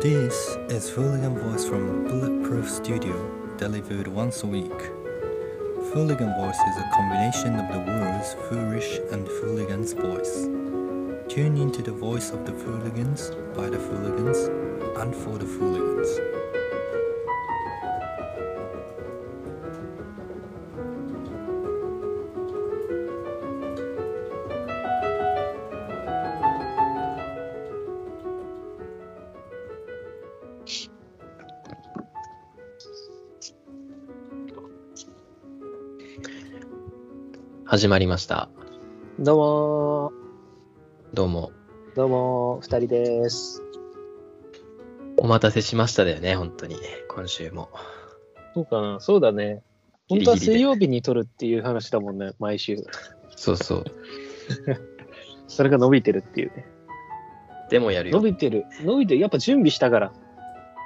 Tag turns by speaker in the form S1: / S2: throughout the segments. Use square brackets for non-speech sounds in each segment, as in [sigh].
S1: This is Hooligan Voice from Bulletproof Studio, delivered once a week. Hooligan Voice is a combination of the words foolish and hooligan's voice. Tune into the voice of the hooligans, by the hooligans, and for the hooligans.
S2: 始まりました。
S3: どうも
S2: どうも。
S3: ー、どうもー、二人です。
S2: お待たせしましただよね、本当に。今週も。
S3: そうかな、そうだね。
S2: ギ
S3: 本
S2: リギリで
S3: 当は水曜日に撮るっていう話だもんね、毎週。
S2: そうそう。
S3: それが伸びてるっていうね。
S2: でもやる
S3: 伸
S2: よ。
S3: びてる、伸びてる、やっぱ準備したから。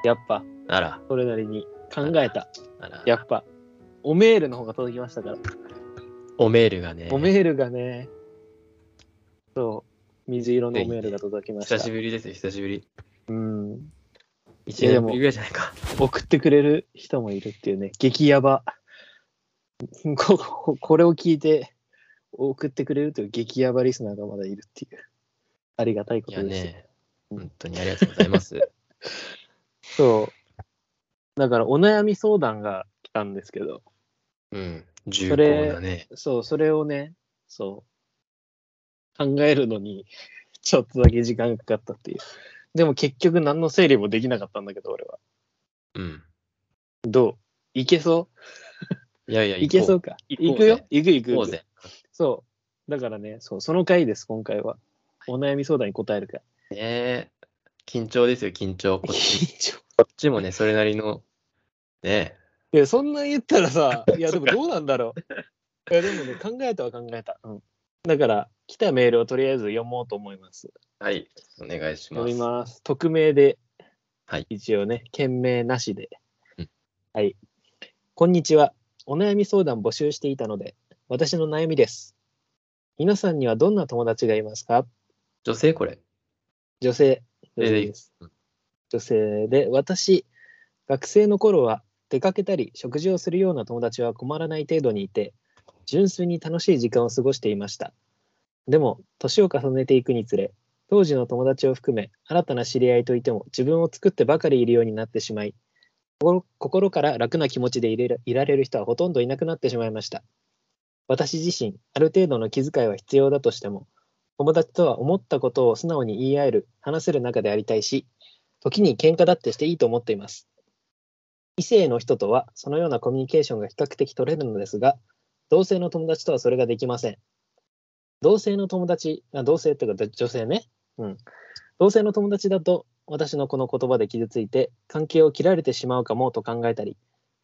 S3: やっぱ、
S2: あら、
S3: それなりに考えた。
S2: あら。
S3: やっぱ、おメールの方が届きましたから。
S2: おメールがね、
S3: おメールがね、そう、水色のおメールが届きました。
S2: 久しぶりですよ、久しぶり。
S3: うん、
S2: 1年ぶりぐらいじゃないか。
S3: 送ってくれる人もいるっていうね、激ヤバ。 [laughs] ここれを聞いて送ってくれるという激ヤバリスナーがまだいるっていう、ありがたいこ
S2: い
S3: と
S2: や
S3: ですよ。
S2: ね、本当にありがとうございます。
S3: そう。だからお悩み相談が来たんですけど、
S2: うん。重厚だね。
S3: そう、それをね、そう、考えるのにちょっとだけ時間がかかったっていう。でも結局何の整理もできなかったんだけど、俺は。
S2: うん。
S3: どういけそ
S2: いやいや、
S3: ういけそう
S2: う。
S3: か。
S2: 行こう
S3: 行くよ行く行く。
S2: 行こうぜ。
S3: そう。だからね、そう、その回です、今回は。お悩み相談に答
S2: [laughs]
S3: えるか。
S2: ねえ緊張ですよ、緊張。こっ
S3: [laughs]
S2: ち
S3: 緊張。
S2: こっちもね、それなりの、ね
S3: いや、そんな言ったらさ、
S2: [laughs]
S3: いや、でもどうなんだろう。いや、でもね、考えたは考えた。うん。だから、来たメールをとりあえず読もうと思います。
S2: はい、お願いしま
S3: 読
S2: す。
S3: みます。匿名で、
S2: はい
S3: 一応ね、件名なしで。
S2: うん
S3: はい。こんにちは。お悩み相談募集していたので、私の悩みです。皆さんにはどんな友達がいますか
S2: 女性これ。
S3: 女性。
S2: えー
S3: 女性です
S2: うん。
S3: 女性で、私、学生の頃は出かけたり食事をするような友達は困らない程度にいて、純粋に楽しい時間を過ごしていました。でも、年を重ねていくにつれ、当時の友達を含め、新たな知り合いといても自分を作ってばかりいるようになってしまい、心心から楽な気持ちでいれるいられる人はほとんどいなくなってしまいました。私自身、ある程度の気遣いは必要だとしても、友達とは思ったことを素直に言い合える、話せる仲でありたいし、時に喧嘩だってしていいと思っています。異性の人とはそのようなコミュニケーションが比較的取れるのですが、同性の友達とはそれができません。同性の友達、あ同性っていうか女女性ね。うん。同性の友達だと、私のこの言葉で傷ついて、関係を切られてしまうかもと考えたり、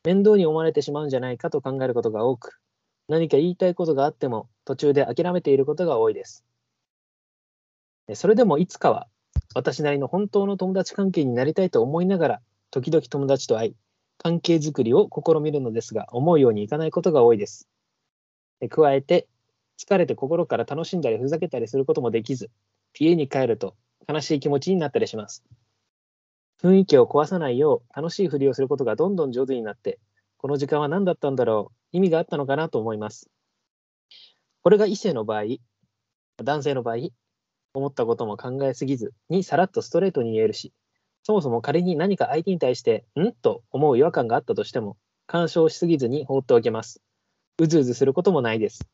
S3: 面倒に思われてしまうんじゃないかと考えることが多く、何か言いたいことがあっても、途中で諦めていることが多いです。えそれでもいつかは私なりの本当の友達関係になりたいと思いながら時々友達と会い関係づくりを試みるのですが思うようにいかないことが多いです。え加えて疲れて心から楽しんだりふざけたりすることもできず家に帰ると悲しい気持ちになったりします。雰囲気を壊さないよう楽しいふりをすることがどんどん上手になってこの時間は何だったんだろう意味があったのかなと思います。これが異性の場合男性の場合思ったことも考えすぎずにさらっとストレートに言えるし、そもそも仮に何か相手に対して、んと思う違和感があったとしても、干渉しすぎずに放っておけます。うずうずすることもないです。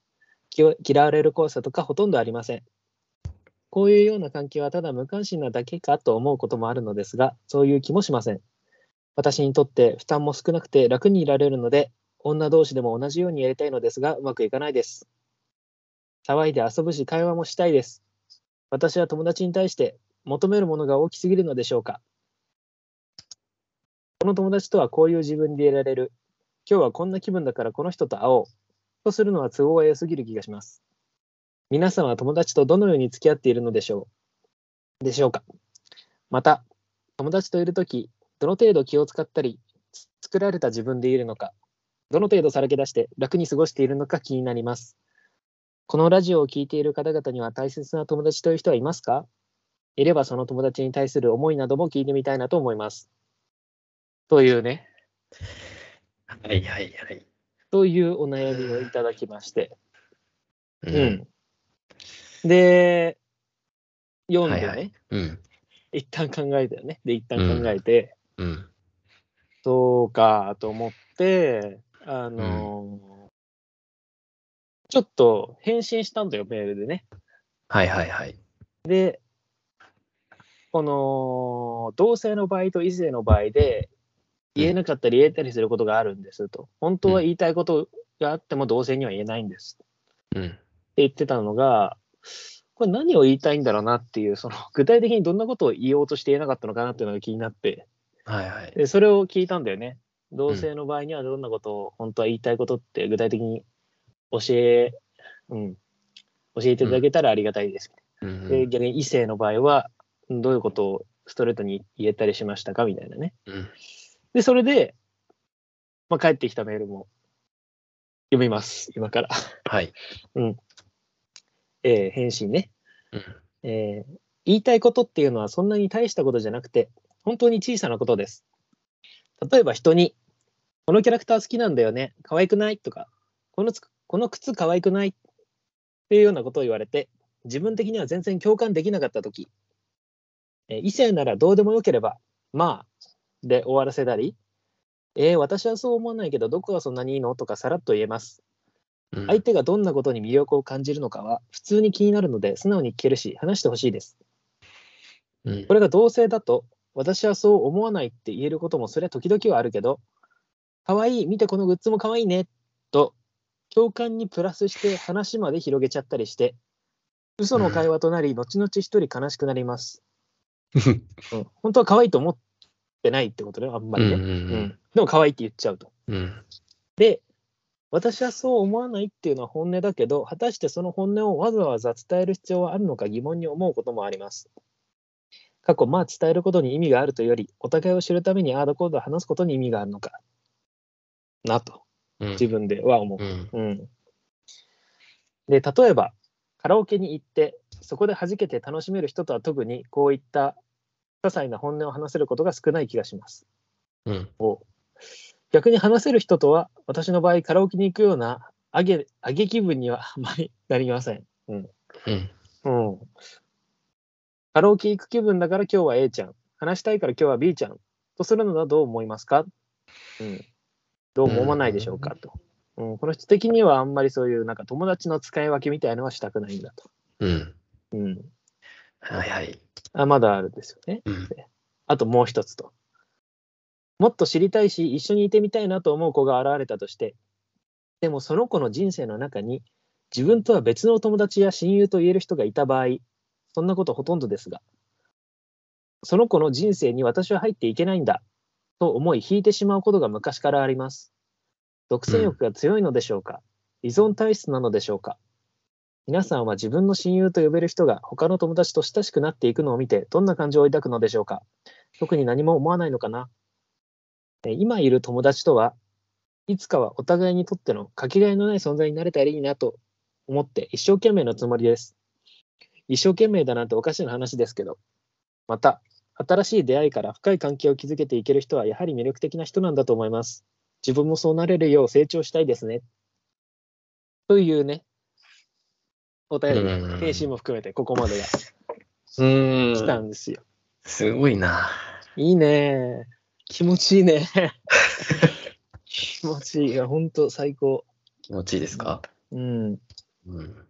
S3: きわ嫌われる怖さとかほとんどありません。こういうような関係はただ無関心なだけかと思うこともあるのですが、そういう気もしません。私にとって負担も少なくて楽にいられるので、女同士でも同じようにやりたいのですが、うまくいかないです。騒いで遊ぶし会話もしたいです。私は友達に対して求めるものが大きすぎるのでしょうかこの友達とはこういう自分でいられる今日はこんな気分だからこの人と会おうとするのは都合が良すぎる気がします皆さんは友達とどのように付き合っているのでしょうでしょうかまた友達といるときどの程度気を使ったりつ作られた自分でいるのかどの程度さらけ出して楽に過ごしているのか気になりますこのラジオを聞いている方々には大切な友達という人はいますかいればその友達に対する思いなども聞いてみたいなと思います。というね、
S2: はいはいはい。
S3: というお悩みをいただきまして。
S2: う
S3: う。ん。で、読んでね、
S2: はいはうん。
S3: 一旦考えたよね。で、一旦考えて、
S2: うん。
S3: そうかと思って、あのーちょっと返信したんだよ、メールでね。
S2: はいはいはい。
S3: で、この同性の場合と異性の場合で、
S2: うん
S3: 言えなかったり言えたりすることがあるんですと。本当は言いたいことがあっても同性には言えないんですって
S2: うん。
S3: 言ってたのが、これ何を言いたいんだろうなっていう、その具体的にどんなことを言おうとして言えなかったのかなっていうのが気になって。
S2: はいはい。
S3: でそれを聞いたんだよね。同性の場合にはどんなことを本当は言いたいことって具体的に教え、うん、教えていただけたらありがたいです。
S2: うん
S3: で逆に異性の場合はどういうことをストレートに言えたりしましたかみたいなね。
S2: うん。
S3: で、それで、まあ、帰ってきたメールも読みます、今から。
S2: はい。
S3: えー返信ね。
S2: うん。
S3: えー言いたいことっていうのはそんなに大したことじゃなくて本当に小さなことです。例えば人に「このキャラクター好きなんだよね可愛くない?」とかこのつ「この靴可愛くない?」っていうようなことを言われて自分的には全然共感できなかった時、えー異性ならどうでもよければ「まあ」で終わらせたり「えー私はそう思わないけどどこがそんなにいいの?」とかさらっと言えます。
S2: うん
S3: 相手がどんなことに魅力を感じるのかは普通に気になるので素直に聞けるし話してほしいです。
S2: [laughs] うん
S3: これが同性だと私はそう思わないって言えることもそれは時々はあるけど可愛い見てこのグッズも可愛いねと共感にプラスして話まで広げちゃったりして嘘の会話となり後々一人悲しくなります。うん、本当は可愛いと思ってないってことねあんまりね。
S2: うんう
S3: うん
S2: うん
S3: ん、でも可愛いって言っちゃうと。
S2: うん。
S3: で、私はそう思わないっていうのは本音だけど、果たしてその本音をわざわざ伝える必要はあるのか疑問に思うこともあります。過去、まあ伝えることに意味があるというより、お互いを知るためにああだこうだ話すことに意味があるのかなと、
S2: うん
S3: 自分では思う。
S2: うん。
S3: うん。で、例えば、カラオケに行って、そこで弾けて楽しめる人とは特に、こういった些細な本音を話せることが少ない気がします。
S2: うん。
S3: 逆に話せる人とは私の場合カラオケに行くようなあげあげ気分には [laughs] あまりなりません、
S2: うん。
S3: うん、カラオケ行く気分だから今日は A ちゃん話したいから今日は B ちゃんとするのはどう思いますか、うん、どうも思わないでしょうかと、うん、この人的にはあんまりそういうなんか友達の使い分けみたいのはしたくないんだと、
S2: うん。
S3: うん、
S2: はいはい。
S3: あまだあるんですよね
S2: うん。
S3: あともう一つと。もっと知りたいし、一緒にいてみたいなと思う子が現れたとして、でもその子の人生の中に、自分とは別の友達や親友と言える人がいた場合、そんなことほとんどですが、その子の人生に私は入っていけないんだ、と思い引いてしまうことが昔からあります。独占欲が強いのでしょうか、依存体質なのでしょうか皆さんは自分の親友と呼べる人が他の友達と親しくなっていくのを見てどんな感情を抱くのでしょうか特に何も思わないのかなえー今いる友達とはいつかはお互いにとってのかけがえのない存在になれたらいいなと思って一生懸命のつもりです。一生懸命だなんておかしな話ですけど、また新しい出会いから深い関係を築けていける人はやはり魅力的な人なんだと思います。自分もそうなれるよう成長したいですね。というね、お便り
S2: うんうんう
S3: が、
S2: ん
S3: 返信も含めてここまでが
S2: うん。
S3: 来たんですよ。
S2: すごいな。
S3: いいね。気持ちいいね。
S2: [laughs]
S3: 気持ちいい。いや、ほんと最高。
S2: 気持ちいいですか
S3: うん。
S2: うん。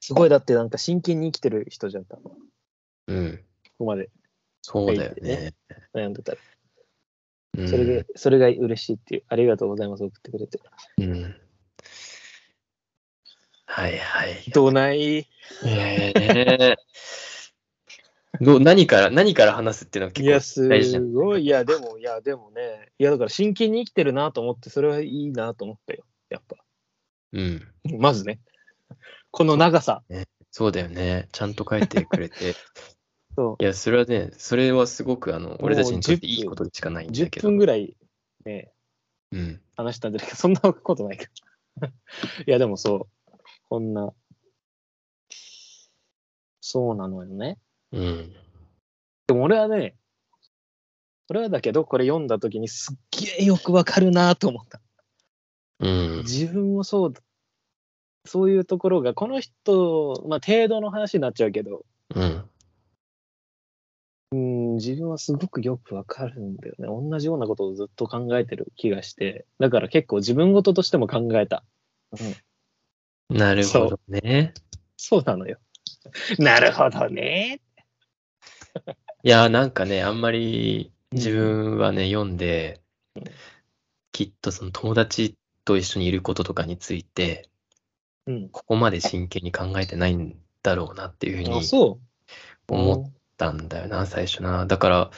S3: すごい、だってなんか真剣に生きてる人じゃん、多分こ
S2: うん。
S3: こまで
S2: そうだよね。
S3: 悩んでたら。
S2: うん
S3: それで、それが嬉しいっていう。ありがとうございます、送ってくれて。
S2: うん。はいはい。
S3: どない
S2: ええどう何から何から話すっていうのはい結構
S3: や、す
S2: 大事じゃん
S3: ごい。いや、でも、いや、でもね。いや、だから真剣に生きてるなと思って、それはいいなと思ったよ。やっぱ。
S2: うん、
S3: まずね。この長さ。
S2: そうだよねちゃんと書いてくれて
S3: そ
S2: いやそれはねそれはすごくあの俺たちにとってい
S3: 10
S2: い
S3: 分
S2: ことでしかないん
S3: う。
S2: だけ
S3: 10
S2: ど
S3: 分ぐらい、ね、
S2: うん
S3: 話したんじゃないか。そんなことないか。 [laughs] いや、でもそう。こんな。そうなのよね。
S2: うん。
S3: でも俺はね、俺はだけど、これ読んだ時にすっげえよくわかるなと思った。
S2: うん。
S3: 自分もそうだ、そういうところが、この人、まあ程度の話になっちゃうけど、
S2: うん。
S3: うん、自分はすごくよくわかるんだよね。同じようなことをずっと考えてる気がして、だから結構自分事としても考えた。
S2: なるほどね。
S3: そうなのよ。 [laughs] なるほどね。
S2: いや、なんかね、あんまり自分はね、読んで
S3: うん、
S2: きっとその友達と一緒にいることとかについて、
S3: うん。
S2: ここまで真剣に考えてないんだろうなっていうふう
S3: あ、
S2: に
S3: そ
S2: 思っったんだよな、最初な。だから、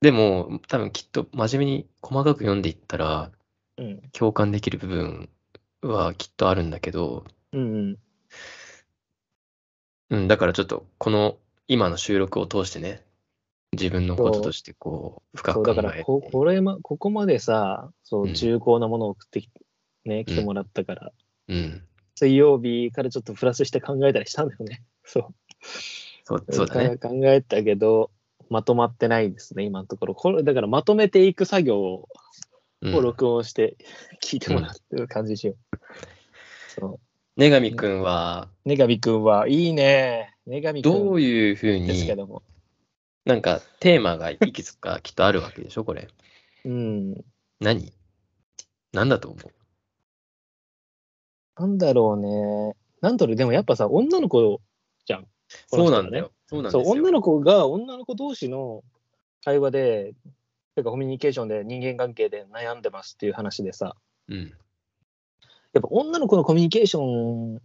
S2: でも、多分きっと真面目に細かく読んでいったら、
S3: う。うん。
S2: 共感できる部分はきっとあるんだけど、
S3: うんうん。
S2: うん、だからちょっと、この今の収録を通してね、自分のこととしてこう、深
S3: そ
S2: く
S3: う、
S2: 考
S3: だ
S2: え
S3: からこ、これま、ここまでさ、そうう、
S2: ん
S3: 重厚なものを送ってき、ね、来てもらったから、
S2: うん、
S3: 水曜日からちょっとプラスして考えたりしたんだよね。 [laughs] そう。
S2: そうそうだね。
S3: 考えたけど、まとまってないですね、今のところ。これだからまとめていく作業を
S2: うん
S3: 録音して [laughs] 聞いてもらってる感じにしよう。そう。
S2: 女神くんは、
S3: ネガビ君はいいね。ネガビ君
S2: どういうふう
S3: ですけ
S2: に、
S3: ども。
S2: なんかテーマがいくつかきっとあるわけでしょ、これ。
S3: うん。
S2: 何何だと思う
S3: なんだろうね。なんだろう、でもやっぱさ、女の子じゃん。この
S2: そう
S3: 人
S2: な
S3: はね
S2: んだよ。そうなんですよ。
S3: そう、女の子が女の子同士の会話で、てかコミュニケーションで人間関係で悩んでますっていう話でさ、
S2: うん。
S3: やっぱ女の子のコミュニケーション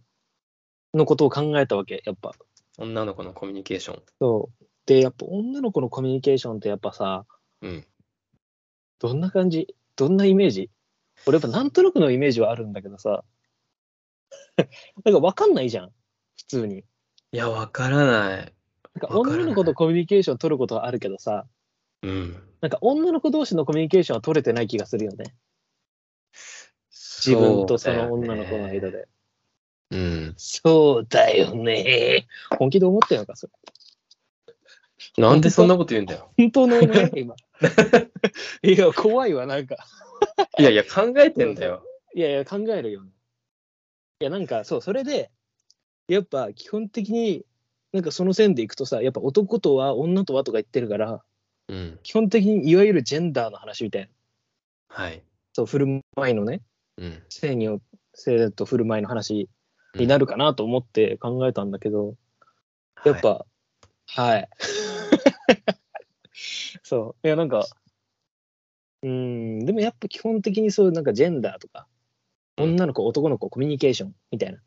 S3: のことを考えたわけ、やっぱ。
S2: 女の子のコミュニケーション。
S3: そう。で、やっぱ女の子のコミュニケーションってやっぱさ、
S2: うん。
S3: どんな感じどんなイメージ俺やっぱなんとなくのイメージはあるんだけどさ、なんか分かんないじゃん、普通に。
S2: いや、わからない。
S3: なんか
S2: わからない
S3: 女の子とコミュニケーション取ることはあるけどさ、
S2: うん。
S3: なんか女の子同士のコミュニケーションは取れてない気がするよね。自分とその女の子の
S2: で。
S3: 間で。
S2: うん。
S3: そうだよね。本気で思ってるのか、それ。
S2: なんでそんなこと言うんだよ。
S3: 本当のね、 [laughs] 今。いや、怖いわ、なんか。
S2: いやいや、考えてんだよ。
S3: いやいや、考えるよね。いや、なんか、そう、それで、やっぱ基本的に、なんかその線でいくとさ、やっぱ男とは女とはとか言ってるから、
S2: うん。
S3: 基本的にいわゆるジェンダーの話みたいな。
S2: はい。
S3: そう、振る舞いのね、
S2: うん。
S3: 性によ性と振る舞いの話になるかなと思って考えたんだけど、やっ
S2: はい。
S3: ぱ、はい。 [laughs] そう。いや、なんか、うーん、でもやっぱ基本的にそういうなんかジェンダーとか、
S2: うん
S3: 女の子、男の子、コミュニケーションみたいな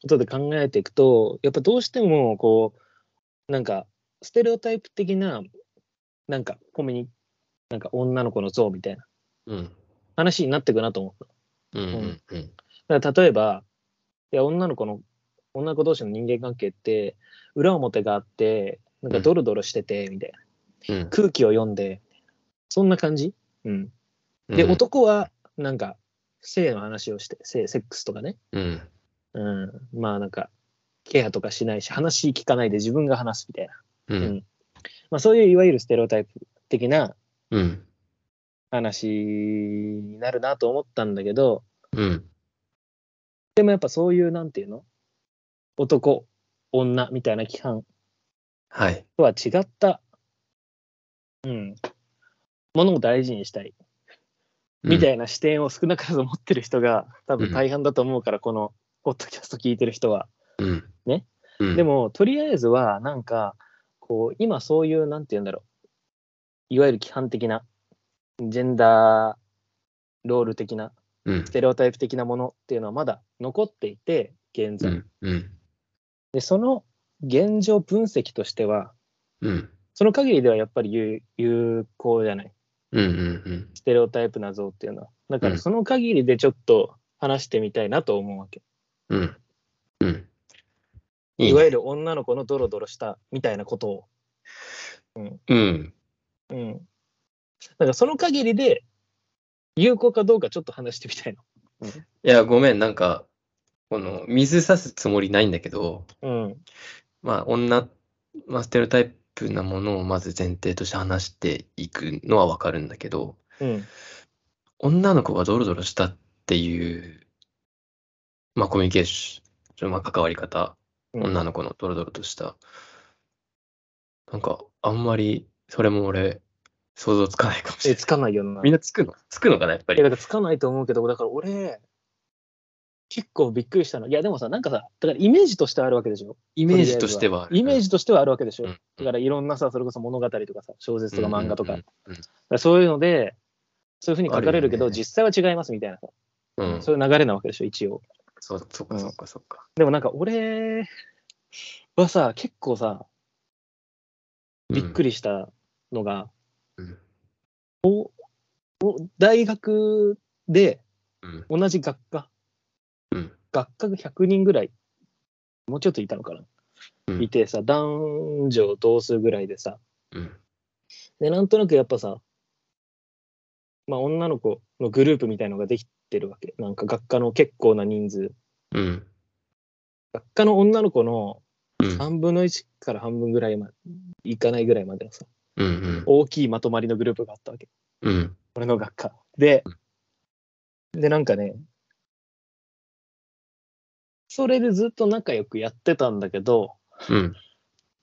S3: ことで考えていくと、やっぱどうしても、こう、なんか、ステレオタイプ的な、なんか、コミュニ、なんか女の子の像みたいな
S2: うん。
S3: 話になっていくなと思った。
S2: うん。うん。うん。
S3: だから例えば、いや、女の子の、女の子同士の人間関係って、裏表があって、なんかドロドロしてて、みたいな。
S2: うん
S3: 空気を読んで、そんな感じうん。
S2: うん
S3: で、。男は、なんか、性の話をして、性、セックスとかね。
S2: うん。
S3: うん。まあ、なんか、ケアとかしないし、話聞かないで自分が話すみたいな。
S2: う
S3: うん
S2: ん。
S3: まあ、そういういわゆるステレオタイプ的な
S2: うん。
S3: 話になるなと思ったんだけど、
S2: うん。
S3: でもやっぱそういう、なんていうの男、女みたいな規範
S2: はい。
S3: とは違った、うん、ものを大事にしたい、みた
S2: い。
S3: いな視点を少なからず持ってる人が多分大半だと思うから、このポッドキャスト聞いてる人は。
S2: うん。
S3: ね。
S2: うん。
S3: で、も、とりあえずは、なんか、こう、今そういう、なんて言うんだろう、いわゆる規範的な、ジェンダーロール的な、
S2: うん
S3: ス。テレオタイプ的なものっていうのはまだ残っていて、現
S2: う
S3: 在。
S2: ん。うん。
S3: で、その現状分析としては、
S2: うん。
S3: その限りではやっぱり有有効じゃない。
S2: うん。うん。
S3: ステレオタイプな像っていうのは。だか
S2: う
S3: ら
S2: ん
S3: その限りでちょっと話してみたいなと思うわけ。
S2: うん。うん。
S3: い
S2: いい
S3: わ
S2: ね。
S3: ゆる女の子のドロドロしたみたいなことを。
S2: うん。
S3: うん。だからその限りで有効かどうかちょっと話してみたい
S2: いや、ごめん。なんか、この、水さすつもりないんだけど、
S3: の。
S2: まあ、女まあ、ステレオタイプなものをまず前提として話していくのはわかるんだけど、
S3: うん。
S2: 女の子がドロドロしたっていう、まあ、コミュニケーション、まあ、関わり方、
S3: うん
S2: 女の子のドロドロとした、なんか、あんまり、それも俺、想像つかないかもしれ
S3: え、
S2: ない。
S3: つかないよな。
S2: みんなつくのつくのかな、やっぱ
S3: いや、
S2: り。
S3: だからつかないと思うけど、だから俺、結構びっくりしたの。いや、でもさ、なんかさ、だからイメージとしてはあるわけでしょ
S2: イメージとしては。
S3: イメージとしてはあるわけでしょ、
S2: うんうん
S3: だからいろんなさ、それこそ物語とかさ、小説とか漫画とか、
S2: うんうん
S3: だからそういうので、そういうふうに書かれるけど、
S2: あるよね
S3: 実際は違いますみたいなさ、
S2: うんうん、
S3: そういう流れなわけでしょ、一応。
S2: そうそっかそっかそっか。
S3: でもなんか俺はさ、結構さ、びっく
S2: り。
S3: りしたのが、
S2: うん
S3: 大学で
S2: うん
S3: 同じ学科、
S2: うん
S3: 学科が100人ぐらい、もうちょっといたのかな、
S2: うん
S3: いてさ、男女同数ぐらいでさ、
S2: うん
S3: で、なんとなくやっぱさ、まあ女の子のグループみたいのができてるわけ。なんか学科の結構な人数。
S2: うん
S3: 学科の女の子の
S2: うん
S3: 3分の1から半分ぐらいまで、いかないぐらいまでのさ、
S2: うん
S3: 大きいまとまりのグループがあったわけ。
S2: うん
S3: 俺の学科。で、で、なんかね、それでずっと仲良くやってたんだけど、
S2: うん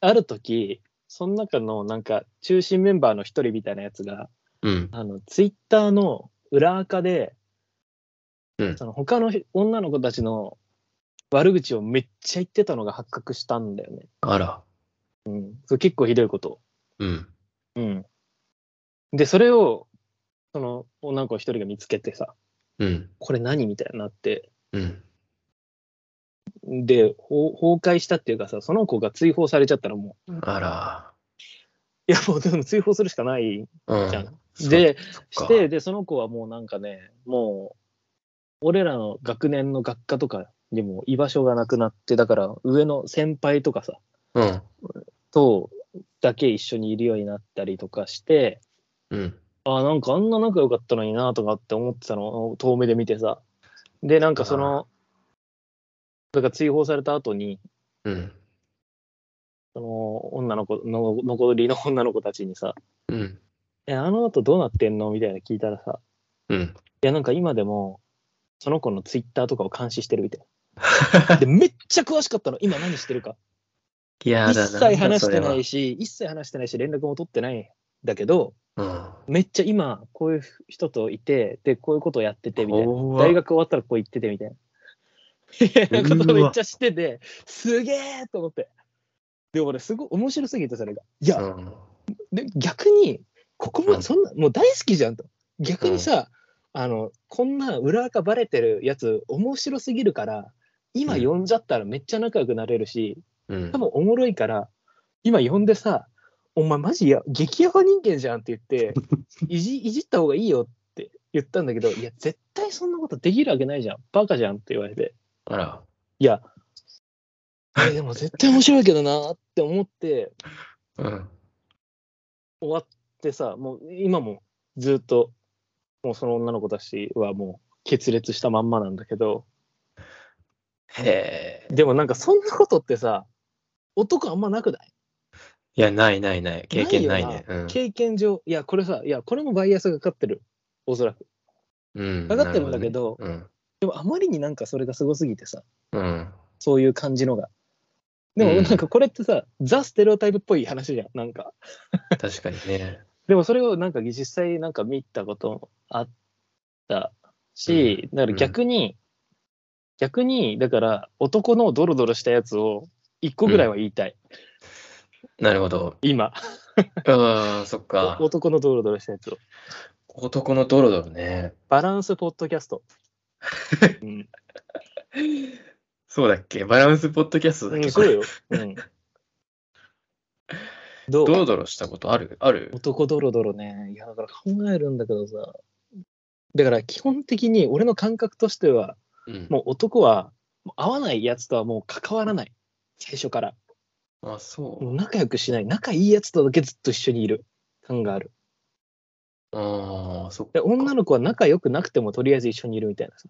S3: ある時、その中のなんか中心メンバーの一人みたいなやつが、
S2: うん
S3: あの、ツイッターの裏垢で、
S2: うん
S3: その他の女の子たちの悪口をめっちゃ言ってたのが発覚したんだよね。
S2: あら。
S3: うん。それ結構ひどいこと。
S2: うん
S3: うん。で、それを、その女の子一人が見つけてさ、
S2: うん
S3: これ何みたいになって、
S2: うん
S3: で、ほ崩壊したっていうかさ、その子が追放されちゃったらも
S2: あら。
S3: う、いやもうでも追放するしかない
S2: うん
S3: じゃん。
S2: そ
S3: で、
S2: そっか
S3: して、で、その子はもうなんかね、もう、俺らの学年の学科とかにも居場所がなくなって、だから上の先輩とかさ、
S2: うん
S3: とだけ一緒にいるようになったりとかして、
S2: うん
S3: あ、なんかあんな仲良かったのになとかって思ってたの、遠目で見てさ。で、なんかその、だから追放された後に、
S2: うん
S3: その女の子の、残りの女の子たちにさ、
S2: うん
S3: え、あの後どうなってんのみたいな聞いたらさ、
S2: うん
S3: いや、なんか今でも、その子のツイッターとかを監視してるみたい
S2: [laughs]
S3: な。で、めっちゃ詳しかったの、今何してるか。
S2: 嫌
S3: 一
S2: だな。
S3: 切話してない
S2: し。
S3: し、一切話してないし、連絡も取ってないんだけど、
S2: うん。
S3: めっちゃ今、こういう人といて、で、こういうことをやっててみたいな。
S2: 怖っ
S3: 大学終わったらこう行っててみたいな。み [laughs] たいなことをめっちゃしてて、すげえと思って。で、俺、すごい面白すぎて、それが。いや、
S2: うん
S3: で逆にここ
S2: う
S3: も
S2: ん
S3: そんな、もう大好きじゃんと逆にさ、あのこんな裏垢バレてるやつ面白すぎるから今
S2: うん
S3: 呼んじゃったらめっちゃ仲良くなれるし、
S2: うん
S3: 多分おもろいから今呼んでさ「お前マジや激ヤバ人間じゃん」って言
S2: [laughs]
S3: っていじいじった方がいいよって言ったんだけどいや絶対そんなことできるわけないじゃんバカじゃんって言われて
S2: あら。
S3: いやえでも絶対面白いけどなって思って
S2: うん
S3: 終わってさもう今もずっともうその女の子たちはもう決裂したまんまなんだけど
S2: へえ。
S3: でもなんかそんなことってさ男あんまなくない
S2: いや、ないないない。経験ないね。
S3: よ経験上いやこれさいやこれもバイアスがかかってるおそらく
S2: うん。
S3: かかってるんだけど
S2: なるほね
S3: でもあまりになんかそれがすごすぎてさ
S2: うん。うん。
S3: そういう感じのがでも
S2: うん
S3: なんかこれってさ、ザ・ステレオタイプっぽい話じゃんなんか
S2: 確かにね。
S3: でもそれをなんか実際なんか見たこともあったし、だから逆に、逆に、だから男のドロドロしたやつを一個ぐらいは言いたい、
S2: なるほど。 [laughs]
S3: 今、
S2: ああ、そっか。
S3: 男のドロドロしたやつを。
S2: 男のドロドロね。
S3: バランスポッドキャスト。うん、
S2: そうだっけバランスポッドキャストだっ
S3: うん
S2: け、こ
S3: そ
S2: れ
S3: うよ。
S2: [laughs]
S3: うん、ど
S2: ド
S3: う
S2: ロドロしたことあるある
S3: 男ドロドロね。いや、だから考えるんだけどさ。だから基本的に俺の感覚としては、
S2: うん。
S3: もう男はもう会わないやつとはもう関わらない。最初から。
S2: あ、そ
S3: も
S2: う
S3: う。仲良くしない。仲いいやつとだけずっと一緒にいる感がある。
S2: ああ、そっ
S3: で、
S2: か。
S3: 女の子は仲良くなくてもとりあえず一緒にいるみたいなさ。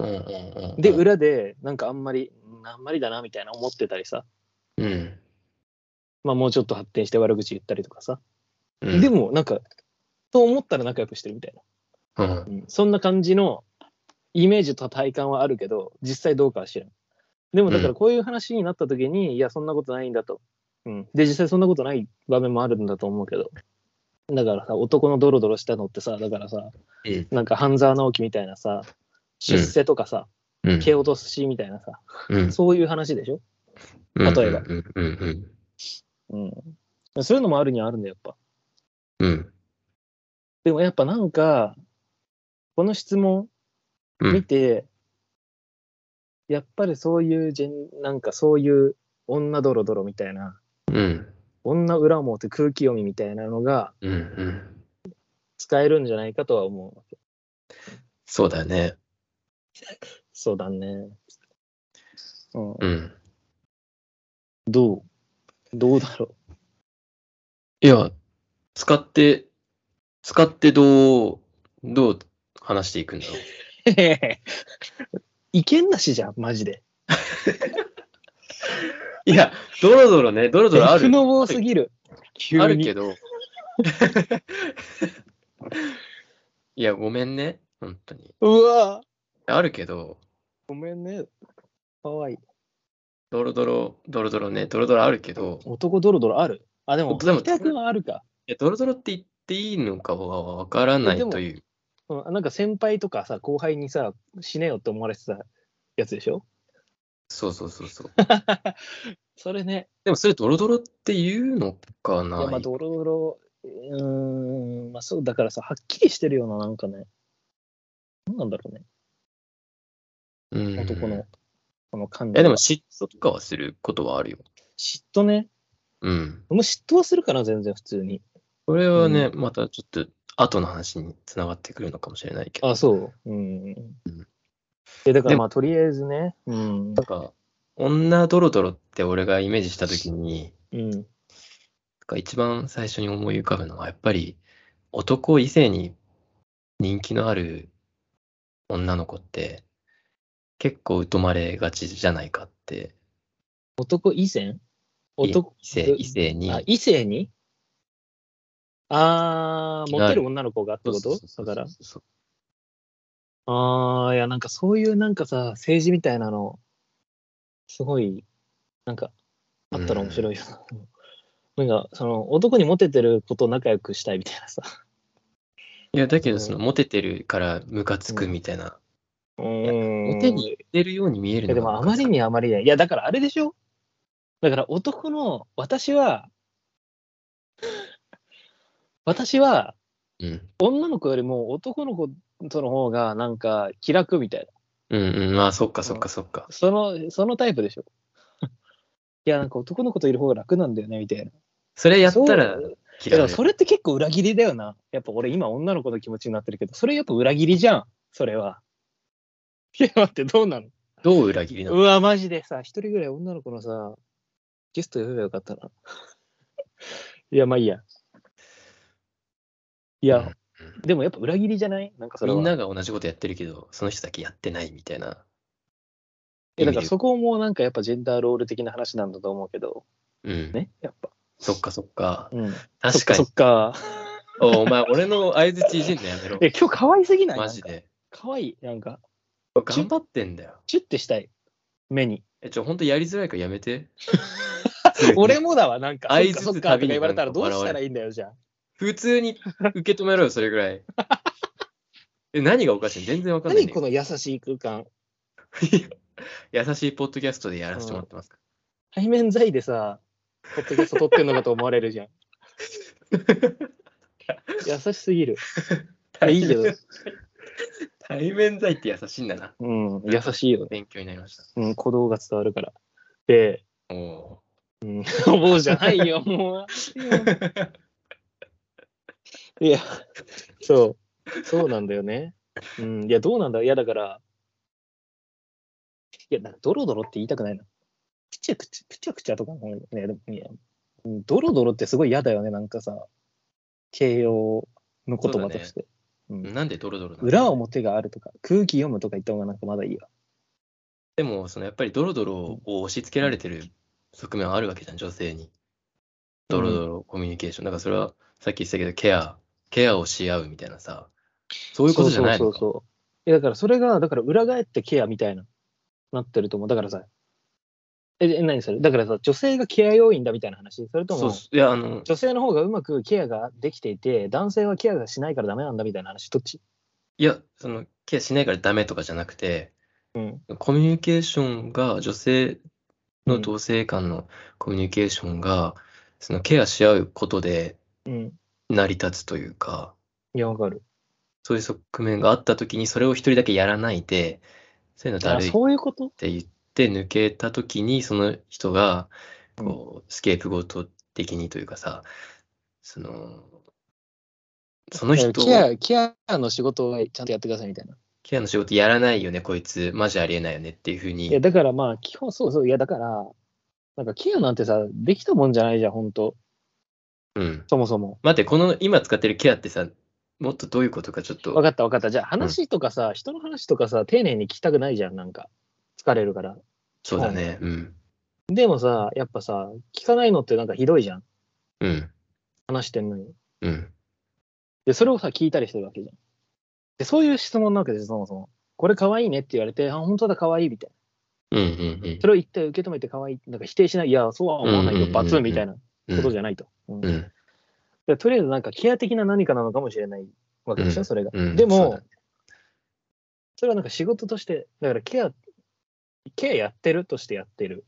S2: うんうんうん。
S3: で、裏で、なんかあんまり、うんあんまりだなみたいな思ってたりさ。
S2: うん。
S3: まあもうちょっと発展して悪口言ったりとかさ。
S2: うん、
S3: で、もなんか、と思ったら仲良くしてるみたいな。
S2: うん、
S3: うんそんな感じのイメージと体感はあるけど、実際どうかは知らん。でもだか
S2: う
S3: らこういう話になった時に、いや、そんなことないんだと。うん、で、実際そんなことない場面もあるんだと思うけど。だからさ、男のドロドロしたのってさ、だからさ、
S2: うん
S3: なんか半沢直樹みたいなさ、出世とかさ、
S2: うん、
S3: 蹴落とすしみたいなさ、
S2: うん、
S3: そういう話でしょ、例えば
S2: うん、うん、うん、
S3: うん、そういうのもあるにはあるんだよ、やっぱ。
S2: うん、
S3: でもやっぱなんか、この質問
S2: うん
S3: 見て、やっぱりそういうジェン、なんかそういう女ドロドロみたいな、
S2: うん、
S3: 女裏表空気読みみたいなのが
S2: うん、うん。
S3: 使えるんじゃないかとは思うわけ。
S2: そうだよね。
S3: そうだね。うん、
S2: うん。
S3: どうどうだろ
S2: いや、使って、使ってどう、どう話していくんだろう。
S3: う [laughs] 意見なしじゃん、マジで。
S2: いや、ドロドロね、ドロドロある。
S3: 不の棒すぎる。急に
S2: あるけど。いや、ごめんね、本当に。
S3: うわ
S2: あるけど、
S3: ごめんね。かわいい。
S2: ドロドロ、ドロドロね、ドロドロあるけど、
S3: 男ドロドロあるあ、でも、
S2: でも
S3: 北君はあるか。
S2: いやドロドロって言っていいのかはわからないという。
S3: うん、なんか先輩とかさ、後輩にさ、死ねよって思われてたやつでしょ
S2: そうそうそうそう。 [laughs]
S3: それね、
S2: でもそれドロドロって言うのか
S3: い
S2: な
S3: やまあドロドロ、うーん、まあそう、だからさ、はっきりしてるような、なんかね、なんなんだろうね、
S2: うん
S3: 男の、この感
S2: い
S3: じ。
S2: や、でも嫉妬とかはすることはあるよ。
S3: 嫉妬ね、
S2: うん。
S3: もう嫉妬はするかな、全然普通に。
S2: これはね、またちょっと後の話につながってくるのかもしれないけど。
S3: あ、そう。うん。で、だからまあ、とりあえずね、うん
S2: な、んか、女ドロドロって俺がイメージしたときに、
S3: うん、
S2: なんか一番最初に思い浮かぶのは、やっぱり男異性に人気のある女の子って、結構疎まれがちじゃないかって、
S3: 男異性男
S2: 異性異性に
S3: あ異性にあー、
S2: 気
S3: モ
S2: があ
S3: テ
S2: る
S3: る女の子がっ
S2: そ
S3: て
S2: う
S3: こ
S2: そう
S3: と
S2: そうそ
S3: だ
S2: う
S3: から。
S2: そう
S3: あー、いや、なんかそういうなんかさ、政治みたいなの、すごい、なんか、あったら面白いよな。なんか、その、男にモテてることを仲良くしたいみたいなさ。
S2: いや、だけど、その、モテてるからムカつくみたいな、
S3: [laughs] うーん。
S2: モテに行ってるように見え
S3: い
S2: るの
S3: やで
S2: が
S3: も、あまりにあまりで。いや、だからあれでしょだから男の、私は、私は、
S2: うん。
S3: 女の子よりも男の子との方が、なんか、気楽みたいな。
S2: うんうん、まあ、そっかそっかそっか。
S3: その、そのタイプでしょ。 [laughs] いや、なんか男の子といる方が楽なんだよね、みたいな。
S2: それやったら
S3: そう
S2: 嫌
S3: い
S2: だ
S3: や
S2: よ
S3: それって結構裏切りだよな。やっぱ俺今女の子の気持ちになってるけど、それやっぱ裏切りじゃん、それは。いや、待って、どうなの
S2: どう裏切りな
S3: う
S2: の
S3: わ、マジでさ、一人ぐらい女の子のさ、ゲスト呼べばよかったな。 [laughs] いや、まあいいや。いや、でもやっぱ裏切りじゃないなんかそれ
S2: み
S3: は。
S2: んなが同じことやってるけど、その人だけやってないみたいな。
S3: いやだからそこもなんかやっぱジェンダーロール的な話なんだと思うけど、
S2: うん。
S3: ね、やっぱ。
S2: そっかそっか。
S3: うん、
S2: 確か
S3: そ
S2: に
S3: っ。か。
S2: おいお前、俺の相づちいじんのやめろ
S3: い。や、今日可愛すぎない
S2: マジ。で。
S3: なんか可愛い。なんか、
S2: 頑張ってんだよ。
S3: チュッてしたい。目に。
S2: え、ちょ、ほんとやりづらいからやめて。
S3: [laughs] 俺もだわ、なんか。
S2: 相
S3: そっかそっ
S2: 槌
S3: かとか
S2: 旅に
S3: 言われたらどう
S2: なんか
S3: したらいいんだよ、じゃあ。
S2: 普通に受け止めろよ、それぐらい。え、何がおかしいの全然わかんないん
S3: 何
S2: だけ
S3: こ
S2: ど。
S3: の優しい空間。
S2: 優しいポッドキャストでやらせてもらってます。
S3: 対面在でさ、ポッドキャスト撮ってんのかと思われ
S2: [laughs]
S3: るじゃん。優しすぎる。いやいいけど。
S2: 対面罪って優しいんだな。
S3: うん、優しいよね。
S2: 勉強になりました。
S3: うん、鼓動が伝わるから。で、
S2: おお
S3: お坊じゃないよ、もう。いや、そう。そうなんだよね。うん、いや、どうなんだいや、だから、いや、なんかドロドロって言いたくないな。くちゃくちゃ、くちゃくちゃとかもね、でもいや、うんドロドロってすごい嫌だよね、なんかさ、形容の言葉として。うん [laughs]
S2: ー。なんでドロドロなの
S3: 裏表があるとか、空気読むとか言った方がなんかまだいいわ。
S2: でも、そのやっぱりドロドロを押し付けられてる側面はあるわけじゃん、女性に。ドロドロコミュニケーション。だからそれはさっき言ってたけど、ケア、ケアをし合うみたいなさ、そういうことじゃないのか。
S3: そうそうそうそういやだからそれがだから裏返ってケアみたいななってると思うだからさええ何それだからさ女性がケア要員だみたいな話それと
S2: そう
S3: も
S2: そういや、あの、
S3: 女性の方がうまくケアができていて男性はケアがしないからダメなんだみたいな話どっち
S2: いや、その、ケアしないからダメとかじゃなくて、
S3: うん
S2: コミュニケーションが、女性の同性間のコミュニケーションが、そのケアし合うことで
S3: うん
S2: 成り立つというか、
S3: いやわかる
S2: そういう側面があったときに、それを一人だけやらないで、そういうのだ
S3: あ
S2: るいっ
S3: そういうこと
S2: て言って抜けたときに、その人が、
S3: うん
S2: こう、スケープゴート的にというかさ、その、その人を
S3: ケアケアの仕事をちゃんとやってくださいみたいな
S2: ケアの仕事やらないよね、こいつ、マジありえないよねっていうふうに
S3: いや、だからまあ、基本そうそう、いや、だから、なんかケアなんてさ、できたもんじゃないじゃん、ほんと、
S2: うん。
S3: そもそも。
S2: 待って、この今使ってるケアってさ、もっとどういうことかちょっ
S3: 分
S2: と、
S3: かった分かった。じゃあ、話とかさ、人の話とかさ、丁寧に聞きたくないじゃん、なんか。疲れるから。
S2: そうだね。うん。
S3: でもさ、やっぱさ、聞かないのってなんかひどいじゃん、
S2: うん。
S3: 話してんのに。
S2: うん。
S3: で、それをさ、聞いたりしてるわけじゃん。で、そういう質問なわけですよ、そもそも。これ可愛いねって言われて、あ、本当だ、可愛いみたいな。
S2: うんうん
S3: それを一体受け止めて可愛いなんか否定しない、いや、そうは思わない
S2: うんうんうん
S3: よ、
S2: うん
S3: バツンみたいなこ
S2: うん。
S3: とじゃないと。うん
S2: うん。うん。
S3: でとりあえずなんかケア的な何かなのかもしれないわけでしょ、
S2: うん
S3: それが。
S2: うん
S3: で
S2: そうだ
S3: も
S2: ね
S3: それはなんか仕事として、だからケア、ケアやってるとしてやってる。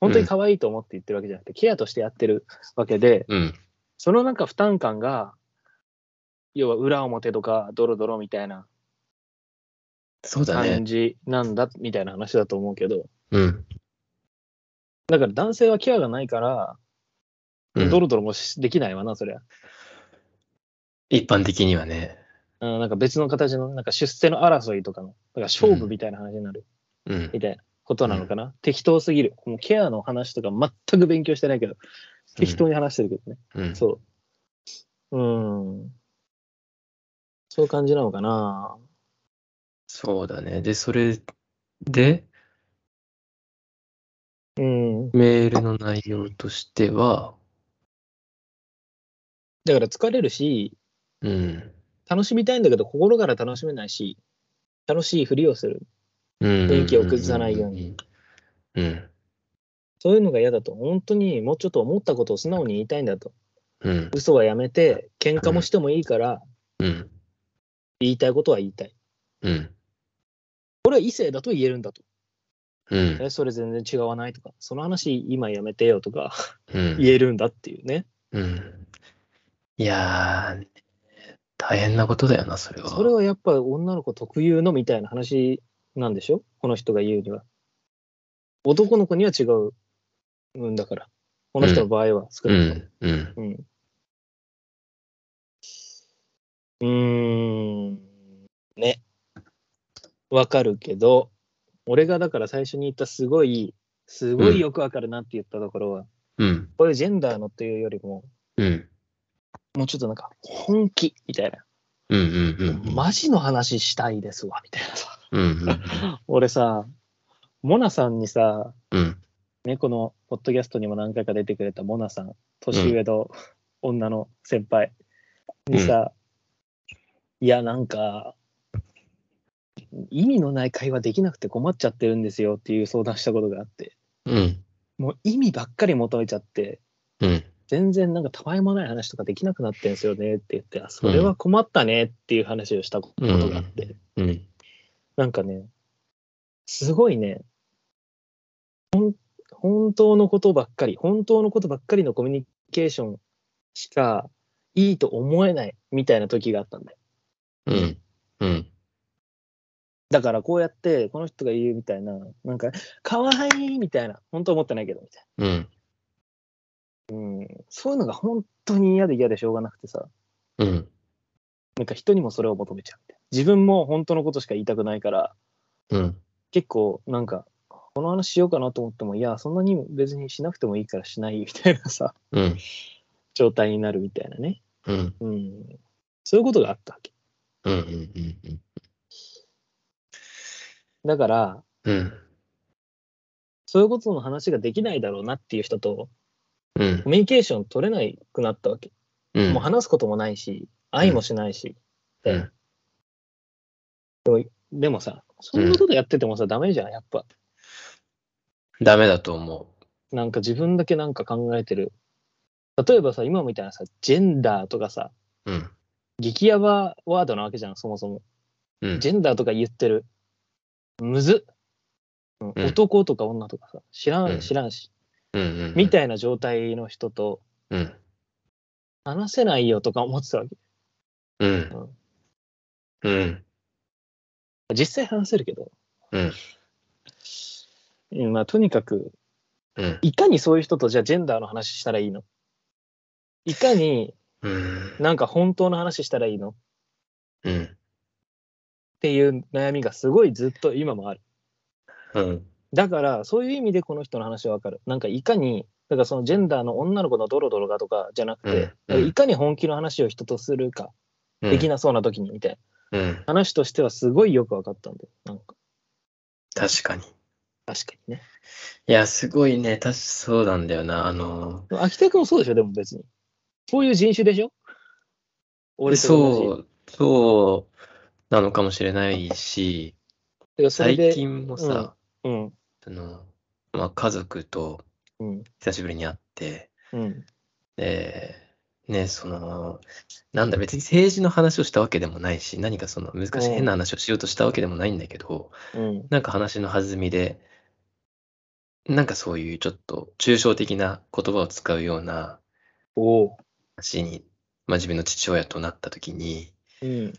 S3: 本当に可愛いと思って言ってるわけじゃなくて、ケアとしてやってるわけで、
S2: うん。
S3: そのなんか負担感が、要は裏表とかドロドロみたいな
S2: そうだ
S3: 感
S2: ね。
S3: じなんだみたいな話だと思うけど、
S2: うん。
S3: だから男性はケアがないから、
S2: うん
S3: ドロドロもしできないわな、そりゃ。
S2: 一般的にはね。
S3: うん、なんか別の形の、なんか出世の争いとかの、なんか勝負みたいな話になる。
S2: うん
S3: み。たいなことなのかな、適当すぎる。もうケアの話とか全く勉強してないけど、適当に話してるけどね。
S2: うん。
S3: そう。うん。そういう感じなのかな
S2: そうだね。で、それで、
S3: うん。
S2: メールの内容としては、
S3: だから疲れるし、
S2: うん。
S3: 楽しみたいんだけど、心から楽しめないし、楽しいふりをする。
S2: 雰
S3: 雰囲気を崩さないように。
S2: うん。
S3: そういうのが嫌だと。本当にもうちょっと思ったことを素直に言いたいんだと。
S2: うん。
S3: 嘘はやめて、喧嘩もしてもいいから、
S2: うん。
S3: 言いたいことは言いたい。
S2: うん。
S3: これは異性だと言えるんだと。
S2: うん。
S3: え、それ全然違わないとか、その話今やめてよとか。
S2: うん。
S3: 言えるんだっていうね。
S2: うん。いやー、大変なことだよな、それは。
S3: それはやっぱ女の子特有のみたいな話なんでしょこの人が言うには。男の子には違うんだから。この人の場合は少
S2: う
S3: なくとも。
S2: ん、うん。
S3: うん。うーん。ね。わかるけど、俺がだから最初に言ったすごい、すごいよくわかるなって言ったところは、
S2: うん、
S3: こういうジェンダーのっていうよりも、
S2: うん、
S3: もうちょっとなんか本気みたいな。
S2: うん、うん、うん。
S3: マジの話したいですわ、みたいなさ。
S2: うん、うん、
S3: 俺さ、モナさんにさ、
S2: うん、
S3: ね、このポッドキャストにも何回か出てくれたモナさん、年上の女の先輩にさ、いや、なんか、意味のない会話できなくて困っちゃってるんですよっていう相談したことがあって、
S2: うん、
S3: もう意味ばっかり求めちゃって、
S2: うん。
S3: 全然なんかたわいもない話とかできなくなってんすよねって言って、あそれは困ったねっていう話をしたことがあって、
S2: うん、
S3: なんかね、すごいね、ほん本当のことばっかり、本当のことばっかりのコミュニケーションしかいいと思えないみたいな時があったんだよ。
S2: うん、うん、
S3: だからこうやって、この人が言うみたいな、なんか、かわいいみたいな、本当は思ってないけどみたい
S2: うん、
S3: な。うん、そういうのが本当に嫌で嫌でしょうがなくてさ、
S2: うん、
S3: なんか人にもそれを求めちゃうみたいな。自分も本当のことしか言いたくないから、
S2: うん。
S3: 結構なんかこの話しようかなと思ってもいやそんなに別にしなくてもいいからしないみたいなさ
S2: うん、
S3: 状態になるみたいなね、
S2: うん、
S3: うん、そういうことがあったわけ
S2: うん、
S3: だから
S2: うん。
S3: そういうことの話ができないだろうなっていう人と
S2: うん
S3: コ。ミュニケーション取れなくなったわけ。
S2: うん。
S3: もう話すこともないし、愛もしないし。
S2: う
S3: で
S2: ん
S3: でもさ、そんなことやっててもさ、ダメじゃん、やっぱ。
S2: ダメだと思
S3: なんか自分だけなんか考えてる。例えばさ、今みたいなさ、ジェンダーとかさ、
S2: う。うん。
S3: 激ヤバワードなわけじゃん、そもそも。
S2: うん。
S3: ジェンダーとか言ってる。むずっ。うん
S2: うん
S3: 男とか女とかさ、知ら
S2: うん
S3: ん、知らんし。
S2: うんうんうん
S3: みたいな状態の人と、
S2: うん。
S3: 話せないよとか思ってたわけ。
S2: うん。うん。
S3: 実際話せるけど。
S2: うん
S3: うん。まあ、とにかく、
S2: うん。
S3: いかにそういう人とじゃあジェンダーの話したらいいのいかに
S2: うん。
S3: なんか本当の話したらいいのっ
S2: うん。
S3: ていう悩みがすごいずっと今もある。
S2: うん。
S3: だからそういう意味でこの人の話はわかる。なんかいかに、だからそのジェンダーの女の子のドロドロがとかじゃなくて、
S2: うんうん
S3: いかに本気の話を人とするか、
S2: うん
S3: できなそうな時にみたいな
S2: うん。
S3: 話としてはすごいよく分かったんで、なんか
S2: 確かに。
S3: 確かにね。
S2: いや、すごいね。確かそうなんだよな。あの、
S3: 秋田君もそうでしょ、でも別に。そういう人種でしょ俺と同じ
S2: そう、そうなのかもしれないし、
S3: てかそれ
S2: 最
S3: で
S2: 近もさ、
S3: うん、
S2: あの、まあ、家族と
S3: うん、
S2: 久しぶりに会って、
S3: うん、
S2: で、ね、その、なんだ、別に政治の話をしたわけでもないし、何かその難しい
S3: うん
S2: 変な話をしようとしたわけでもないんだけど、
S3: うん、
S2: なんか話の弾みで、なんかそういうちょっと抽象的な言葉を使うような
S3: おお。
S2: 話に、まあ、自分の父親となった時に、
S3: うん、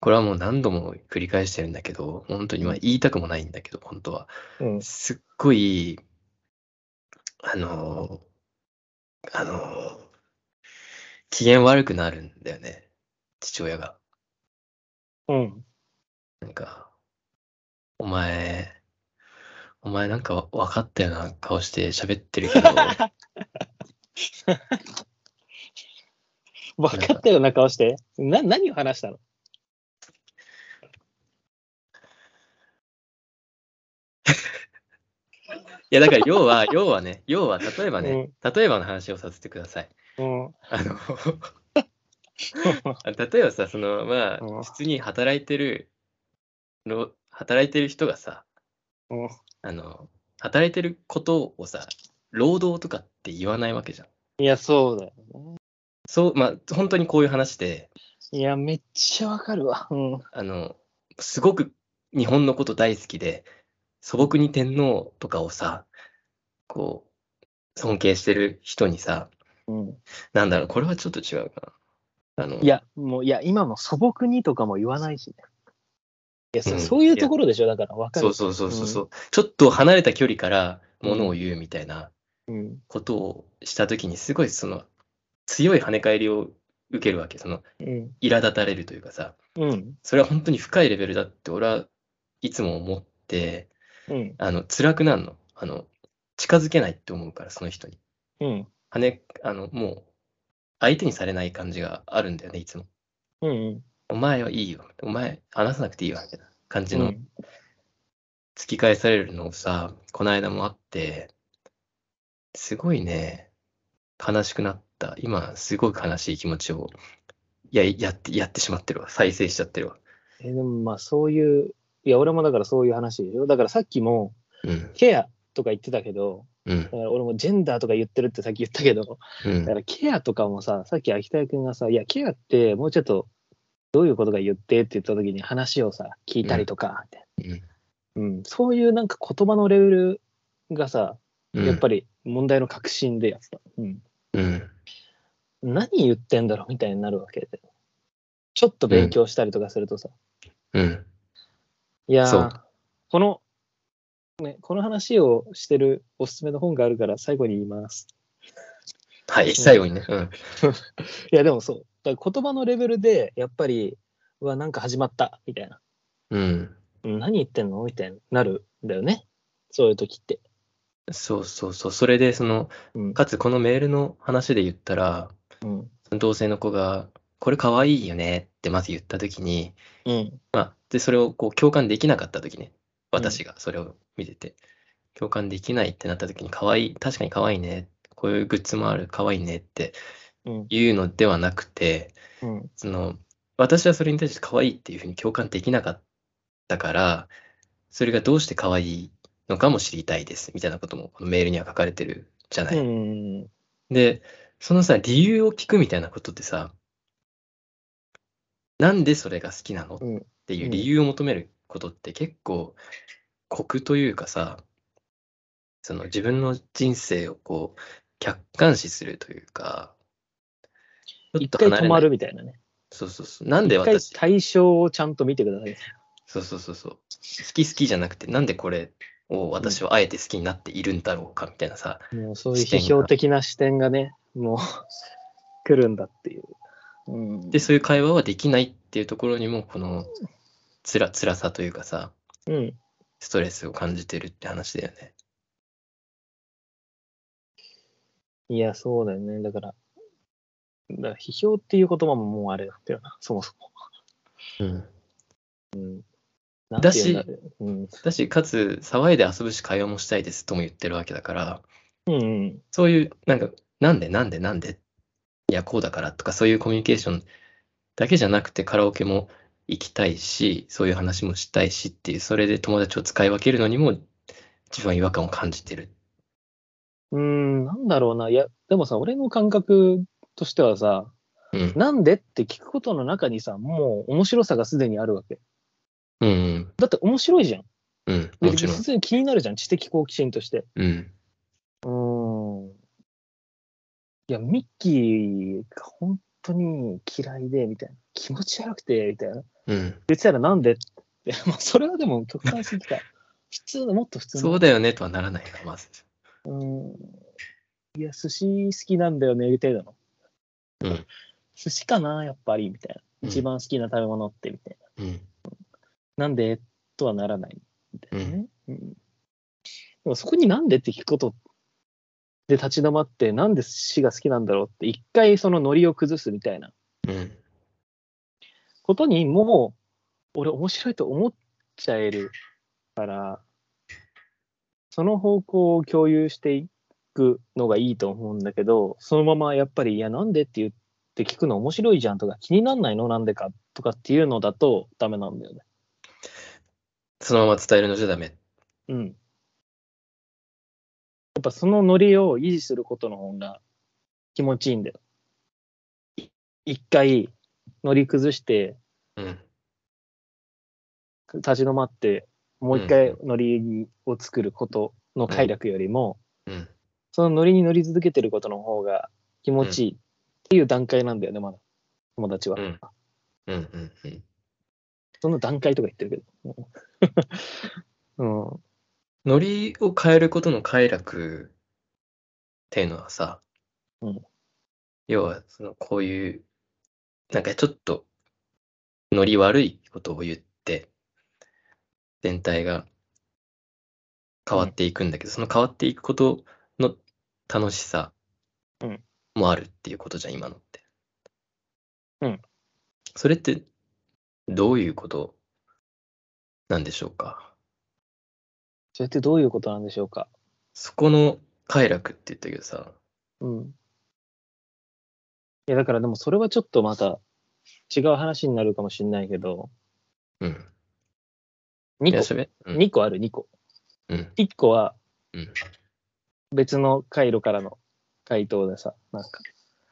S2: これはもう何度も繰り返してるんだけど、本当にまあ言いたくもないんだけど、本当は。
S3: うん、
S2: すっごい、あのー、あのー、機嫌悪くなるんだよね、父親が。
S3: うん、
S2: なんか、お前、お前なんか分かったような顔して喋ってるけ
S3: [laughs]
S2: ど、
S3: 分かったような顔して。な、何を話したの
S2: いやだから要は、要はね、要は例えばね、例えばの話をさせてください。
S3: うん、
S2: あ
S3: [laughs]
S2: の、例えばさ、そのま
S3: うん
S2: あ、普通に働いてる、ろ働いてる人がさ、
S3: うん、
S2: あの、働いてることをさ、労働とかって言わないわけじゃん。
S3: いや、そうだよ。
S2: そう、まあ、本当にこういう話で、
S3: いや、めっちゃわかるわ。うん、
S2: あの、すごく日本のこと大好きで、素朴に天皇とかをさ、こう、尊敬してる人にさ、
S3: うん。
S2: なんだろう、これはちょっと違うかな。あの、
S3: いや、もう、いや、今も素朴にとかも言わないしね。いや、そ
S2: うん
S3: そういうところでしょ、だから分か
S2: そ
S3: る
S2: う。そうそうそうそう、ちょっと離れた距離からものを言うみたいな
S3: うん、
S2: ことをしたときに、すごいその強い跳ね返りを受けるわけ、その
S3: うん、
S2: 苛立たれるというかさ、
S3: うん、
S2: それは本当に深いレベルだって、俺はいつも思って、
S3: うん、
S2: あの辛くなるのあの、近づけないって思うから、その人に。
S3: うん、
S2: 跳ね、あのもう相手にされない感じがあるんだよね、いつも。
S3: うん、
S2: お前はいいよ、お前話さなくていいわみたいな感じ
S3: う
S2: の
S3: ん。
S2: 突き返されるのをさ、この間もあって、すごいね、悲しくなった。今、すごい悲しい気持ちを、いや、やって、やってしまってるわ。再生しちゃってるわ。
S3: え、でもまあ、そういう、いや、俺もだからそういう話でしょ。だからさっきも、
S2: うん、
S3: ケアとか言ってたけど、
S2: うん
S3: だ、から俺もジェンダーとか言ってるってさっき言ったけど、
S2: う
S3: だか
S2: ん、
S3: らケアとかもさ、さっき秋田君がさ、いや、ケアってもうちょっとどういうことが言ってって言った時に話をさ、聞いたりとか、みたい
S2: うん
S3: なうんそういうなんか言葉のレベルがさ、
S2: うん。
S3: やっぱり問題の核心でやっぱ、うん、
S2: り、うん、
S3: 何言ってんだろうみたいになるわけで。ちょっと勉強したりとかするとさ、
S2: うん、
S3: いや
S2: そ
S3: ー
S2: う
S3: この、ね、この話をしてるおすすめの本があるから最後に言います。
S2: はい、最後にね、うん、
S3: いやでもそうだから言葉のレベルでやっぱりうわなんか始まったみたいな
S2: うん。
S3: うん何言ってんのみたいになるんだよねそういう時って、
S2: そうそうそう。それで、その、
S3: うん
S2: かつこのメールの話で言ったら、
S3: うん
S2: 同性の子が、これ可愛いよねってまず言ったときに、
S3: うん
S2: まあ、で、それをこう共感できなかった時ね、私がそれを見てて、共感できないってなった時に、可愛い、確かに可愛いね、こういうグッズもある、かわいいねって
S3: うん
S2: いうのではなくて、
S3: うん
S2: その、私はそれに対して可愛いっていうふうに共感できなかったから、それがどうして可愛いのかも知りたいです、みたいなこともこのメールには書かれてるじゃな
S3: う
S2: い。
S3: ん
S2: で、そのさ、理由を聞くみたいなことってさ、なんでそれが好きなのっ
S3: うん
S2: ていううん理由を求めることって結構酷というかさ、その自分の人生をこう客観視するというか、ちょっ
S3: 一
S2: と
S3: 回
S2: 離
S3: 止
S2: れな
S3: ま
S2: い。
S3: るみたいなね。
S2: そうそうそう。なんで
S3: 一回
S2: 私、
S3: 対象をちゃんと見てください。
S2: そうそうそうそう。好き好きじゃなくて、なんでこれを私はあえて好きになっているんだろうかみたいなさ、
S3: もうそういう批評的な視点がね、もう来るんだっていう。うん、
S2: で、そういう会話はできないっていうところにも、このつら、辛さというかさ、
S3: うん、
S2: ストレスを感じてるって話だよね。
S3: いや、そうだよね。だから、だから批評っていう言葉ももうあれだったよな、そもそも。
S2: うん。
S3: なん
S2: だ
S3: て
S2: し
S3: 言うんろううん
S2: だし、かつ、騒いで遊ぶし会話もしたいですとも言ってるわけだから、
S3: うんうん、
S2: そういう、なんか、なんでなんでなんで、いや、こうだからとか、そういうコミュニケーションだけじゃなくて、カラオケも行きたいし、そういう話もしたいしっていう、それで友達を使い分けるのにも、自分は違和感を感じてる。
S3: うん、なんだろうな。いや、でもさ、俺の感覚としてはさ、
S2: うん。
S3: なんでって聞くことの中にさ、もう面白さがすでにあるわけ。
S2: うんうん。
S3: だって面白いじゃん。
S2: うん。
S3: で
S2: もちろん
S3: 普。通に気になるじゃん、知的好奇心として。
S2: うん。
S3: うーん。いや、ミッキーが本当に嫌いで、みたいな。気持ち悪くて、みたいな。
S2: うん。
S3: 言ってたらなんでって。 [laughs] まあ、それはでも極端すぎた。普通の、もっと普通の。
S2: そうだよねとはならないな、まず。
S3: うん。いや、寿司好きなんだよね、程度の。
S2: うん。
S3: 寿司かな、やっぱり、みたいな。一番好きな食べ物って、みたい
S2: うん。
S3: な。なんでとはならない。みたいな
S2: う
S3: ね。うん。でもそこになんでって聞くことで立ち止まって、なんで寿司が好きなんだろうって、一回そのノリを崩すみたいな
S2: うん。
S3: ことにもう、俺面白いと思っちゃえるから、その方向を共有していくのがいいと思うんだけど、そのままやっぱり、いや、なんでって言って聞くの面白いじゃんとか、気になんないのなんでかとかっていうのだとダメなんだよね。
S2: そのまま伝えるのじゃダメ。
S3: うん。やっぱそのノリを維持することの方が気持ちいいんだよ。い一回ノリ崩して
S2: うん。
S3: 立ち止まってもう一回ノリを作ることの快楽よりも、
S2: うん。
S3: そのノリに乗り続けてることの方が気持ちいいっていう段階なんだよね、まだ。友達は。
S2: うんうん。うん。うん。
S3: その段階とか言ってるけど。うん。 [laughs]
S2: ノリを変えることの快楽っていうのはさ、
S3: うん
S2: 要は、その、こういう、なんかちょっと、ノリ悪いことを言って、全体が変わっていくんだけど、その変わっていくことの楽しさ
S3: うん
S2: もあるっていうことじゃん、今のって。
S3: うん。
S2: それって、どういうことなんでしょうか
S3: それってどういうことなんでしょうか。
S2: そこの快楽って言ったけどさ、
S3: うん。いや、だからでもそれはちょっとまた違う話になるかもしれないけど、
S2: うん。いや
S3: 2
S2: しゃべう
S3: 個、
S2: ん
S3: 2個ある、2個。
S2: うん。
S3: 1個は
S2: うん
S3: 別の回路からの回答でさ、なんか、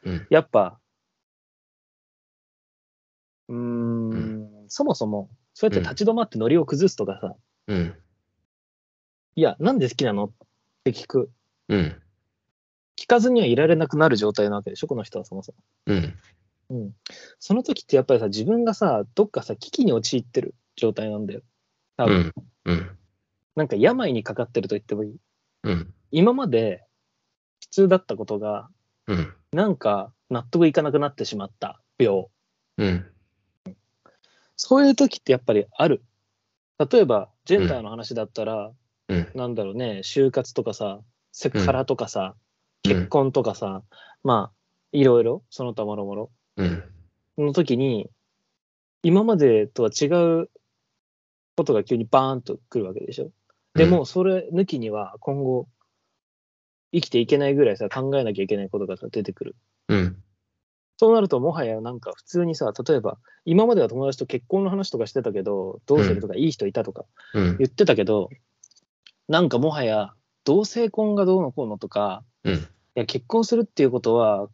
S2: うん。
S3: やっぱ、うー、
S2: うん
S3: そもそも、そうやって立ち止まってノリを崩すとかさ、
S2: うん。
S3: いや、なんで好きなのって聞く。
S2: うん。
S3: 聞かずにはいられなくなる状態なわけでしょ、この人はそもそも。
S2: うん。
S3: その時ってやっぱりさ、自分がさ、どっかさ、危機に陥ってる状態なんだよ。多
S2: う
S3: 分、
S2: ん。うん。
S3: なんか病にかかってると言ってもいい。
S2: うん。
S3: 今まで普通だったことが、
S2: うん。
S3: なんか納得いかなくなってしまった病。
S2: うん。
S3: そういう時ってやっぱりある。例えば、ジェンダーの話だったら、
S2: うん。
S3: なんだろうね、就活とかさ、セクハラとかさ、
S2: うん
S3: 結婚とかさ、まあ、いろいろ、その他もろもろ。
S2: うん。
S3: の時に、今までとは違うことが急にバーンと来るわけでしょ。でも、それ抜きには今後、生きていけないぐらいさ、考えなきゃいけないことがさ出てくる。
S2: うん。
S3: そうなると、もはやなんか普通にさ、例えば、今までは友達と結婚の話とかしてたけど、どうするとか、いい人いたとか
S2: うん。
S3: 言ってたけど、なんかもはや、同性婚がどうのこうのとか、
S2: うん。
S3: いや結婚するっていうことは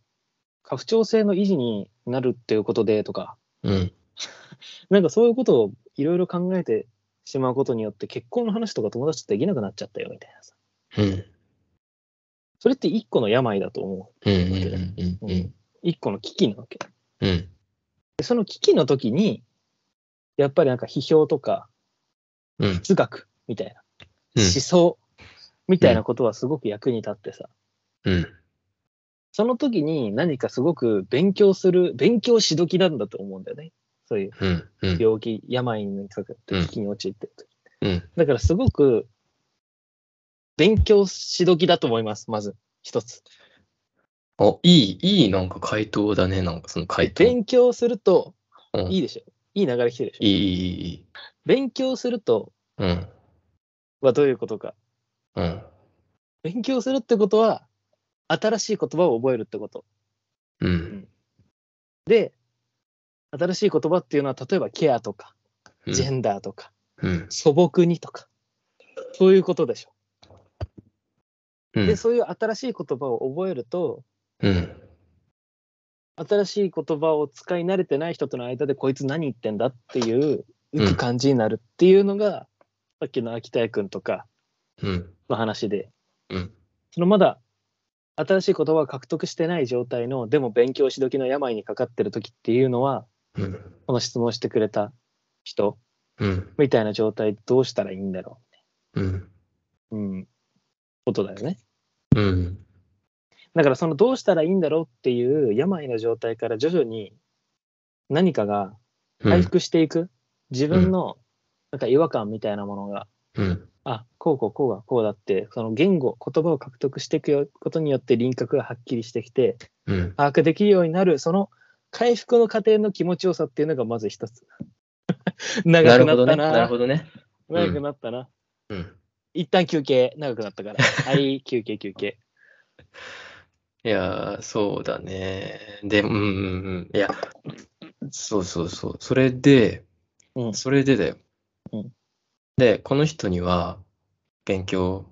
S3: 拡張性の維持になるっていうことでとか
S2: うん。
S3: なんかそういうことをいろいろ考えてしまうことによって結婚の話とか友達とできなくなっちゃったよみたいなさ
S2: うん。
S3: それって一個の病だと思
S2: うん。うん。うん。
S3: う、
S2: うん。うん
S3: 一個の危機なわけ
S2: うん。
S3: でその危機の時にやっぱりなんか批評とか
S2: うん。
S3: 哲学みたいな
S2: うん
S3: 思想みたいなことはすごく役に立ってさ
S2: うん。
S3: その時に何かすごく勉強する勉強し時なんだと思うんだよねそういう
S2: うん。うん。
S3: 病気、病にかかって危機に陥ってる時、
S2: うん。
S3: だからすごく勉強し時だと思います、まず一つ。
S2: あ、いい、いいなんか回答だね。なんかその回答。
S3: 勉強すると
S2: うん
S3: いいでしょ。いい流れ来てるでしょ。
S2: いい、いい、いい。
S3: 勉強すると
S2: うん。
S3: はどういうことか。
S2: うん。
S3: 勉強するってことは、新しい言葉を覚えるってこと。
S2: うん。
S3: で、新しい言葉っていうのは、例えばケアとか、
S2: うん
S3: ジェンダーとか、
S2: うん。
S3: 素朴にとか、そういうことでしょ。
S2: うん。
S3: で、そういう新しい言葉を覚えると、
S2: うん。
S3: 新しい言葉を使い慣れてない人との間でこいつ何言ってんだっていう浮く感じになるっていうのが、さっきの秋田君とか
S2: うん。
S3: の話で
S2: うん。
S3: そのまだ新しい言葉を獲得してない状態のでも勉強し時の病にかかってる時っていうのは
S2: うん。
S3: この質問してくれた人
S2: うん。
S3: みたいな状態どうしたらいいんだろ
S2: うん。
S3: ううんことだよね
S2: うん。
S3: だからそのどうしたらいいんだろうっていう病の状態から徐々に何かが回復していく、自分のなんか違和感みたいなものが、
S2: うん。
S3: あこうこうこうがこうだってその言語言葉を獲得していくよことによって輪郭がはっきりしてきて
S2: うん。
S3: 把握できるようになるその回復の過程の気持ちよさっていうのがまず一つ [laughs]
S2: な
S3: 長
S2: る
S3: く
S2: ほ
S3: な
S2: ど
S3: った
S2: ね。
S3: な
S2: なるほどね。ど
S3: 長くなったな、
S2: うん。
S3: 一旦休憩長く
S2: [laughs]
S3: なったからはい休憩休憩
S2: いやー、そうだね。で、うん、うん、うん。いや、そうそうそう。それで、
S3: うん
S2: それでだよ
S3: うん。
S2: で、この人には、勉強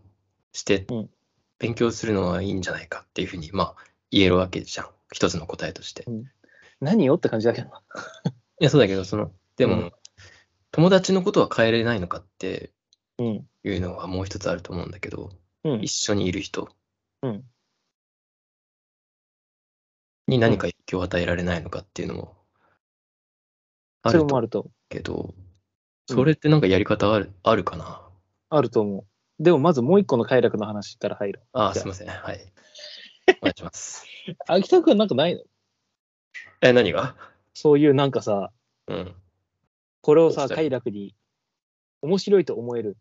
S2: して
S3: うん、
S2: 勉強するのはいいんじゃないかっていうふうに、まあ、言えるわけじゃん。一つの答えとして。
S3: 何よって感じだけどない
S2: や、そうだけど、その、で
S3: う
S2: も、友達のことは変えれないのかって
S3: うん
S2: いうのはもう一つあると思うんだけど、
S3: うん
S2: 一緒にいる人
S3: うん
S2: に何か影響を与えられないのかっていうのもあ
S3: それ
S2: る
S3: も
S2: と
S3: あると
S2: けど、
S3: うん
S2: それってなんかやり方あるあるかな
S3: あると思うでもまずもう一個の快楽の話から入る
S2: あー、
S3: じゃあ
S2: すいません。
S3: [laughs]
S2: はい。お願いします。
S3: 秋田君なんかないの
S2: え、何が
S3: そういうなんかさ
S2: うん。
S3: これをさ、
S2: そう
S3: 快楽に面白いと思える。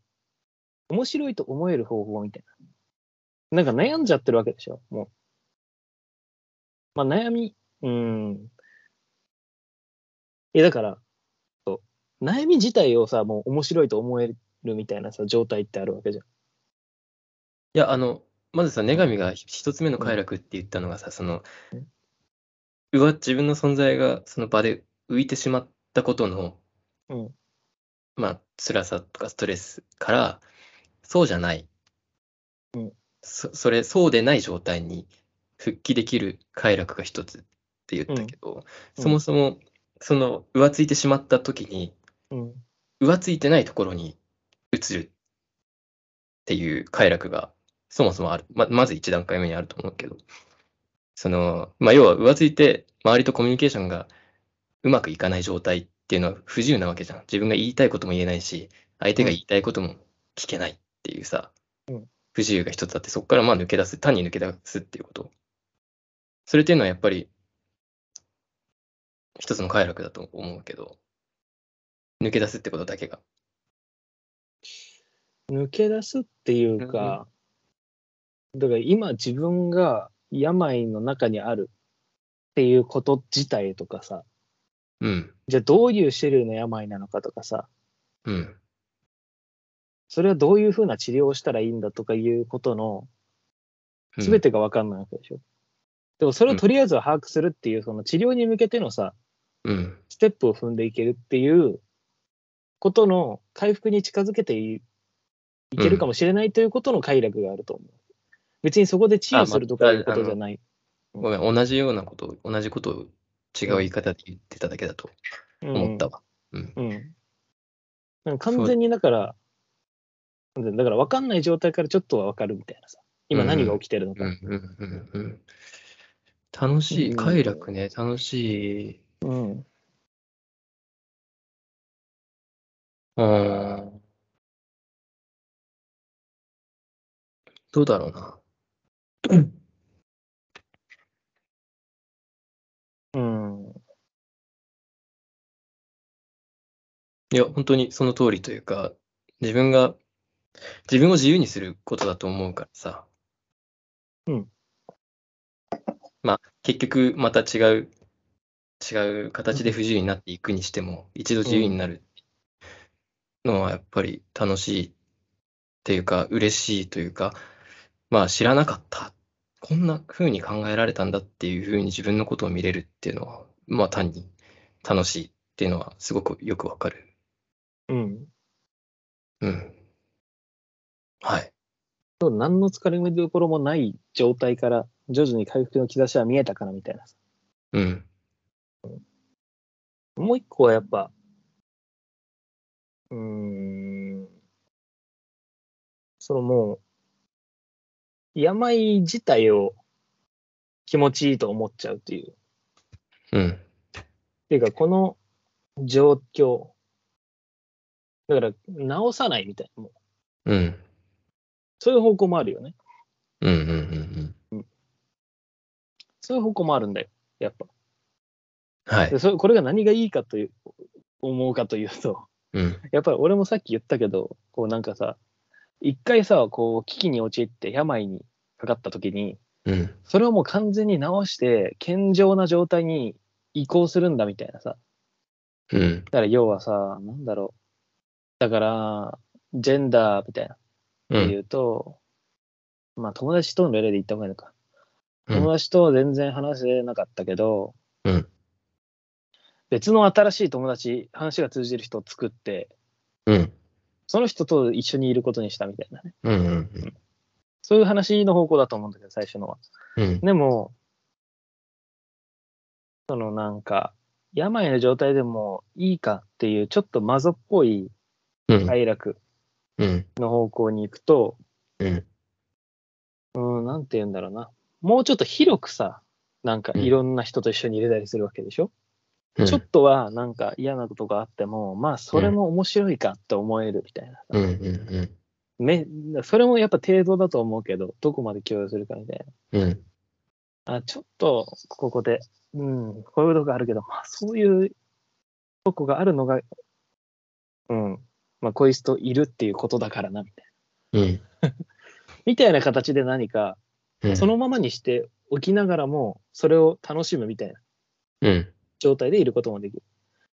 S3: 面白いと思える方法みたいな。なんか悩んじゃってるわけでしょ、もう。まあ悩み、うーん。え、だから、そう悩み自体をさ、もう面白いと思えるみたいなさ、状態ってあるわけじゃん。
S2: いや、あの、まずさ、女神が一つ目の快楽って言ったのがさ、その、うわ、自分の存在がその場で浮いてしまったことの、
S3: うん
S2: まあ、辛さとかストレスから、そうじゃない。
S3: うん
S2: そそれ、そうでない状態に復帰できる快楽が一つって言ったけど、
S3: うん
S2: そもそも、その、浮ついてしまった時に、
S3: うん。
S2: 浮ついてないところに移るっていう快楽がそもそもある。ままず一段階目にあると思うけど。その、まあ、要は浮ついて周りとコミュニケーションがうまくいかない状態っていうのは不自由なわけじゃん。自分が言いたいことも言えないし、相手が言いたいことも聞けないっていうさ、
S3: うん
S2: 不自由が一つあって、そこからまあ抜け出す、単に抜け出すっていうこと。それっていうのはやっぱり一つの快楽だと思うけど。抜け出すってことだけが。
S3: 抜け出すっていうか、だから今自分が病の中にあるっていうこと自体とかさ、
S2: うん。
S3: じゃあどういう種類の病なのかとかさ、
S2: うん。
S3: それはどういうふうな治療をしたらいいんだとかいうことの
S2: うん
S3: 全てが分かんないわけでしょ。でもそれをとりあえずは把握するっていう、その治療に向けてのさ、
S2: うん。
S3: ステップを踏んでいけるっていうことの回復に近づけていいけるかもしれないということの快楽があると思う。別にそこで治
S2: あ
S3: 癒
S2: ます
S3: るとかいうことじゃない。
S2: ごめん、同じようなことを、同じことを違う言い方で言ってただけだと思ったわ。うん。
S3: うん。うんなんか完全にだから、なんていうのだから分かんない状態からちょっとは分かるみたいなさ。今何が起きてるのか。
S2: うんうんうんうん。楽し
S3: う
S2: い、
S3: ん
S2: 快楽ね、楽しい。
S3: うん。
S2: うん。どうだろうな。
S3: うん。
S2: いや、本当にその通りというか、自分が、自分を自由にすることだと思うからさ。
S3: うん。
S2: まあ、結局、また違う、違う形で不自由になっていくにしても、一度自由になるのはやっぱり楽しいっていうか、嬉しいというか、まあ、知らなかった。こんな風に考えられたんだっていう風に自分のことを見れるっていうのは、まあ、単に楽しいっていうのはすごくよくわかる。
S3: うん。
S2: うん。はい。
S3: そう何の疲れ目どころもない状態から徐々に回復の兆しは見えたからみたいなさ。
S2: うん。
S3: もう一個はやっぱ、うーん、そのもう、病自体を気持ちいいと思っちゃうという。っ
S2: うん。
S3: ていうか、この状況。だから、治さないみたいな。もう
S2: うん。
S3: そういう方向もあるよね。
S2: うん。うん。うん。
S3: そういう方向もあるんだよ。やっぱ。
S2: はい
S3: で。それこれが何がいいかという、思うかというと。 [laughs]
S2: うん。
S3: やっぱり俺もさっき言ったけど、こうなんかさ、一回さ、こう危機に陥って病にかかった時に、
S2: うん。
S3: それをもう完全に治して、健常な状態に移行するんだみたいなさ。
S2: うん。
S3: だから要はさ、なんだろう。だから、ジェンダーみたいな
S2: う
S3: って言
S2: ん。
S3: うと、まあ友達とのレベルで言った方がいいのか。
S2: うん
S3: 友達とは全然話せなかったけど、
S2: うん
S3: 別の新しい友達、話が通じる人を作って、
S2: うん。
S3: その人と一緒にいることにしたみたいなね。
S2: うん。うん。
S3: そういう話の方向だと思うんだけど、最初のは。
S2: うん。
S3: でも、そのなんか、病の状態でもいいかっていう、ちょっとマゾっぽい
S2: うん。
S3: 快楽
S2: うん。
S3: の方向に行くと、
S2: うん。
S3: うん、なんて言うんだろうな。もうちょっと広くさ、なんか
S2: うん
S3: いろんな人と一緒に入れたりするわけでしょ、
S2: うん。
S3: ちょっとはなんか嫌なことがあっても、まあそれも面白いかって思えるみたいな。
S2: うん。うん。
S3: めそれもやっぱ程度だと思うけど、どこまで許容するかみたいな。
S2: うん。
S3: あ、ちょっと、ここで、うん、こういうことがあるけど、まあ、そういうとこがあるのが、うん、まあ、こういう人いるっていうことだからな、みたい
S2: うん。
S3: な。みたいな形で何か、
S2: うん。
S3: そのままにしておきながらも、それを楽しむみたいな
S2: うん。
S3: 状態でいることもできる。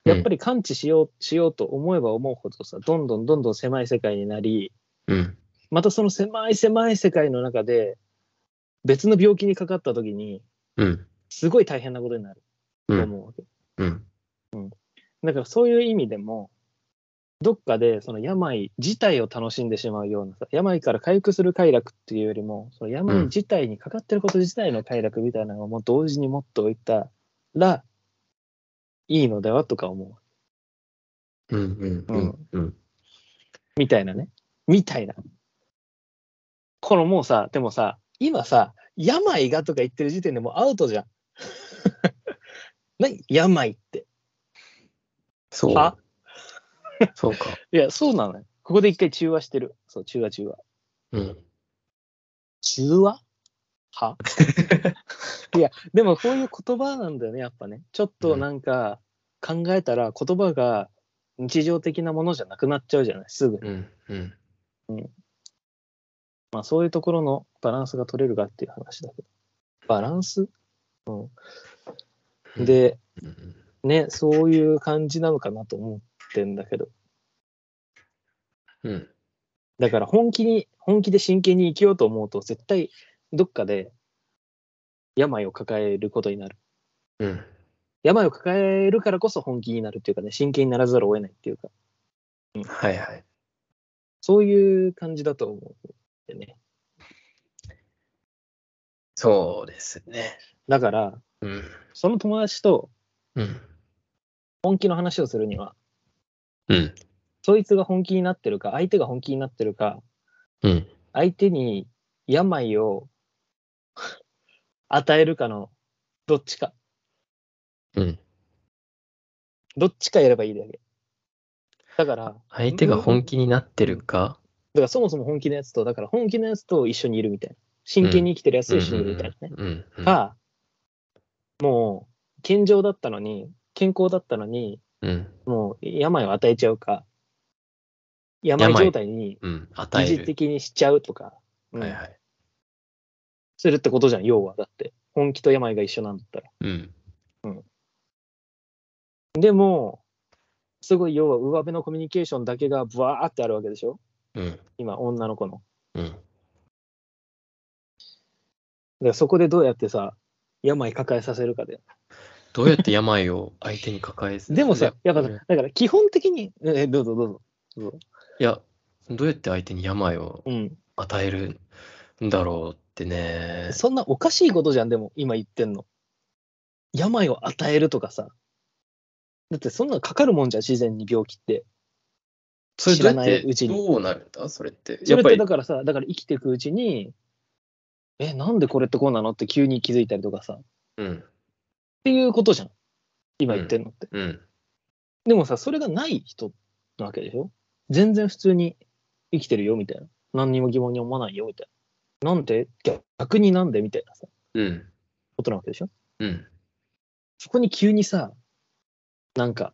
S3: やっぱり感知しよう、しようと思えば思うほどさ、どんどんどんどん狭い世界になり、
S2: うん。
S3: またその狭い狭い世界の中で、別の病気にかかった時に、
S2: うん。
S3: すごい大変なことになる
S2: う
S3: と
S2: ん。
S3: 思うわけ。
S2: うん。
S3: だからそういう意味でも、どっかでその病自体を楽しんでしまうようなさ、病から回復する快楽っていうよりも、その
S2: うん
S3: 病自体にかかってること自体の快楽みたいなのをもう同時に持っておいたらいいのではとか思
S2: うん。うん。うん。
S3: う。みたいなね。みたいな。このもうさ、でもさ、今さ、病がとか言ってる時点でもうアウトじゃん。 [laughs] 何病って。
S2: そう。
S3: は
S2: そうか。
S3: いや、そうなのよ。ここで一回中和してる。そう、中和中和。
S2: うん。
S3: 中和は [laughs] いやでもこういう言葉なんだよねやっぱねちょっとなんか考えたら言葉が日常的なものじゃなくなっちゃうじゃないすぐ
S2: うん。うん。
S3: まあそういうところのバランスが取れるかっていう話だけどバランスうんでねそういう感じなのかなと思ってんだけど
S2: うん。
S3: だから本気に本気で真剣に生きようと思うと絶対どっかで病を抱えることになる。
S2: うん。
S3: 病を抱えるからこそ本気になるっていうかね、真剣にならざるを得ないっていうか、
S2: はいはい。
S3: そういう感じだと思うんでね。
S2: そうですね。
S3: だから、
S2: うん。
S3: その友達と
S2: うん。
S3: 本気の話をするには、
S2: うん。
S3: そいつが本気になってるか、相手が本気になってるか、
S2: うん。
S3: 相手に病を [laughs] 与えるかのどっちか、
S2: うん。
S3: どっちかやればいいだけ。だから、
S2: 相手が本気になってるか、
S3: だからそもそも本気のやつと、だから本気のやつと一緒にいるみたいな。真剣に生きてるやつ
S2: うん
S3: と一緒にいるみたいなね。
S2: うん。うん。
S3: か、もう、健常だったのに、健康だったのに、
S2: うん。
S3: もう病を与えちゃうか、病状態に
S2: うん。
S3: 疑
S2: 与え
S3: 似
S2: る。
S3: 的にしちゃうとか、うん
S2: はいはい。
S3: するってことじゃん、要は。だって、本気と病が一緒なんだったら。
S2: うん。
S3: でも、すごい要は上辺のコミュニケーションだけがブワーってあるわけでしょ
S2: うん。
S3: 今、女の子の。
S2: うん。
S3: だからそこでどうやってさ、病抱えさせるかで。
S2: どうやって病を相手に抱え
S3: でもさ、やっぱ
S2: う
S3: さ
S2: ん
S3: だから基本的に、え、どうぞどうぞ。
S2: いや、どうやって相手に病を
S3: うん。
S2: 与えるんだろうってね。
S3: そんなおかしいことじゃん、でも、今言ってんの。病を与えるとかさ。だってそんなかかるもんじゃん、自然に病気って。
S2: それどうやっ
S3: 知ら
S2: て
S3: ないうちに
S2: どうなるんだそれって。
S3: そ
S2: やっ
S3: れっ
S2: ぱ
S3: て
S2: り
S3: だ、からさ、だから生きていくうちに、え、なんでこれってこうなのって急に気づいたりとかさ。っ
S2: うん。
S3: ていうことじゃん。今言ってんのって。
S2: うん。
S3: でもさ、それがない人なわけでしょ全然普通に生きてるよ、みたいな。何にも疑問に思わないよ、みたいな。なんで逆になんでみたいなさ、
S2: うん。
S3: ことなわけでしょ
S2: うん。
S3: そこに急にさ、なんか、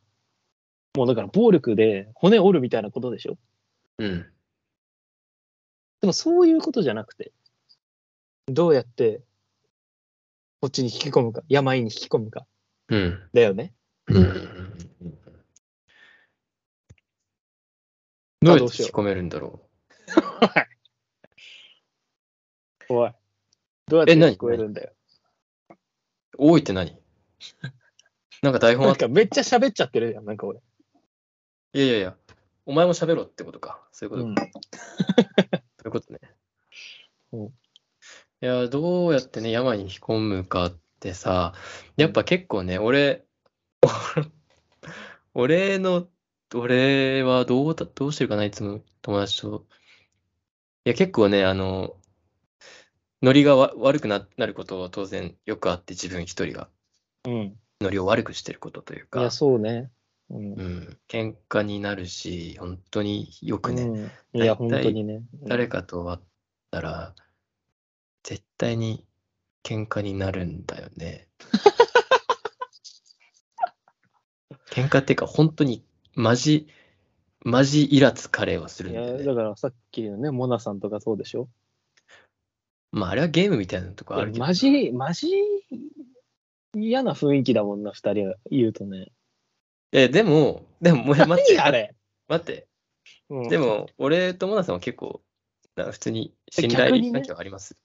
S3: もうだから暴力で骨折るみたいなことでしょ
S2: うん。
S3: でもそういうことじゃなくて、どうやって、こっちに引き込むか、病に引き込むか、
S2: うん。
S3: だよね。
S2: うんどうや
S3: ど
S2: っ
S3: う
S2: て
S3: しよ
S2: 引
S3: う
S2: き込めるんだろ
S3: おい。どうやって
S2: え何
S3: 聞こえるんだよ。
S2: う多いって
S3: [laughs]
S2: 何なんか台本
S3: な
S2: あ
S3: ん
S2: った。
S3: かめっちゃ喋っちゃってるやん、なんか俺。
S2: いやいやいや、お前も喋ろってことか。そういうことか。
S3: うん
S2: そういうことね。
S3: うん
S2: いや、どうやってね、山に引き込むかってさ、やっぱ結構ね、俺、 [laughs] 俺の、俺はどうだ、どうしてるかな、いつも友達と。いや、結構ね、あの、ノリがわ悪くななることは当然よくあって、自分一人が
S3: うん。
S2: ノリを悪くしてることという
S3: い
S2: か
S3: や、、そうね。うん
S2: う。ん、喧嘩になるし、本当によくね、
S3: うん、いや、
S2: 大
S3: 本
S2: 体
S3: 当にね。うん
S2: 誰かと会ったら、絶対に喧嘩になるんだよ
S3: [laughs]
S2: ね。喧嘩っていうか、本当にマジ、マジイラつかれをする
S3: い
S2: んだよ
S3: や、
S2: ね
S3: だ。からさっきのね、モナさんとかそうでしょ
S2: まあ、あれはゲームみたいなとこあるけど、
S3: マジ、マジ嫌な雰囲気だもんな、二人は言うとね。
S2: え、でも、でも、もう待って、
S3: 何あれ、
S2: 待って、
S3: うん
S2: で、も、俺とモナさんは結構、な普通に信
S3: 逆
S2: 頼
S3: にね
S2: 関係はあります。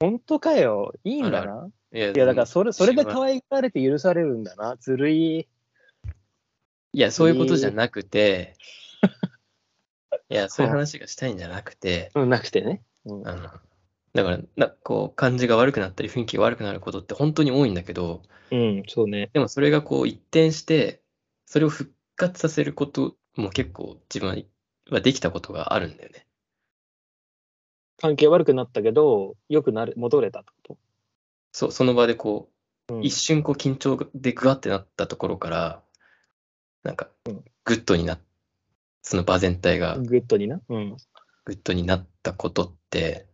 S3: 本当かよ、いいんだ
S2: ある
S3: な。
S2: いや、
S3: いや、だから
S2: そ
S3: それ、それで可愛がられて許されるんだな、ずるい。
S2: いや、そういうことじゃなくて、い
S3: [laughs]
S2: や、そういう話がしたいんじゃなくて、
S3: うん、なくてね。うん
S2: あの、だから、なこう、感じが悪くなったり、雰囲気が悪くなることって本当に多いんだけど、
S3: うん、そうね。
S2: でもそれがこう一転して、それを復活させることも結構自分はできたことがあるんだよね。
S3: 関係悪くなったけど、良くなる、戻れたってこ
S2: そう、その場でこう
S3: う、ん
S2: 一瞬こう緊張でグワってなったところから、なんか、グッドになっその場全体が
S3: と。グッドにな。うん。
S2: グッドになったことって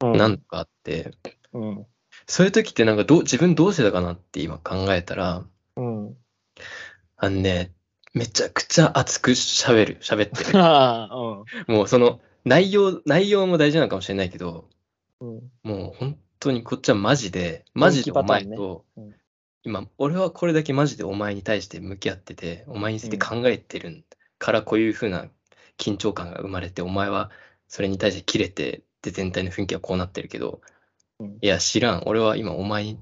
S3: うん
S2: 何度かあって、
S3: うん。
S2: そういう時ってなんかどう自分どうしてたかなって今考えたら、
S3: うん。 [laughs]
S2: あのね、めちゃくちゃ熱く喋る、喋ってる。
S3: ああ、うん。
S2: もうその内容、内容も大事なのかもしれないけど、
S3: うん
S2: もう本当にこっちはマジで、マジでお前と、
S3: 本気パターンね
S2: 今、俺はこれだけマジでお前に対して向き合ってて、お前について考えてるからこういう風な緊張感が生まれて、お前はそれに対して切れて、で、全体の雰囲気はこうなってるけど、
S3: うん
S2: いや、知らん。俺は今お前に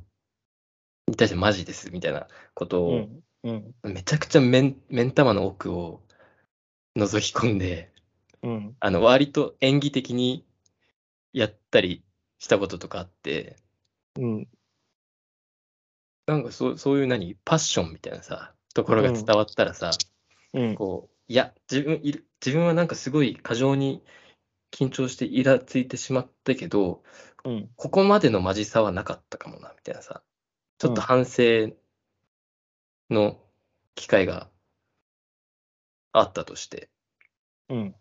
S2: 対してマジです、みたいなこと
S3: う
S2: を、
S3: んうん
S2: めちゃくちゃ目ん目ん玉の奥を覗き込んで、
S3: うん
S2: あの、割と演技的にやったりしたこととかあって、
S3: うん
S2: なんかそうそういう何、パッションみたいなさ、ところが伝わったらさ、
S3: うん
S2: こう、いや、自分いる、自分はなんかすごい過剰に緊張してイラついてしまったけど、
S3: うん
S2: ここまでのマジさはなかったかもな、みたいなさ。ちょっと
S3: うん
S2: 反省の機会があったとして。
S3: うん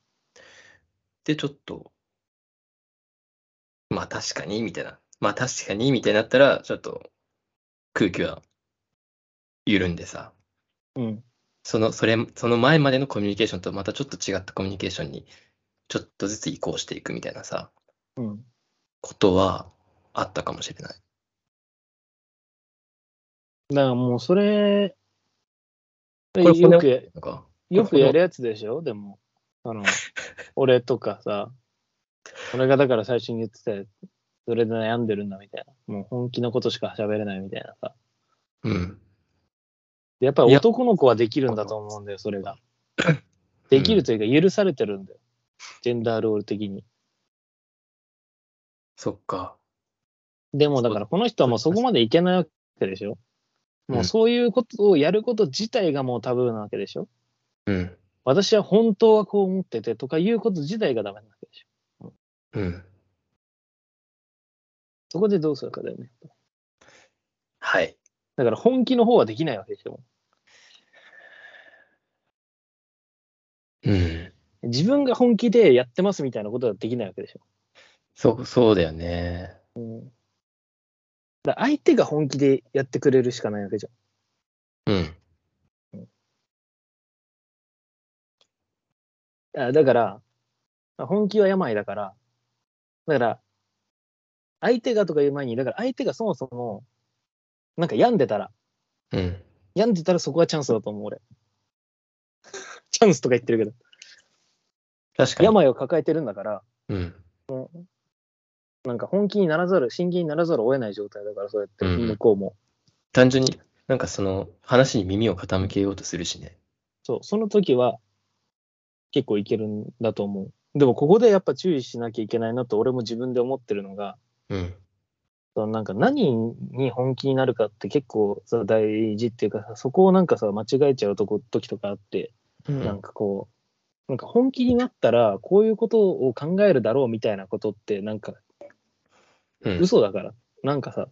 S2: で、ちょっと、まあ確かに、みたいな。まあ確かに、みたいになったら、ちょっと空気は緩んでさ。
S3: うん
S2: その、それ、その前までのコミュニケーションとまたちょっと違ったコミュニケーションに、ちょっとずつ移行していくみたいなさ、
S3: うん
S2: ことはあったかもしれない。
S3: だからもうそれ
S2: れ骨
S3: よくや
S2: なんか
S3: よくやるやつでしょでもあの俺とかさ俺がだから最初に言ってたやつそれで悩んでるんだみたいなもう本気のことしか喋れないみたいなさ
S2: うん。
S3: でやっぱ
S2: い
S3: り
S2: や
S3: 男の子はできるんだと思うんだよそれができるというか許されてるんだよジェンダーロール的に
S2: そっか。
S3: でもだからこの人はもうそこまでいけないわけでしょもうそういうことをやること自体がもうタブーなわけでしょ
S2: うん。
S3: 私は本当はこう思っててとかいうこと自体がダメなわけでしょ
S2: うん。
S3: そこでどうするかだよね
S2: はい。
S3: だから本気の方はできないわけでしょ
S2: うん。
S3: 自分が本気でやってますみたいなことはできないわけでしょ
S2: そ、そうだよね。
S3: だから相手が本気でやってくれるしかないわけじゃん
S2: うん。
S3: あだから、本気は病だから、だから、相手がとか言う前に、だから相手がそもそも、なんか病んでたら、
S2: うん。
S3: 病んでたらそこがチャンスだと思う、俺。 [laughs] チャンスとか言ってるけど、
S2: 確かに。
S3: 病を抱えてるんだから、
S2: うん。
S3: なんか本気にならざる、真剣にならざるを得ない状態だから、そうやって、
S2: うん
S3: 向こうも。
S2: 単純になんかその話に耳を傾けようとするしね。
S3: そう、その時は、結構いけるんだと思う。でも、ここでやっぱ注意しなきゃいけないなと、俺も自分で思ってるのが、
S2: うん。
S3: そのなんか何に本気になるかって結構さ大事っていうかさそこをなんかさ間違えちゃうとこ時とかあって、
S2: う
S3: なんかこうなんか本気になったらこういうことを考えるだろうみたいなことってなんか
S2: うん。
S3: 嘘だから、なんかさ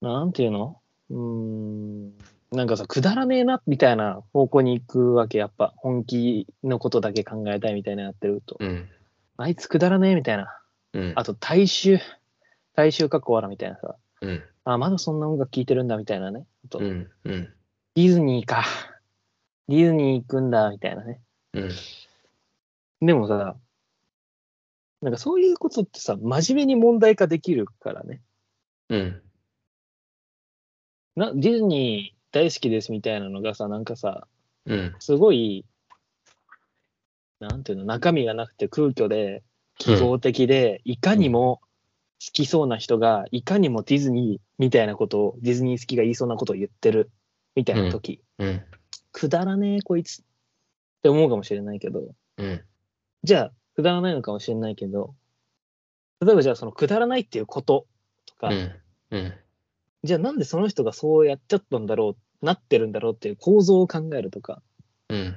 S3: なんていうのうーんなんかさくだらねえなみたいな方向に行くわけやっぱ本気のことだけ考えたいみたいなやってると、
S2: うん。
S3: あいつくだらねえみたいな
S2: うん。
S3: あと大衆大衆かっこわらみたいなさ
S2: うん。
S3: あ、まだそんな音楽聴いてるんだみたいなね。あと、
S2: う
S3: デ
S2: ん。うん。
S3: ィズニーか。ディズニー行くんだみたいなね。
S2: うん。
S3: でもさ、なんかそういうことってさ、真面目に問題化できるからね。
S2: うん。
S3: なディズニー大好きですみたいなのがさ、なんかさ、
S2: うん。
S3: すごい、なんていうの、中身がなくて空虚で、希望的で、いかにも好きそうな人が、いかにもディズニーみたいなことを、ディズニー好きが言いそうなことを言ってるみたいな時、
S2: うん。
S3: くだらねえこいつって思うかもしれないけど
S2: うん。
S3: じゃあくだらないのかもしれないけど例えばじゃあそのくだらないっていうこととか、
S2: うん。うん。
S3: じゃあなんでその人がそうやっちゃったんだろうなってるんだろうっていう構造を考えるとか
S2: うん。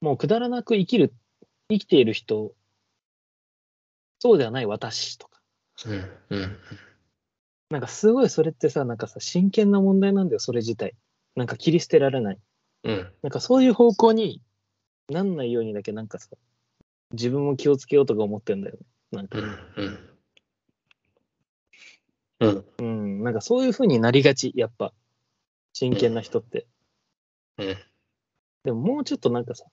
S3: もうくだらなく生きる生きている人そうではない私とか
S2: うん。うん。
S3: なんかすごいそれってさなんかさ真剣な問題なんだよそれ自体なんか切り捨てられない
S2: うん。
S3: なんかそういう方向になんないようにだけなんかさ、自分も気をつけようとか思ってんだよね。なんか、
S2: うん。うん。
S3: うん、なんかそういう風になりがち、やっぱ。真剣な人って。
S2: うん。
S3: でももうちょっとなんかさ、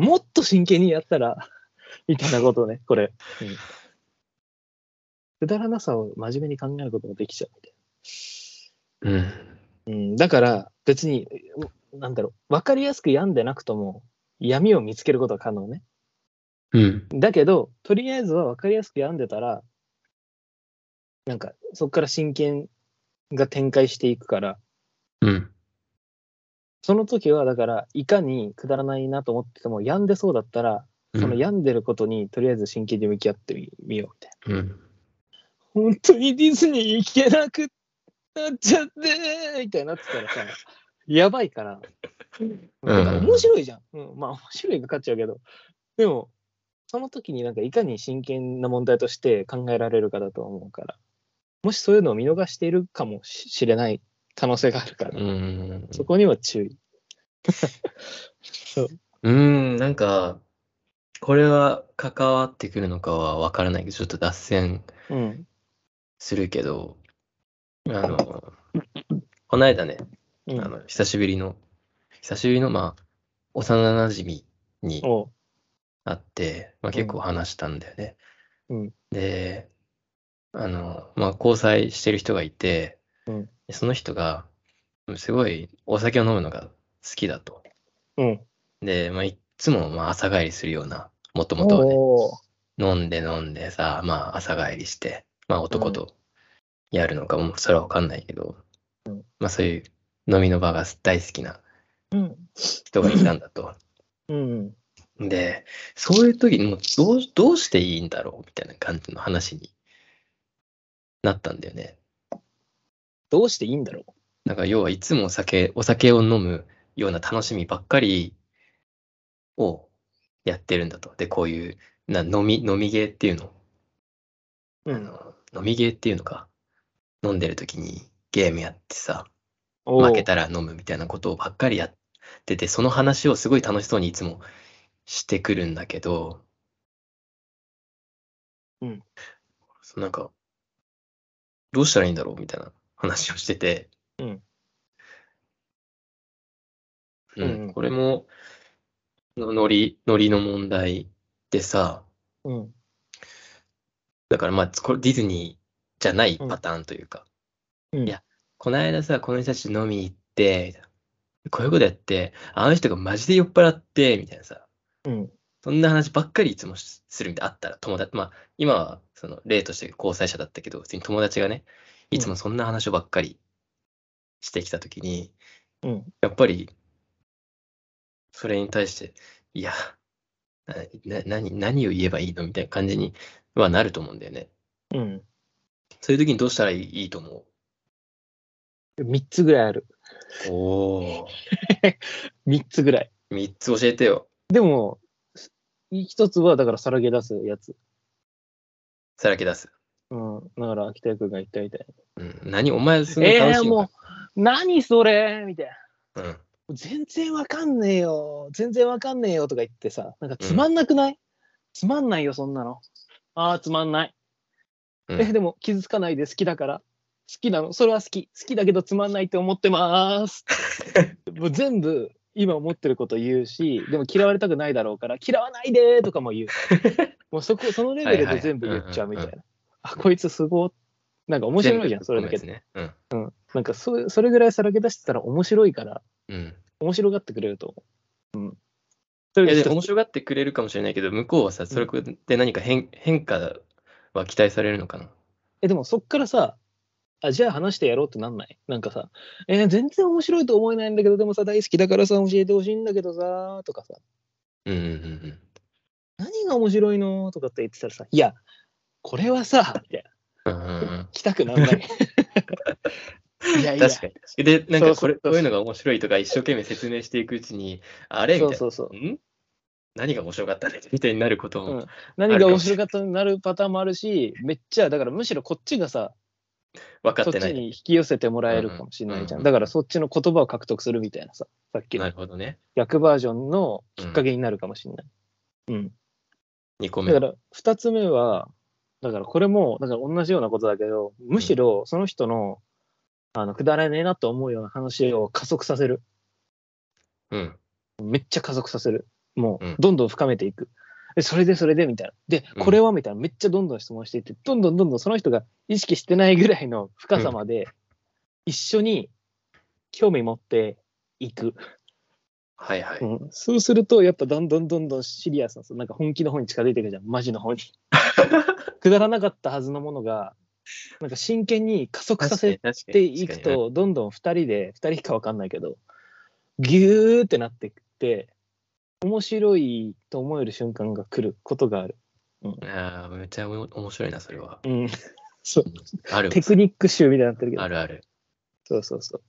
S3: もっと真剣にやったら、 [laughs] みたいなことをね、これ。うんくだらなさを真面目に考えることができちゃう
S2: う
S3: みたい
S2: ん。
S3: な。うん、だから別に、なんだろう、わかりやすく病んでなくとも、闇を見つけることは可能ね。
S2: うん。
S3: だけど、とりあえずは分かりやすく読んでたら、なんか、そこから真剣が展開していくから、
S2: うん。
S3: その時は、だから、いかにくだらないなと思ってても、病んでそうだったら、
S2: うん
S3: その病んでることに、とりあえず真剣に向き合ってみみようみたいな。
S2: うん。
S3: 本当にディズニー行けなくなっちゃってみたいになってたらさ、やばいから、
S2: うん
S3: なんか面白いじゃん。うん、まあ面白いが勝っちゃうけど、でも、その時になんかいかに真剣な問題として考えられるかだと思うから、もしそういうのを見逃しているかもししれない可能性があるから、
S2: うん。
S3: そこには注意。そう
S2: うーん、なんか、これは関わってくるのかはわからないけど、ちょっと脱線
S3: うん。
S2: するけど、あの、この間ね、
S3: う
S2: あ
S3: ん。
S2: の、久しぶりの、久しぶりの、まあ、幼馴染に
S3: おう。
S2: 会って、まあ、結構話したんだよね。
S3: うん
S2: で、あの、まあ、交際してる人がいて、
S3: うん
S2: でその人が、すごいお酒を飲むのが好きだと。
S3: うん。
S2: で、まあ、いっつもまあ朝帰りするような、もともとはね、
S3: おー
S2: 飲んで飲んでさ、まあ朝帰りして、まあ男とやるのかも、それはわかんないけど、まあそういう飲みの場が大好きな
S3: うん。
S2: 人がいたんだと。
S3: うん。
S2: で、そういう時にもうどうどうしていいんだろうみたいな感じの話になったんだよね。
S3: どうしていいんだろ
S2: だから要はいつもお酒、お酒を飲むような楽しみばっかりをやってるんだと。で、こういうな飲み、飲みゲーっていうの
S3: う。う
S2: あ。の飲みゲーっていうのか飲んでる時にゲームやってさ
S3: おう
S2: 負けたら飲むみたいなことをばっかりやっててその話をすごい楽しそうにいつもしてくるんだけど、
S3: うん、
S2: なんかどうしたらいいんだろうみたいな話をしてて、
S3: うん
S2: う
S3: うんうん
S2: ん、これものノリノリの問題でさ
S3: うん。
S2: だからまあこれディズニーじゃないパターンというか、
S3: うん
S2: いやこの間さ、この人たち飲みに行って、みたいなこういうことやって、あの人がマジで酔っ払って、みたいなさ、
S3: うん。
S2: そんな話ばっかりいつもしするみたいな、あったら友達、まあ、今はその例として交際者だったけど、普通に友達がね、いつもそんな話ばっかりしてきたときに、
S3: うん。
S2: やっぱり、それに対して、いや、なな何何を言えばいいのみたいな感じにはなると思うんだよね。
S3: うん。
S2: そういう時にどうしたらいいいいと思
S3: 3つぐらいある。
S2: うおお。
S3: 3つぐらい。
S2: 3つ教えてよ。
S3: でも、1つはだからさらけ出すやつ。
S2: さらけ出す。
S3: うん。だから、秋田君が言ったみたい
S2: うん、何お前すん
S3: な。
S2: な楽
S3: え
S2: し
S3: ー、
S2: いの
S3: も
S2: か、
S3: う、何それみたいな。
S2: うん、
S3: 全然わかんねえよ。全然わかんねえよとか言ってさ、なんかつまんなくない、つまんないよ、そんなの。ああ、つまんない。
S2: うん
S3: え、でも傷つかないで好きだから。好きなのそれは好き。好きだけどつまんないって思って [laughs] ます。もう全部今思ってること言うし、でも嫌われたくないだろうから、嫌わないでとかも言 [laughs] う。もうそこ、そのレベルで全部言っちゃうみたい
S2: は
S3: な。あ、こいつすごっ。なんか面白いじゃん、それだけ
S2: で
S3: で。
S2: ね。うん。
S3: なんかそそれぐらいさらけ出してたら面白いから、
S2: うん、
S3: 面白がってくれると思う。うん。
S2: い
S3: そ
S2: や
S3: れ
S2: で
S3: が
S2: も
S3: 一
S2: 面
S3: つ
S2: 白がってくれるかもしれないけど、向こうはさ、それで何か変変化は期待されるのかな。
S3: え、でもそっからさ、あ、じゃあ話してやろうってなんないなんかさ、えー全然面白いと思えないんだけど、でもさ、大好きだからさ、教えてほしいんだけどさ、とかさ、
S2: うんうんうん
S3: 何が面白いのとかって言ってたらさ、いや、これはさ、みたいな、
S2: うんうんうん
S3: 来たくな
S2: [laughs]
S3: んない。いや
S2: う
S3: い
S2: ん。
S3: や、
S2: 確かに。で、なんかこ
S3: そうそうそう
S2: れ、こういうのが面白いとか、一生懸命説明していくうちに、あれみ
S3: そ
S2: たいうな。
S3: そうそう。
S2: ん何が面白かったねみたいになることも。
S3: 何が面白かったになるパターンもあるし、めっちゃ、だからむしろこっちがさ、
S2: 分か
S3: そ
S2: っ
S3: ってち
S2: ない。
S3: に引き寄せてもらえるかもしれないじゃん。だからそっちの言葉を獲得するみたいなさ、さっき
S2: な
S3: の
S2: るほどね。
S3: 逆バージョンの
S2: き
S3: きっかけになるかもしれない。うん。
S2: 2個目。
S3: だから2つ目は、だからこれも、だから同じようなことだけど、むしろその人の、あの、くだらねえなと思うような話を加速させる。
S2: うん。
S3: めっちゃ加速させる。も
S2: うん
S3: う、どんどん深めていく。えそれでそれでみたいな。で、
S2: うん
S3: これはみたいな。めっちゃどんどん質問していって、どんどんどんどんその人が意識してないぐらいの深さまで、一緒に興味持っていく。
S2: はいはい。
S3: うん、そうすると、やっぱどんどんどんどんシリアスなさ、なんか本気の方に近づいていくじゃん、マジの方に。くだらなかったはずのものが、なんか真剣に加速させ
S2: 確か
S3: ていくと、どんどん2人で、2人か分かんないけど、ぎゅーってなっていって、面白いと思える瞬間が来ることがある。
S2: に。ああ、めっちゃおも面白いな、それは。
S3: うん。そう。
S2: あるわ
S3: テクニック集みたいになってるけど。
S2: あるある。
S3: そうそうそう。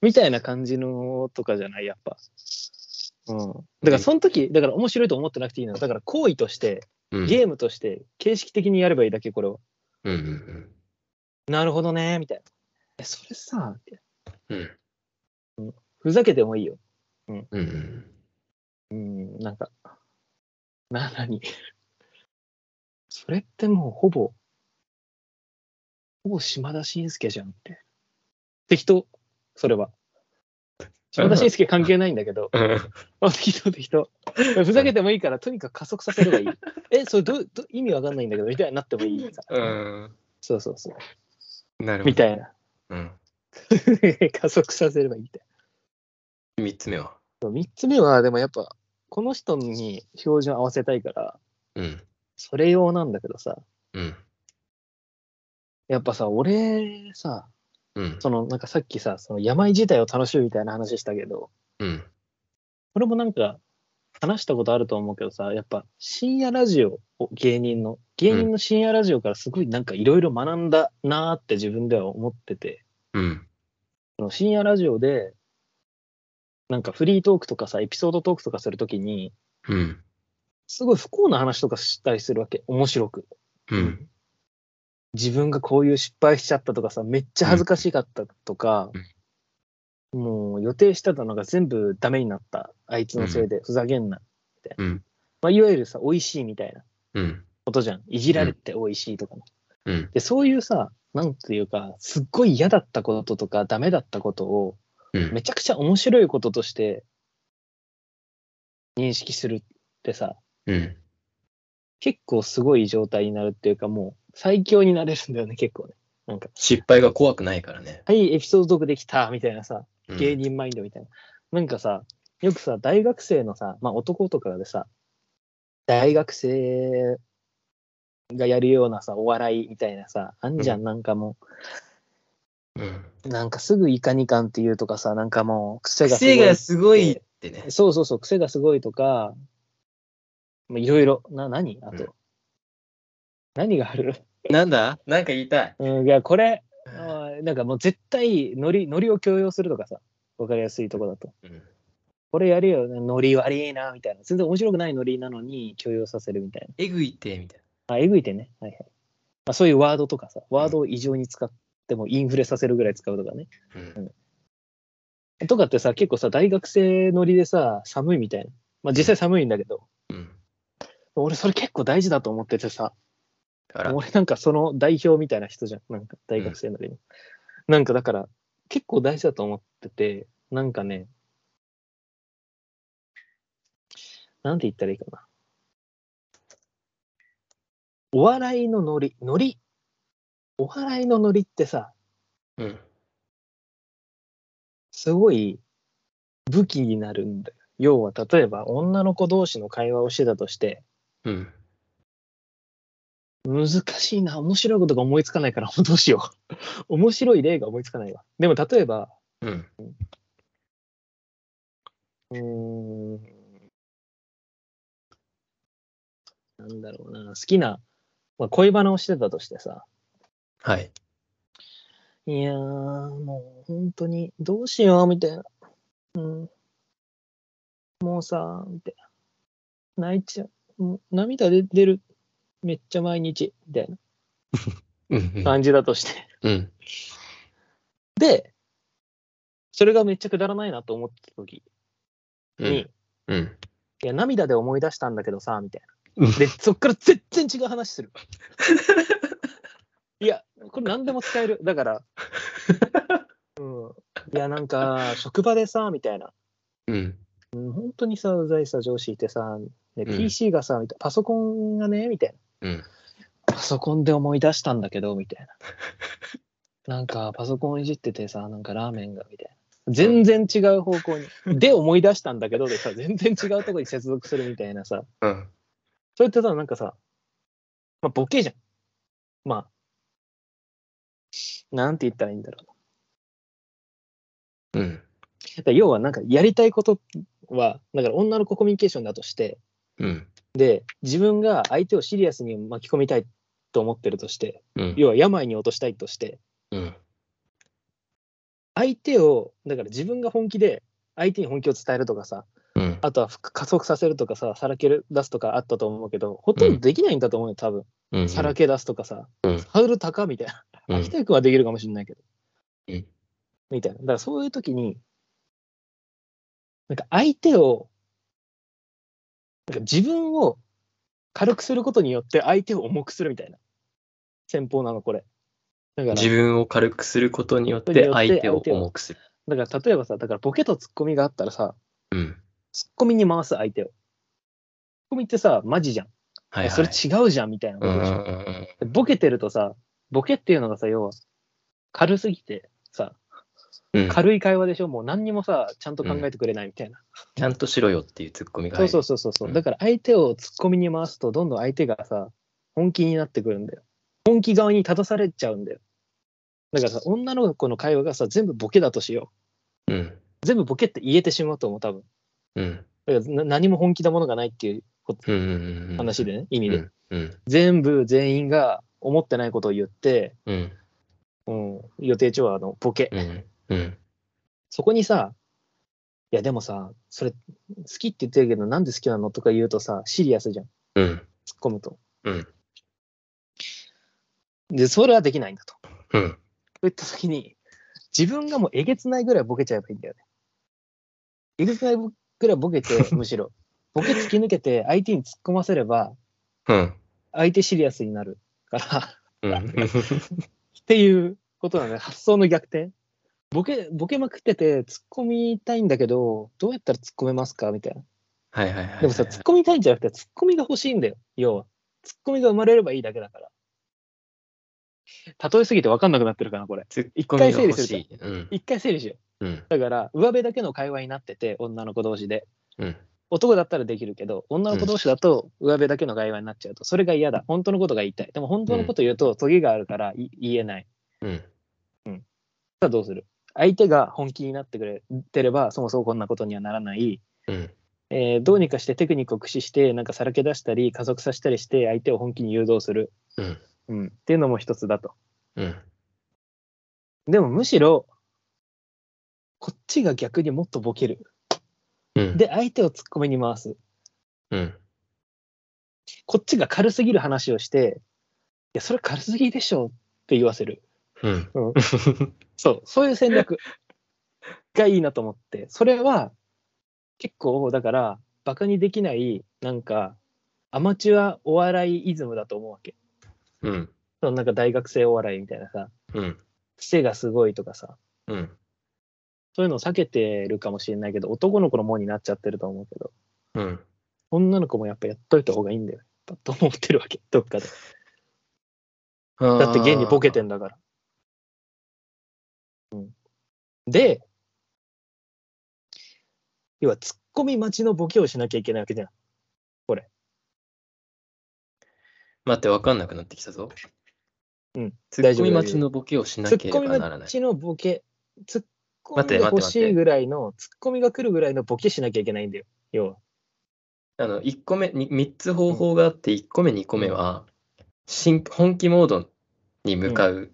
S3: みたいな感じのとかじゃない、やっぱ。うん。だからその時、だから面白いと思ってなくていいのよだから行為として、
S2: うん。
S3: ゲームとして、形式的にやればいいだけ、これを。
S2: うんうん
S3: なるほどね、みたいな。え、それさ、みたいな
S2: うん。うん
S3: ふざけてもいいよ。
S2: うんうん。
S3: うん、なんか。な、なに [laughs] それってもうほぼ、ほぼ島田紳介じゃんって。適当、それは。島田紳介関係ないんだ [laughs] けど、
S2: うん
S3: あ、適当適当。ふざけてもいいから、とにかく加速させればいい。え、それどうどう意味わかんないんだけど、みたいになってもいい。
S2: うん。
S3: そうそうそう。
S2: なるほど。
S3: みたいな。 [laughs]
S2: うん。
S3: 加速させればいいみたい
S2: 三つ目は。
S3: な。3つ目は、でもやっぱ、この人に標準合わせたいから、
S2: うん。
S3: それ用なんだけどさ、
S2: うん。
S3: やっぱさ、俺さ、
S2: うん。
S3: そのなんかさっきさ、その病自体を楽しむみたいな話したけど、
S2: うん。
S3: これもなんか話したことあると思うけどさ、やっぱ深夜ラジオを芸人の、芸人の深夜ラジオからすごいなんかいろいろ学んだなーって自分では思ってて、
S2: うん。
S3: その深夜ラジオで、なんかフリートークとかさ、エピソードトークとかするときに、
S2: うん。
S3: すごい不幸な話とかしたりするわけ、面白く。
S2: うん。
S3: 自分がこういう失敗しちゃったとかさ、めっちゃ恥ずかしかったとか、もう予定してたのが全部ダメになった、あいつのせいで、ふざけんな。
S2: うん。
S3: まあ、いわゆるさ、美味しいみたいな。
S2: うん。
S3: ことじゃん。いじられて美味しいとかね、
S2: うん。
S3: で、そういうさ、なんていうか、すっごい嫌だったこととか、ダメだったことを、
S2: うん。
S3: めちゃくちゃ面白いこととして認識するってさ、
S2: うん。
S3: 結構すごい状態になるっていうか、もう最強になれるんだよね、結構ね。なんか、
S2: 失敗が怖くないからね。
S3: はい、エピソードトークできたみたいなさ、
S2: うん
S3: 芸。人マインドみたいな。なんかさ、よくさ、大学生のさ、まあ男とかでさ、大学生がやるようなさ、お笑いみたいなさ、あんじゃん、なんかも
S2: うん。
S3: う、なんかすぐいかにかんって言うとかさ、なんかもう、癖がすごい。
S2: 癖がすごいってね。
S3: そうそうそう、癖がすごいとか、まあいろいろ、な、何あと。
S2: うん
S3: 何がある
S2: なんだなんか言いたい。
S3: うん、いや、これ、あーなんかもう絶対、ノリ、ノリを強要するとかさ、わかりやすいとこだと。
S2: うん。
S3: これやるよ、ノリ悪いな、みたいな。全然面白くないノリなのに許容させるみたい
S2: えぐいって、みたい
S3: な。あ、えぐいてね。はいはい。まあ、そういうワードとかさ、ワードを異常に使ってもインフレさせるぐらい使うとかね。
S2: な。うん。
S3: とかってさ、結構さ、大学生ノリでさ、寒いみたいな。まあ、実際寒いんだけど、
S2: うん。
S3: 俺それ結構大事だと思っててさ、
S2: あら。
S3: 俺なんかその代表みたいな人じゃん。なんか大学生ノリの。なんかだから、結構大事だと思ってて、なんかね、なんて言ったらいいかな。お笑いのノリ、ノリ。お笑いのノリってさ、
S2: うん。
S3: すごい武器になるんだよ。要は、例えば女の子同士の会話をしてたとして、
S2: うん。
S3: 難しいな。面白いことが思いつかないから、 [laughs] どうしよう。面白い例が思いつかないわ。でも、例えば、
S2: うん。
S3: うーん。なんだろうな。好きな、まあ、恋バナをしてたとしてさ。
S2: はい。
S3: いやー、もう本当に、どうしよう、みたいな。うん。もうさ、みたいな。泣いちゃう。もう涙出てる。めっちゃ毎日。みたいな
S2: うん。
S3: 感じだとして。
S2: うん。
S3: で、それがめっちゃくだらないなと思ってた時
S2: う
S3: に、
S2: ん。うん。
S3: いや、涙で思い出したんだけどさ、みたい
S2: うん
S3: な。で、そっから全然違う話する。いや、これ何でも使える。だから、うん、いや、なんか、職場でさ、みたいな。
S2: うん。
S3: うん本当にさ、うざいさ、上司いてさ、ね、
S2: うん
S3: PC がさ、みたいなパソコンがね、みたいな。
S2: うん。
S3: パソコンで思い出 [laughs] したんだけど、みたいな。なんか、パソコンいじっててさ、なんかラーメンが、みたい全然違う方向に。で、思い出したんだけどでさ、全然違うとこに接続するみたいなさ、
S2: うん。
S3: それってさ、なんかさ、まあ、ボケじゃん。まあ、なんて言ったらいいんだろうな。
S2: うん。
S3: だから要は、なんか、やりたいことは、だから女の子コミュニケーションだとして、
S2: うん。
S3: で、自分が相手をシリアスに巻き込みたいと思ってるとして、
S2: うん。
S3: 要は病に落としたいとして、
S2: うん。
S3: 相手を、だから自分が本気で、相手に本気を伝えるとかさ、
S2: うん。
S3: あとは加速させるとかさ、さらけ出すとかあったと思うけど、ほとんどできないんだと思うよ、多分。
S2: うん。
S3: さらけ出すとかさ、
S2: うん
S3: ハウル高みたいな。
S2: うん
S3: 秋田君はできるかもしれないけど。
S2: うん
S3: みたいな。だからそういう時に、なんか相手を、なんか自分を軽くすることによって相手を重くするみたいな戦法なの、これ。だから、
S2: 自分を軽くすることによって相手を重くする。
S3: だから例えばさ、だからボケとツッコミがあったらさ、
S2: うん。
S3: ツッコミに回す相手を。ツッコミってさ、マジじゃん。
S2: はいはい。
S3: それ違うじゃんみたいなこ
S2: うんうん
S3: とでしょ。
S2: うん
S3: でボケてるとさ、ボケっていうのがさ、要は、軽すぎてさ、
S2: うん。うん
S3: 軽い会話でしょ、もう何にもさ、ちゃんと考えてくれないみたいな。
S2: ちゃんとしろよっていうツッコミが
S3: そう
S2: 入
S3: そ
S2: る
S3: う。そうそう。う
S2: うん
S3: だから相手をツッコミに回すと、どんどん相手がさ、本気になってくるんだよ。本気側に立たされちゃうんだよ。だからさ、女の子の会話がさ、全部ボケだとしよ
S2: うん。
S3: う。全部ボケって言えてしまうと思う、多分。
S2: うん。
S3: だからな何も本気なものがないっていうこと
S2: うんうんうん。
S3: 話でね、意味で。
S2: うん。
S3: 全部全員が思ってないことを言って、
S2: うん。
S3: うん、予定調和のボケ。
S2: うん。うん。
S3: そこにさ、いやでもさ、それ好きって言ってるけど、なんで好きなのとか言うとさ、シリアスじゃん、突っ
S2: うん。
S3: 込むと。
S2: うん。
S3: で、それはできないんだと。
S2: うん。
S3: そういった時に、自分がもうえげつないぐらいボケちゃえばいいんだよね。えげつないぐらいボケて、むしろ、ボケ突き抜けて、相手に突っ込ませれば、
S2: うん。
S3: 相手シリアスになるから、っ
S2: うん。
S3: ていうことなのね、発想の逆転。ボケ、ボケまくってて、突っ込みたいんだけど、どうやったら突っ込めますかみたいな。
S2: はいはいはい。
S3: でもさ、ツッコみたいんじゃなくて、ツッコミが欲しいんだよ、要は。ツッコミが生まれればいいだけだから。例えすぎて分かんなくなってるかな、これ。
S2: ツッ
S3: 一
S2: コミが
S3: 回整理
S2: 欲
S3: する
S2: しい。うん。
S3: 一回整理しよ
S2: うん。
S3: う。だから、上辺だけの会話になってて、女の子同士で。
S2: うん。
S3: 男だったらできるけど、女の子同士だと上辺だけの会話になっちゃうと、それが嫌だ。本当のことが言いたい。でも本当のこと言うと、トゲがあるからい言えない。
S2: うん。
S3: さあどうする相手が本気になってくれてれば、そもそもこんなことにはならない。
S2: うん。
S3: えーどうにかしてテクニックを駆使して、なんかさらけ出したり、加速させたりして、相手を本気に誘導する、
S2: うん
S3: うんっていうのも一つだと。
S2: うん。
S3: でもむしろ、こっちが逆にもっとボケる。
S2: うん。
S3: で、相手を突っ込みに回す。
S2: うん。
S3: こっちが軽すぎる話をして、いや、それ軽すぎでしょって言わせる。
S2: うん。
S3: そう、そういう戦略がいいなと思って、それは結構、だから、バカにできない、なんか、アマチュアお笑いイズムだと思うわけ。
S2: うん。
S3: そのなんか大学生お笑いみたいなさ、
S2: うん。
S3: 癖がすごいとかさ、
S2: うん。
S3: そういうのを避けてるかもしれないけど、男の子のもんになっちゃってると思うけど、
S2: うん。
S3: 女の子もやっぱやっといた方がいいんだよ。やっぱと思ってるわけ、どっかで。だって現にボケてんだから。うん、で、要はツッコミ待ちのボケをしなきゃいけないわけじゃん。
S2: 待って、わかんなくなってきたぞ。
S3: うん。
S2: ツッコミ待ちのボケをしな
S3: ツ
S2: けれ
S3: ッコミ
S2: ばなら
S3: 待
S2: ない。
S3: ちのボケ、ツッコミ
S2: 待って
S3: が
S2: 待
S3: 欲
S2: って待
S3: し
S2: って
S3: いぐらいの、ツッコミが来るぐらいのボケしなきゃいけないんだよ、要は。
S2: あの、1個目、に3つ方法があって、1個目、2個目は、新本気モードに向かう、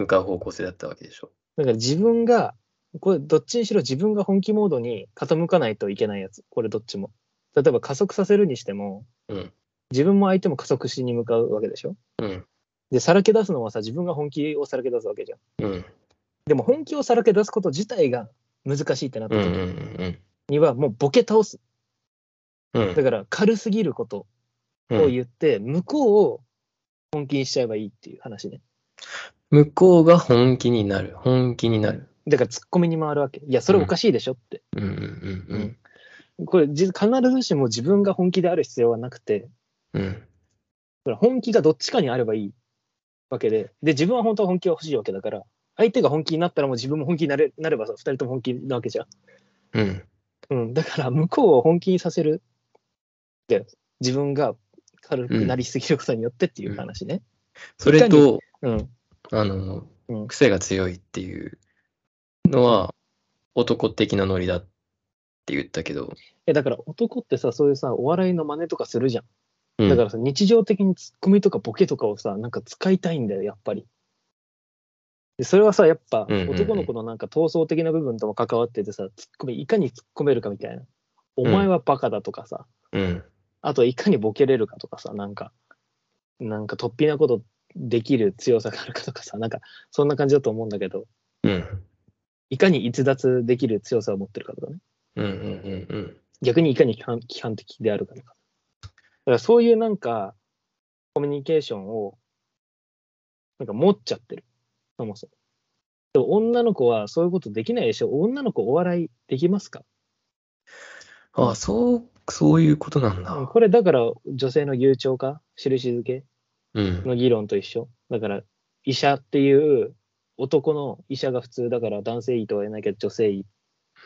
S2: 向かう方向性だったわけでしょ。
S3: だから自分が、これどっちにしろ自分が本気モードに傾かないといけないやつ、これどっちも。例えば加速させるにしても、
S2: うん。
S3: 自分も相手も加速しに向かうわけでしょ。
S2: うん。
S3: で、さらけ出すのはさ、自分が本気をさらけ出すわけじゃん。
S2: うん。
S3: でも本気をさらけ出すこと自体が難しいってなった
S2: うん。うん
S3: 時には、もうボケ倒す。
S2: うん。うん。
S3: だから軽すぎることを言って、向こうを本気にしちゃえばいいっていう話ね。
S2: 向こうが本気になる。本気になる。
S3: だからツッコミに回るわけ。いや、それおかしいでしょって。
S2: うんうんうん
S3: これ、じ必ずしも自分が本気である必要はなくて、
S2: うん。うん。
S3: だから本気がどっちかにあればいいわけで、で、自分は本当は本気が欲しいわけだから、相手が本気になったらもう自分も本気になれなればさ、二人とも本気なわけじゃん。
S2: うん。
S3: うん、だから向こうを本気にさせるで自分が軽くなりすぎることによってっていう話ね。
S2: それと、
S3: うん、
S2: あの、
S3: うん
S2: 癖が強いっていうのは、男的なノリだって言ったけど、
S3: えだから男ってさそういうさお笑いの真似とかするじゃん。
S2: うん、
S3: だからさ日常的にツッコミとかボケとかをさなんか使いたいんだよやっぱり。でそれはさやっぱ
S2: うんうんうん
S3: 男の子のなんか闘争的な部分とも関わっててさツッコミいかに突っ込めるかみたいな。お前はバカだとかさ、
S2: うん、
S3: あといかにボケれるかとかさなんかなんか突飛なことできる強さがあるかとかさなんかそんな感じだと思うんだけど
S2: うん、
S3: いかに逸脱できる強さを持ってるかとかね
S2: うん、うん、うん、うん。
S3: 逆にいかに規範規範的であるかとかだからそういうなんかコミュニケーションをなんか持っちゃってるそもそもでも女の子はそういうことできないでしょ女の子お笑いできますか
S2: ああ、そう、そういうことなんだ。
S3: これだから女性の優長化印付け
S2: うん、
S3: の議論と一緒。だから、医者っていう、男の医者が普通だから男性医とは言えないけど女性医
S2: う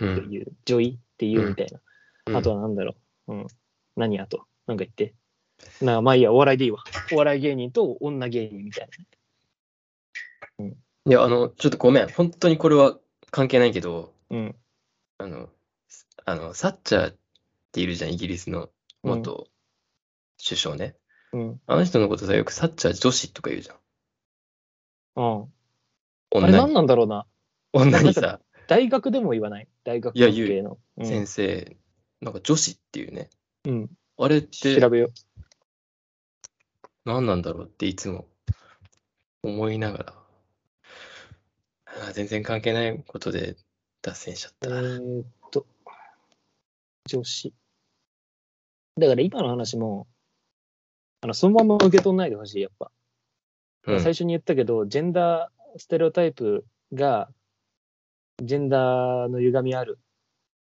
S3: と
S2: ん。
S3: いう、女医っていうみたいな。
S2: うん
S3: あとは何だろう。うん。何あと。なんか言って。なんかまあいいや、お笑いでいいわ。お笑い芸人と女芸人みたい
S2: いや、あの、ちょっとごめん。本当にこれは関係ないけど、
S3: な。うん。
S2: あの、すあの、サッチャーっているじゃん、イギリスの元首相ね。
S3: うん。
S2: あの人のことさ、よくサッチャー女子とか言うじゃん。
S3: うん、あ
S2: 女
S3: れ何
S2: に、
S3: なんだろうな。
S2: 女にさ、
S3: 大学でも言わない。大学
S2: いや言う
S3: 系の。うん
S2: 先生、なんか女子っていうね。
S3: うん。
S2: あれって
S3: 調べよう。
S2: 何なんだろうっていつも思いながら。あー全然関係ないことで脱線しちゃっ
S3: え
S2: た。
S3: ーっと、女子。だから今の話も、あのそのまま受け取んないでほしい、やっぱ。
S2: うん
S3: 最初に言ったけど、ジェンダーステレオタイプが、ジェンダーの歪みある。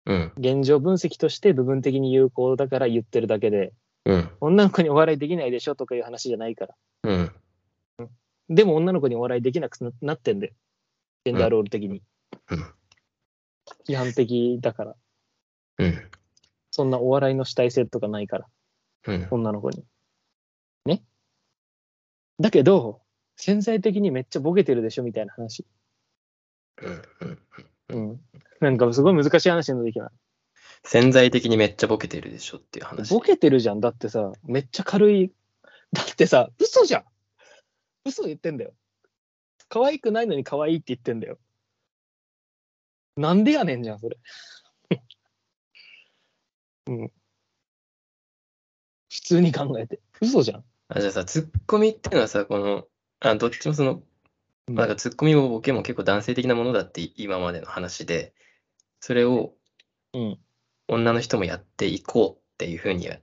S2: うん。
S3: 現状分析として部分的に有効だから言ってるだけで、
S2: うん。
S3: 女の子にお笑いできないでしょとかいう話じゃないから。
S2: うん。
S3: でも女の子にお笑いできなくななってんだよ。ジェンダーロール的に。
S2: うん
S3: 批判的だから。
S2: うん。
S3: そんなお笑いの主体性とかないから。
S2: うん。
S3: 女の子に。ね。だけど、潜在的にめっちゃボケてるでしょみたいな話。
S2: うん。うん
S3: うん。なんかすごい難しい話のできな
S2: 潜在的にめっちゃボケてるでしょっていう話。
S3: ボケてるじゃん。だってさ、めっちゃ軽い。だってさ、嘘じゃん嘘言ってんだよ。可愛くないのに可愛いって言ってんだよ。なんでやねんじゃん、それ。 [laughs] うん。普通に考えて。嘘じゃん。
S2: あ、じゃあさ、ツッコミっていうのはさ、この、あ、どっちもその、
S3: うん
S2: まあ、なんかツッコミもボケも結構男性的なものだって今までの話で、それを
S3: うん。
S2: 女の人もやっていこうっていうふうにや、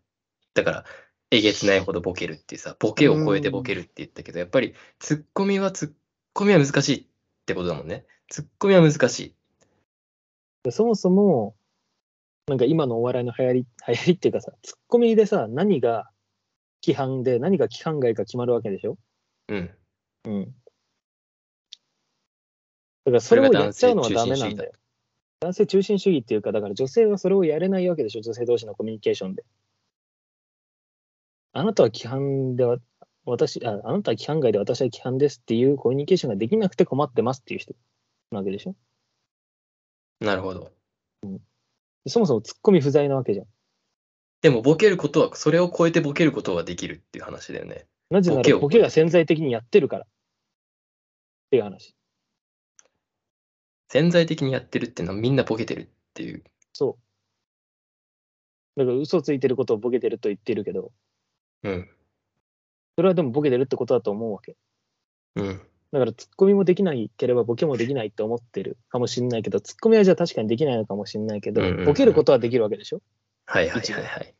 S2: だから、えげつないほどボケるっていうさ、ボケを超えてボケるって言ったけど、やっぱりツッコミはツッコミは難しいってことだもんね。ツッコミは難しい。
S3: でそもそも、なんか今のお笑いの流行り、流行りっていうかさ、ツッコミでさ、何が規範で、何が規範外か決まるわけでしょ
S2: うん。
S3: うん。だからそれをやっちゃうのはダメなん
S2: それが男性中心主義だ
S3: だよ。男性中心主義っていうか、だから女性はそれをやれないわけでしょ、女性同士のコミュニケーションで。あなたは規範では、私、ああなたは規範外で私は規範ですっていうコミュニケーションができなくて困ってますっていう人なわけでしょ。
S2: なるほど。
S3: そもそもツッコミ不在なわけじゃん。
S2: でも、ボケることは、それを超えてボケることはできるっていう話だよね。
S3: なぜな
S2: ボケ
S3: ら
S2: を
S3: ボケが潜在的にやってるから。っていう話。
S2: 潜在的にやってるっていうのはみんなボケてるっていう。
S3: そう。だから嘘ついてることをボケてると言ってるけど、
S2: うん。
S3: それはでもボケてるってことだと思うわけ。
S2: うん。
S3: だからツッコミもできなければボケもできないって思ってるかもしれないけど、ツッコミはじゃあ確かにできないのかもしれないけど
S2: うんうんう、ん
S3: ボケることはできるわけでしょ
S2: はいはい
S3: 一
S2: は
S3: 部
S2: いはい。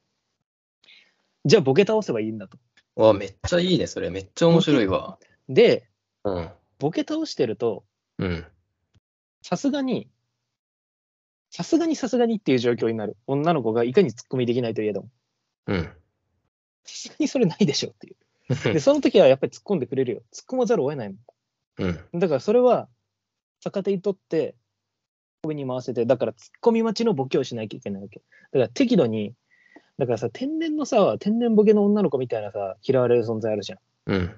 S3: じゃあボケ倒せばいいんだと。
S2: わ、めっちゃいいね、それ。めっちゃ面白いわ。
S3: で、
S2: うん。
S3: ボケ倒してると、
S2: うん。
S3: さすがに、さすがにさすがにっていう状況になる。女の子がいかにツッコミできないといえども、
S2: うん。
S3: さすがにそれないでしょっていう。で、その時はやっぱり突っ込んでくれるよ。突っ込まざるを得ないもん
S2: うん。
S3: だからそれは逆手に取って、首に回せて、だから突っ込み待ちのボケをしなきゃいけないわけ。だから適度に、だからさ、天然のさ、天然ボケの女の子みたいなさ、嫌われる存在あるじゃん。
S2: うん。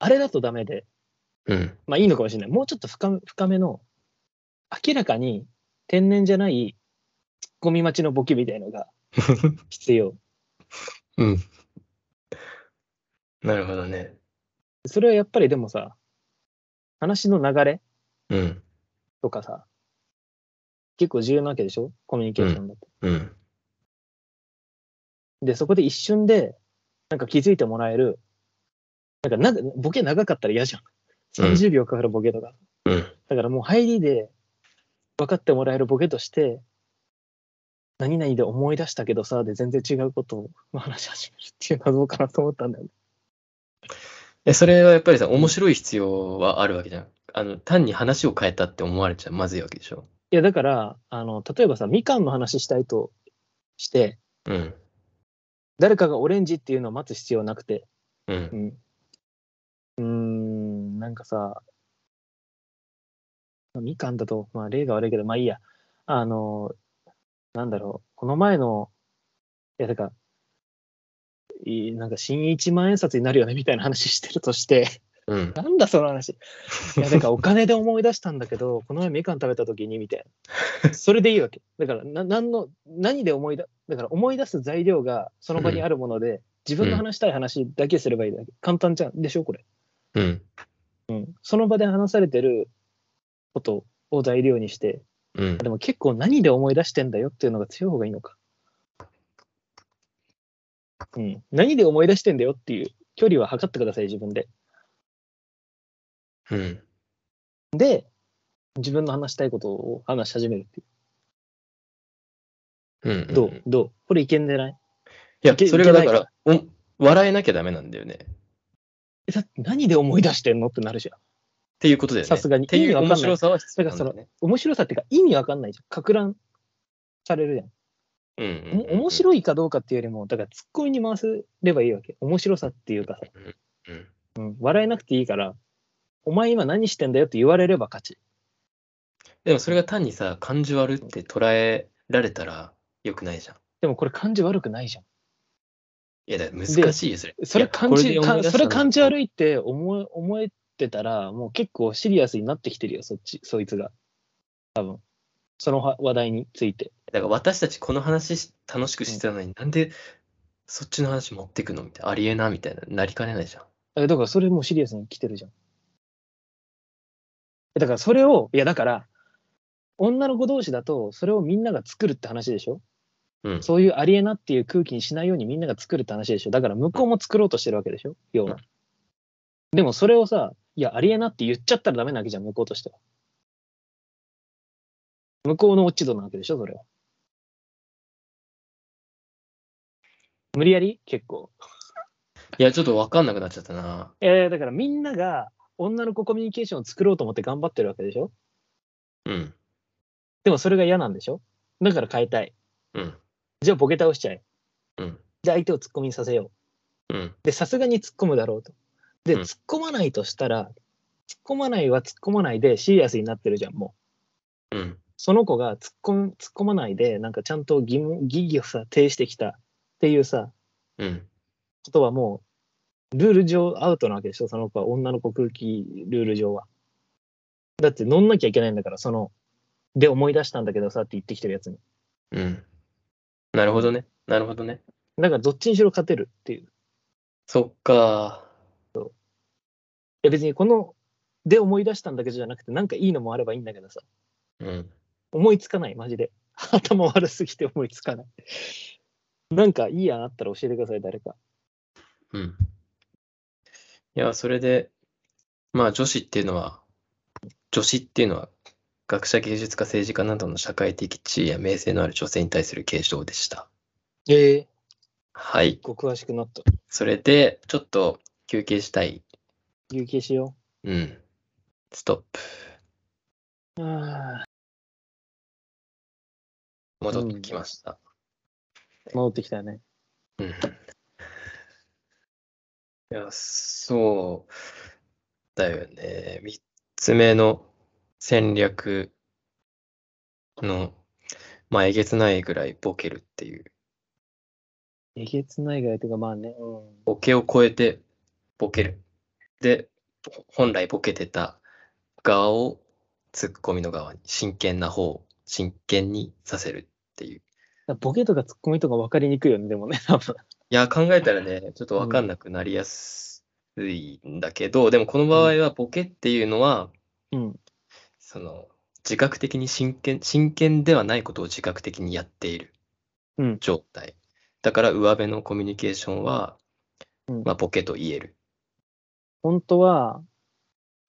S3: あれだとダメで、
S2: うん。
S3: まあいいのかもしれない。もうちょっと深め深めの、明らかに天然じゃない突っ込み待ちのボケみたいのが必要。
S2: うん。なるほどね。
S3: それはやっぱりでもさ、話の流れ
S2: うん。
S3: とかさ、結構重要なわけでしょコミュニケーションだって。
S2: うん。
S3: で、そこで一瞬で、なんか気づいてもらえる、なんかなボケ長かったら嫌じゃん。
S2: うん
S3: 30秒かかるボケとか。
S2: うん。
S3: だからもう入りで分かってもらえるボケとして、何々で思い出したけどさ、で全然違うことを話し始めるっていうのはどうかなと思ったんだよね。
S2: え、それはやっぱりさ、面白い必要はあるわけじゃん。あの、単に話を変えたって思われちゃまずいわけでしょ。
S3: いや、だから、あの、例えばさ、みかんの話したいとして、
S2: うん。
S3: 誰かがオレンジっていうのを待つ必要はなくて、
S2: う。
S3: うんん。うーん、なんかさ、みかんだと、まあ、例が悪いけど、まあいいや。あの、なんだろう、この前の、いや、だから、いいなんか新一万円札になるよねみたいな話してるとして、
S2: うん。
S3: なんだその話。いや、だからお金で思い出したんだけど、この前みかん食べた時にみたいな。それでいいわけ。だから、な何の、何で思い出、だから思い出す材料がその場にあるもので、自分の話したい話だけすればいいだけ。簡単じゃん。でしょ、これ。
S2: うん。
S3: その場で話されてることを材料にして、
S2: うん。
S3: でも結構何で思い出してんだよっていうのが強い方がいいのか。うん。何で思い出してんだよっていう距離は測ってください、自分で。
S2: うん。
S3: で、自分の話したいことを話し始めるってい
S2: うん。
S3: う。ど
S2: ん
S3: うどうこれいけんじゃない
S2: いや
S3: いけ、
S2: それがだか
S3: い
S2: ら、お笑えなきゃダメなんだよね。っ
S3: えだって何で思い出してんのってなるじゃん。
S2: ていうことだよね。
S3: さすがに
S2: ってい
S3: 意味
S2: う
S3: わか
S2: 面
S3: んない
S2: 白さは必要なんだよね。
S3: 面白さっていうか意味わかんないじゃん。か乱されるじゃん。
S2: うんう
S3: お
S2: んうんうん。
S3: 面白いかどうかっていうよりも、だからツッコミに回せればいいわけ。面白さっていうかさ、
S2: うん。
S3: うん、笑えなくていいから、お前今何してんだよって言われれば勝ち。
S2: でもそれが単にさ、感じ悪って捉えられたら良くないじゃん。
S3: でもこれ感じ悪くないじゃ
S2: いや、だから難しいよ、それ。
S3: ん。それ感
S2: い
S3: じ、
S2: やこ
S3: か
S2: で思い出したんだ
S3: それ感じ悪いって思え思えてたら、もう結構シリアスになってきてるよ、そっち、そいつが。多分。その話話題について。
S2: だから私たちこの話し楽しくしてたのに、なんでそっちの話持ってくのみたいな、ありえなみたいな、なりかねないじゃん。
S3: えだからそれもうシリアスに来てるじゃん。えだからそれを、いやだから、女の子同士だと、それをみんなが作るって話でしょ
S2: うん。
S3: そういうありえなっていう空気にしないようにみんなが作るって話でしょだから向こうも作ろうとしてるわけでしょ要は。でもそれをさ、いや、ありえなって言っちゃったらダメなわけじゃん、向こうとしては。向こうの落ち度なわけでしょそれは。無理やり結構。
S2: いや、ちょっとわかんなくなっちゃったな。
S3: えー、だからみんなが女の子コミュニケーションを作ろうと思って頑張ってるわけでしょ
S2: うん。
S3: でもそれが嫌なんでしょだから変えたい。
S2: うん。
S3: じゃあボケ倒しちゃえ。
S2: うん。
S3: じゃあ相手を突っ込みさせよ
S2: うん。
S3: う。で、さすがに突っ込むだろうと。で、
S2: うん
S3: 突っ込まないとしたら、突っ込まないは突っ込まないでシリアスになってるじゃん、も
S2: うん。
S3: う。その子が突っ込む突っ込まないで、なんかちゃんと疑問疑義をさ、呈してきたっていうさ、
S2: うん。
S3: ことはもう、ルール上アウトなわけでしょその子は、女の子空気ルール上は。だって乗んなきゃいけないんだから、その、で思い出したんだけどさって言ってきてるやつに。
S2: うん。なるほどね。なるほどね。
S3: だからどっちにしろ勝てるっていう。い
S2: そっか。
S3: や別にこの、で思い出したんだけどじゃなくて、なんかいいのもあればいいんだけどさ。
S2: うん。
S3: 思いつかない、マジで。 [laughs] 頭悪すぎて思いつかない。なんかいい案あったら教えてください、誰か。
S2: うん。いや、それで、まあ女子っていうのは、女子っていうのは、学者、芸術家、政治家などの社会的地位や名声のある女性に対する継承でした。
S3: ええ
S2: はい。
S3: ご詳しくなった。
S2: それで、ちょっと休憩したい。
S3: 休憩しよ
S2: うん。ストップ。
S3: う。あ
S2: 戻ってきました。
S3: ー戻ってきたよね。
S2: うん。いや、そうだよね。みつ目の戦略の、まあ、えげつないぐらいボケるっていう、
S3: えげつないぐらいというか、まあね、うん。
S2: ボケを超えてボケる。で、本来ボケてた側をツッコミの側に、真剣な方を真剣にさせるっていう。
S3: ボケとかツッコミとか分かりにくいよね、でもね、多分。
S2: いや、考えたらね、ちょっとわかんなくなりやすいんだけど、でもこの場合はボケっていうのは、
S3: うん。
S2: その、自覚的に真剣、真剣ではないことを自覚的にやっている
S3: うん。
S2: 状態。だから上辺のコミュニケーションは、
S3: うん
S2: まあ、ボケと言える。
S3: 本当は、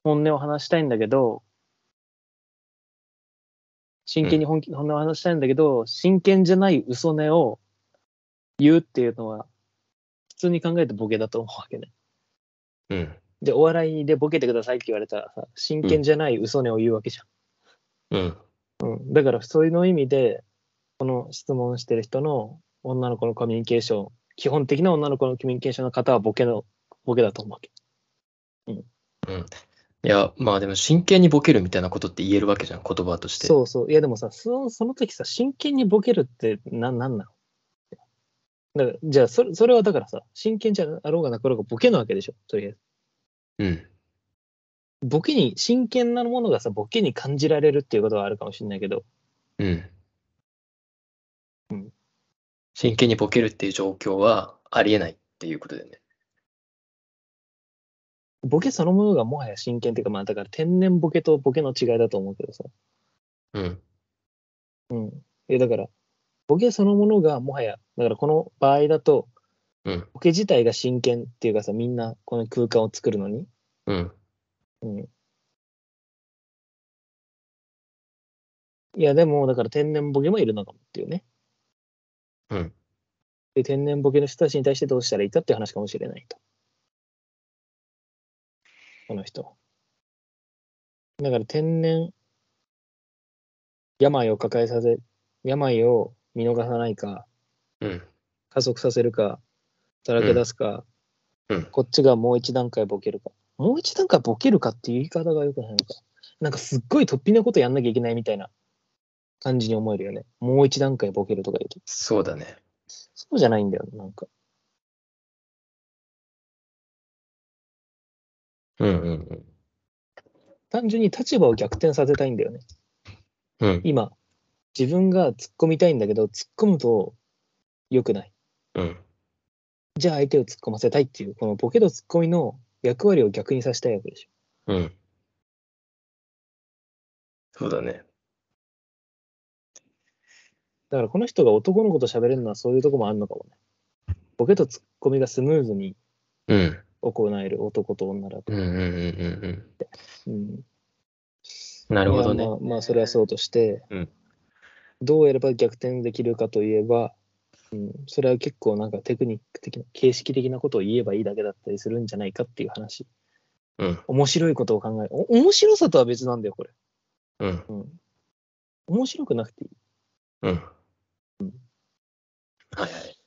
S3: 本音を話したいんだけど、真剣に本気、本音を話したいんだけど、真剣じゃない嘘音を言うっていうのは、普通に考えてボケだと思うわけね。
S2: うん。
S3: で、お笑いでボケてくださいって言われたらさ、真剣じゃない嘘音を言うわけじゃん。
S2: うん。
S3: うん、だからそういうの意味でこの質問してる人の女の子のコミュニケーション基本的な女の子のコミュニケーションの方はボケのボケだと思うわけ
S2: いや、まあでも真剣にボケるみたいなことって言えるわけじゃん、言葉として。
S3: そうそういやでもさそその時さ真剣にボケるってななんなのだからじゃあそれそれはだからさ真剣じゃあろうがなかろうがボケなわけでしょとりあえず
S2: うん。
S3: ボケに真剣なものがさボケに感じられるっていうことはあるかもしれないけど
S2: うん。
S3: うん
S2: 真剣にボケるっていう状況はありえないっていうことだよね。
S3: ボケそのものがもはや真剣っていうかまあだから天然ボケとボケの違いだと思うけどさ
S2: うん。
S3: うん。え、だから、ボケそのものがもはや、だからこの場合だと、
S2: うん。
S3: ボケ自体が真剣っていうかさ、みんなこの空間を作るのに、
S2: うん。
S3: いや、でも、だから天然ボケもいるのかもっていうね。
S2: うん。
S3: で、天然ボケの人たちに対してどうしたらいいかっていう話かもしれないと。この人は。だから天然、病を抱えさせ、病を見逃さないか、
S2: うん。
S3: 加速させるか、さらけ出すか、
S2: うんうん
S3: こっちがもう一段階ボケるか。もう一段階ボケるかっていう言い方がよくないのか。なんかすっごい突飛なことやんなきゃいけないみたいな感じに思えるよね。もう一段階ボケるとか言うと。
S2: そうだね。
S3: そうじゃないんだよ、なんか。
S2: うんうんうん。
S3: 単純に立場を逆転させたいんだよね。
S2: うん。
S3: 今、自分が突っ込みたいんだけど、突っ込むと良くない。
S2: うん。
S3: じゃあ相手を突っ込ませたいっていう、このボケと突っ込みの役割を逆にさせたいわけでしょ。
S2: うん。そうだね。
S3: だからこの人が男の子と喋れるのはそういうとこもあるのかもね。ボケとツッコミがスムーズに
S2: うん。
S3: 行える男と女だと。
S2: うんうんうんうん
S3: うん、
S2: うん。なるほどね
S3: ま。あ、まあそれはそうとして、
S2: うん
S3: どうやれば逆転できるかといえば、うん、それは結構なんかテクニック的な形式的なことを言えばいいだけだったりするんじゃないかっていう話
S2: うん。
S3: 面白いことを考えお面白さとは別なんだよこれ
S2: うん。
S3: 面白くなくていい
S2: うん。はいはい。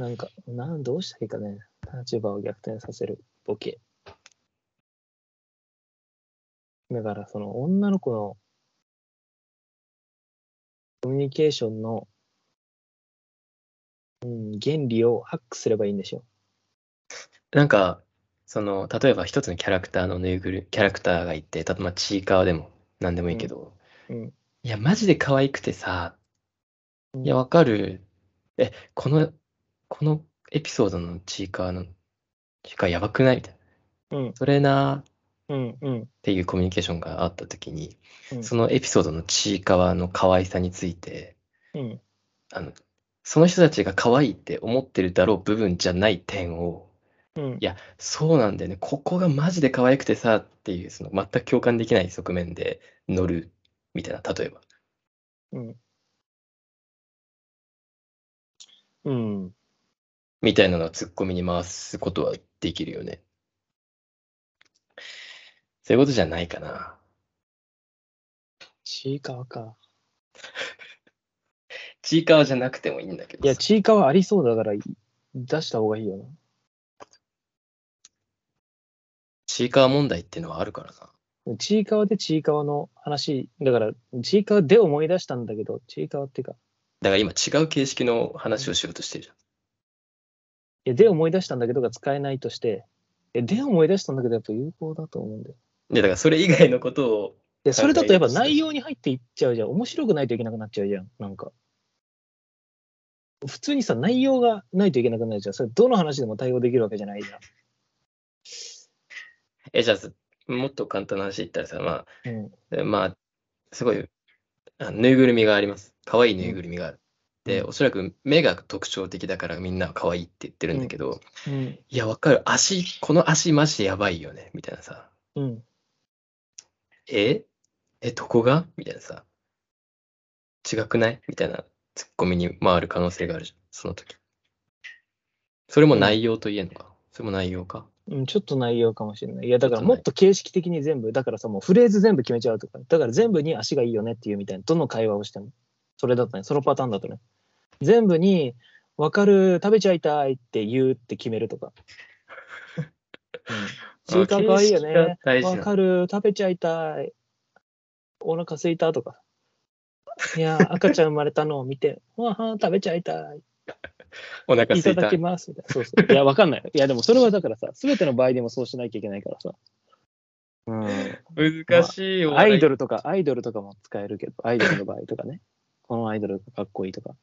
S3: なんかなんどうしたらいいかね立場を逆転させるボケだからその女の子のコミュニケーションの、うん、原理をハックすればいいんでしょ
S2: なんか、その、例えば一つのキャラクターのぬいぐるキャラクターがいて、たとまあちいかわでも何でもいいけど、
S3: うん
S2: いや、マジで可愛くてさ、
S3: うん
S2: いや、わかる。え、この、このエピソードのちいかわの、ちいかわやばくないみたいな。
S3: うん
S2: それなーっ
S3: うんうん
S2: ていうコミュニケーションがあったときに、
S3: うん
S2: そのエピソードのちいかわの可愛さについて、
S3: うん
S2: あの、その人たちが可愛いって思ってるだろう部分じゃない点を、
S3: うん
S2: いや、そうなんだよね。ここがマジで可愛くてさっていう、その全く共感できない側面で乗るみたいな、例えば。
S3: うんうん
S2: みたいなのをツッコミに回すことはできるよね。そういうことじゃないかな。
S3: ちいかわか
S2: チーカーじゃなくてもいいんだけど
S3: いや
S2: さ
S3: ちいかわありそうだから出した方がいいよな
S2: チーカー問題っていうのはあるからな。
S3: ちいかわでちいかわの話、だから、ちいかわで思い出したんだけど、ちいかわっていうか、
S2: だから今違う形式の話をしようとしてるじゃん。
S3: え、で思い出したんだけどが使えないとして、え、で思い出したんだけどやっぱ有効だと思うんだよ。
S2: で、だからそれ以外のことを、
S3: で、それだとやっぱ内容に入っていっちゃうじゃん。面白くないといけなくなっちゃうじゃん。なんか。普通にさ、内容がないといけなくなるじゃん。それどの話でも対応できるわけじゃないじ
S2: え、じゃあ、もっと簡単な話言ったらさ、ま
S3: ゃん。うん。
S2: あ、でまあ、すごい、あぬいぐるみがあります。可愛いぬいぐるみがある。で、おそらく目が特徴的だからみんなは可愛いって言ってるんだけど、
S3: うん。
S2: いや、わかる。足、この足マジでやばいよね。みたいなさ。
S3: うん。
S2: ええ、どこがみたいなさ。違くないみたいなツッコミに回る可能性があるじゃん。その時。それも内容と言えんのか。それも内容か。
S3: うん、ちょっと内容かもしれない。いや、だから
S2: ちょっと
S3: も
S2: ない
S3: っと形式的に全部、だからさ、もうフレーズ全部決めちゃうとか、だから全部に足がいいよねっていうみたいな、どの会話をしても。それだとね、そのパターンだとね。全部に、わかる、食べちゃいたいって言うって決めるとか。
S2: [laughs]
S3: うん。ちいかわかわいいよ
S2: 形式が
S3: ね。
S2: 大事な
S3: わ
S2: の
S3: かる、食べちゃいたい。お腹すいたとか。いや、赤ちゃん生まれたのを見て、わはん食べちゃいたい。
S2: お腹
S3: い
S2: す
S3: た
S2: い
S3: だ
S2: た
S3: き。ますみたいな。そうそう。い [laughs] や、わかんない。いや、でもそれはだからさ、すべての場合でもそうしなきゃいけないからさ。う
S2: 難しい
S3: ん。アイド
S2: ル。
S3: ルとか、アイドルとかも使えるけど、アイドルの場合とかね。このアイドルがかっこいいとか。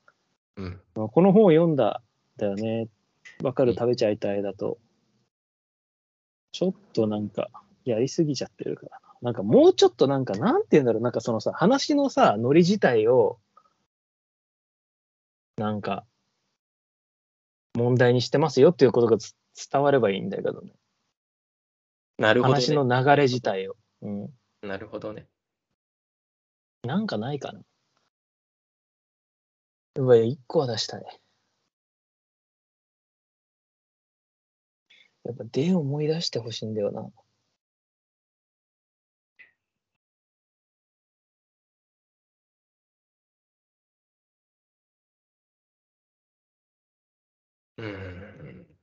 S2: うん。
S3: この本を読んだんだよね。わかる、食べちゃいたいだと。ちょっとなんか、やりすぎちゃってるからな。なんかもうちょっとなんか、なんて言うんだろう。なんかそのさ、話のさ、ノリ自体を、なんか、問題にしてますよっていうことがつ伝わればいいんだけどね。
S2: なるほど、
S3: 話の
S2: ね。
S3: 流れ自体を。うん。
S2: なるほどね。
S3: なんかないかな。うわ、一個は出したい。やっぱ、で思い出してほしいんだよな。
S2: うん。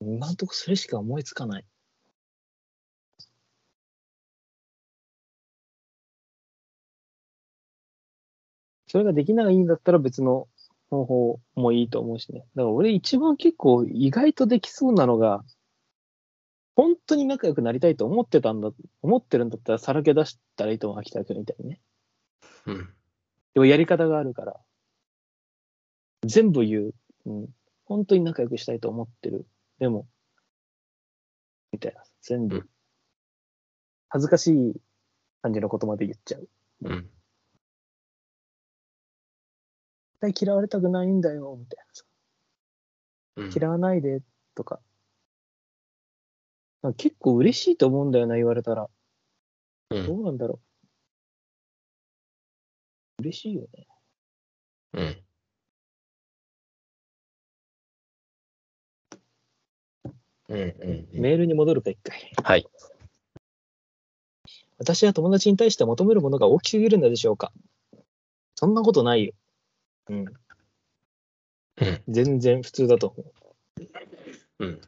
S3: 今んとこそれしか思いつかない。それができないんだったら別の方法もいいと思うしね。だから俺一番結構意外とできそうなのが、本当に仲良くなりたいと思ってたんだ、思ってるんだったらさらけ出したらいいと思う、秋田君みたいにね。
S2: うん。
S3: でもやり方があるから、全部言う。うん。本当に仲良くしたいと思ってる。でも、みたいな。全
S2: う
S3: 部
S2: ん。
S3: 恥ずかしい感じのことまで言っちゃう。
S2: うん。
S3: 絶対嫌われたくないんだよ、みたい
S2: うん
S3: な。嫌わないで、とか。なんか結構嬉しいと思うんだよな、言われたら。
S2: うん
S3: どうなんだろう。嬉しいよね。
S2: うん。うんうんうん。
S3: メールに戻るか、一回。
S2: はい。
S3: 私は友達に対して求めるものが大きすぎるのでしょうかそんなことないよ。うん。
S2: うん
S3: 全然普通だと思
S2: うん。
S3: う。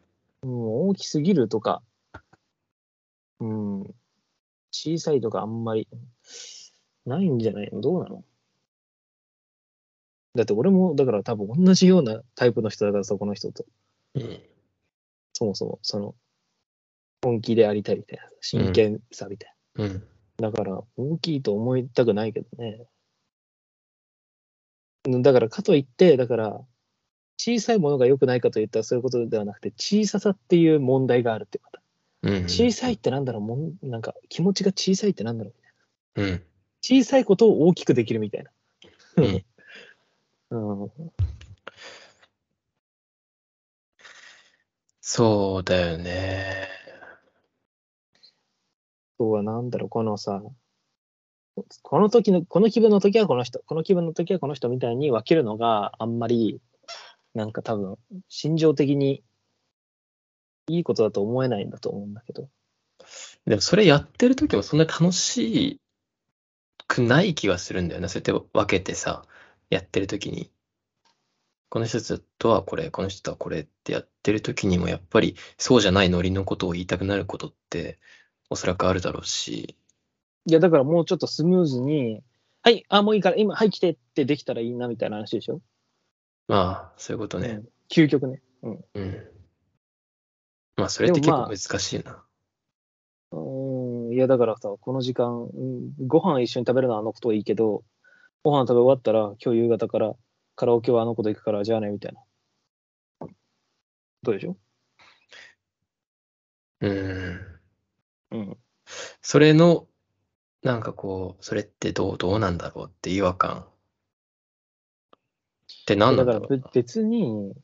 S3: うん、大きすぎるとか、うん、小さいとかあんまりないんじゃないのどうなのだって俺も、だから多分同じようなタイプの人だからさ、この人と。
S2: うん
S3: そもそも、その、本気でありたいみたいな、真剣さみたいな。
S2: うん。
S3: だから、大きいと思いたくないけどね。うんだから、かといって、だから、小さいものが良くないかといったらそういうことではなくて、小ささっていう問題があるってこと。
S2: うん
S3: 小さいっ。てなんだろう、もんなんか気持ちが小さいってなんだろう。
S2: うん。
S3: 小さいことを大きくできるみたいな。
S2: うん
S3: うん。
S2: そうだよね。
S3: そうはなんだろう、このさ、この時の、この気分の時はこの人、この気分の時はこの人みたいに分けるのがあんまり、なんか多分、心情的にいいことだと思えないんだと思うんだけど。
S2: でもそれやってる時もそんな楽しくない気がするんだよな。そうやって分けてさ、やってる時に。この人とはこれ、この人とはこれってやってる時にもやっぱりそうじゃないノリのことを言いたくなることっておそらくあるだろうし、
S3: いや、だからもうちょっとスムーズに、はい、あ、もういいから、今、はい、来てってできたらいいなみたいな話でしょ。
S2: まあそういうことね。
S3: 究極ね。
S2: うん。まあそれって
S3: で
S2: 結
S3: もま
S2: 構
S3: あ
S2: 難しいな。
S3: うーん、いや、だからさ、この時間、うんご飯一緒に食べるのはあの子といいけど、ご飯食べ終わったら、今日夕方からカラオケはあの子と行くから、じゃあね、みたいな。どうでしょ
S2: うん。
S3: うん。
S2: それの、なんかこう、それってどう、どうなんだろうって違和感。って何な
S3: だ
S2: んだ
S3: から
S2: ろう
S3: べ別に、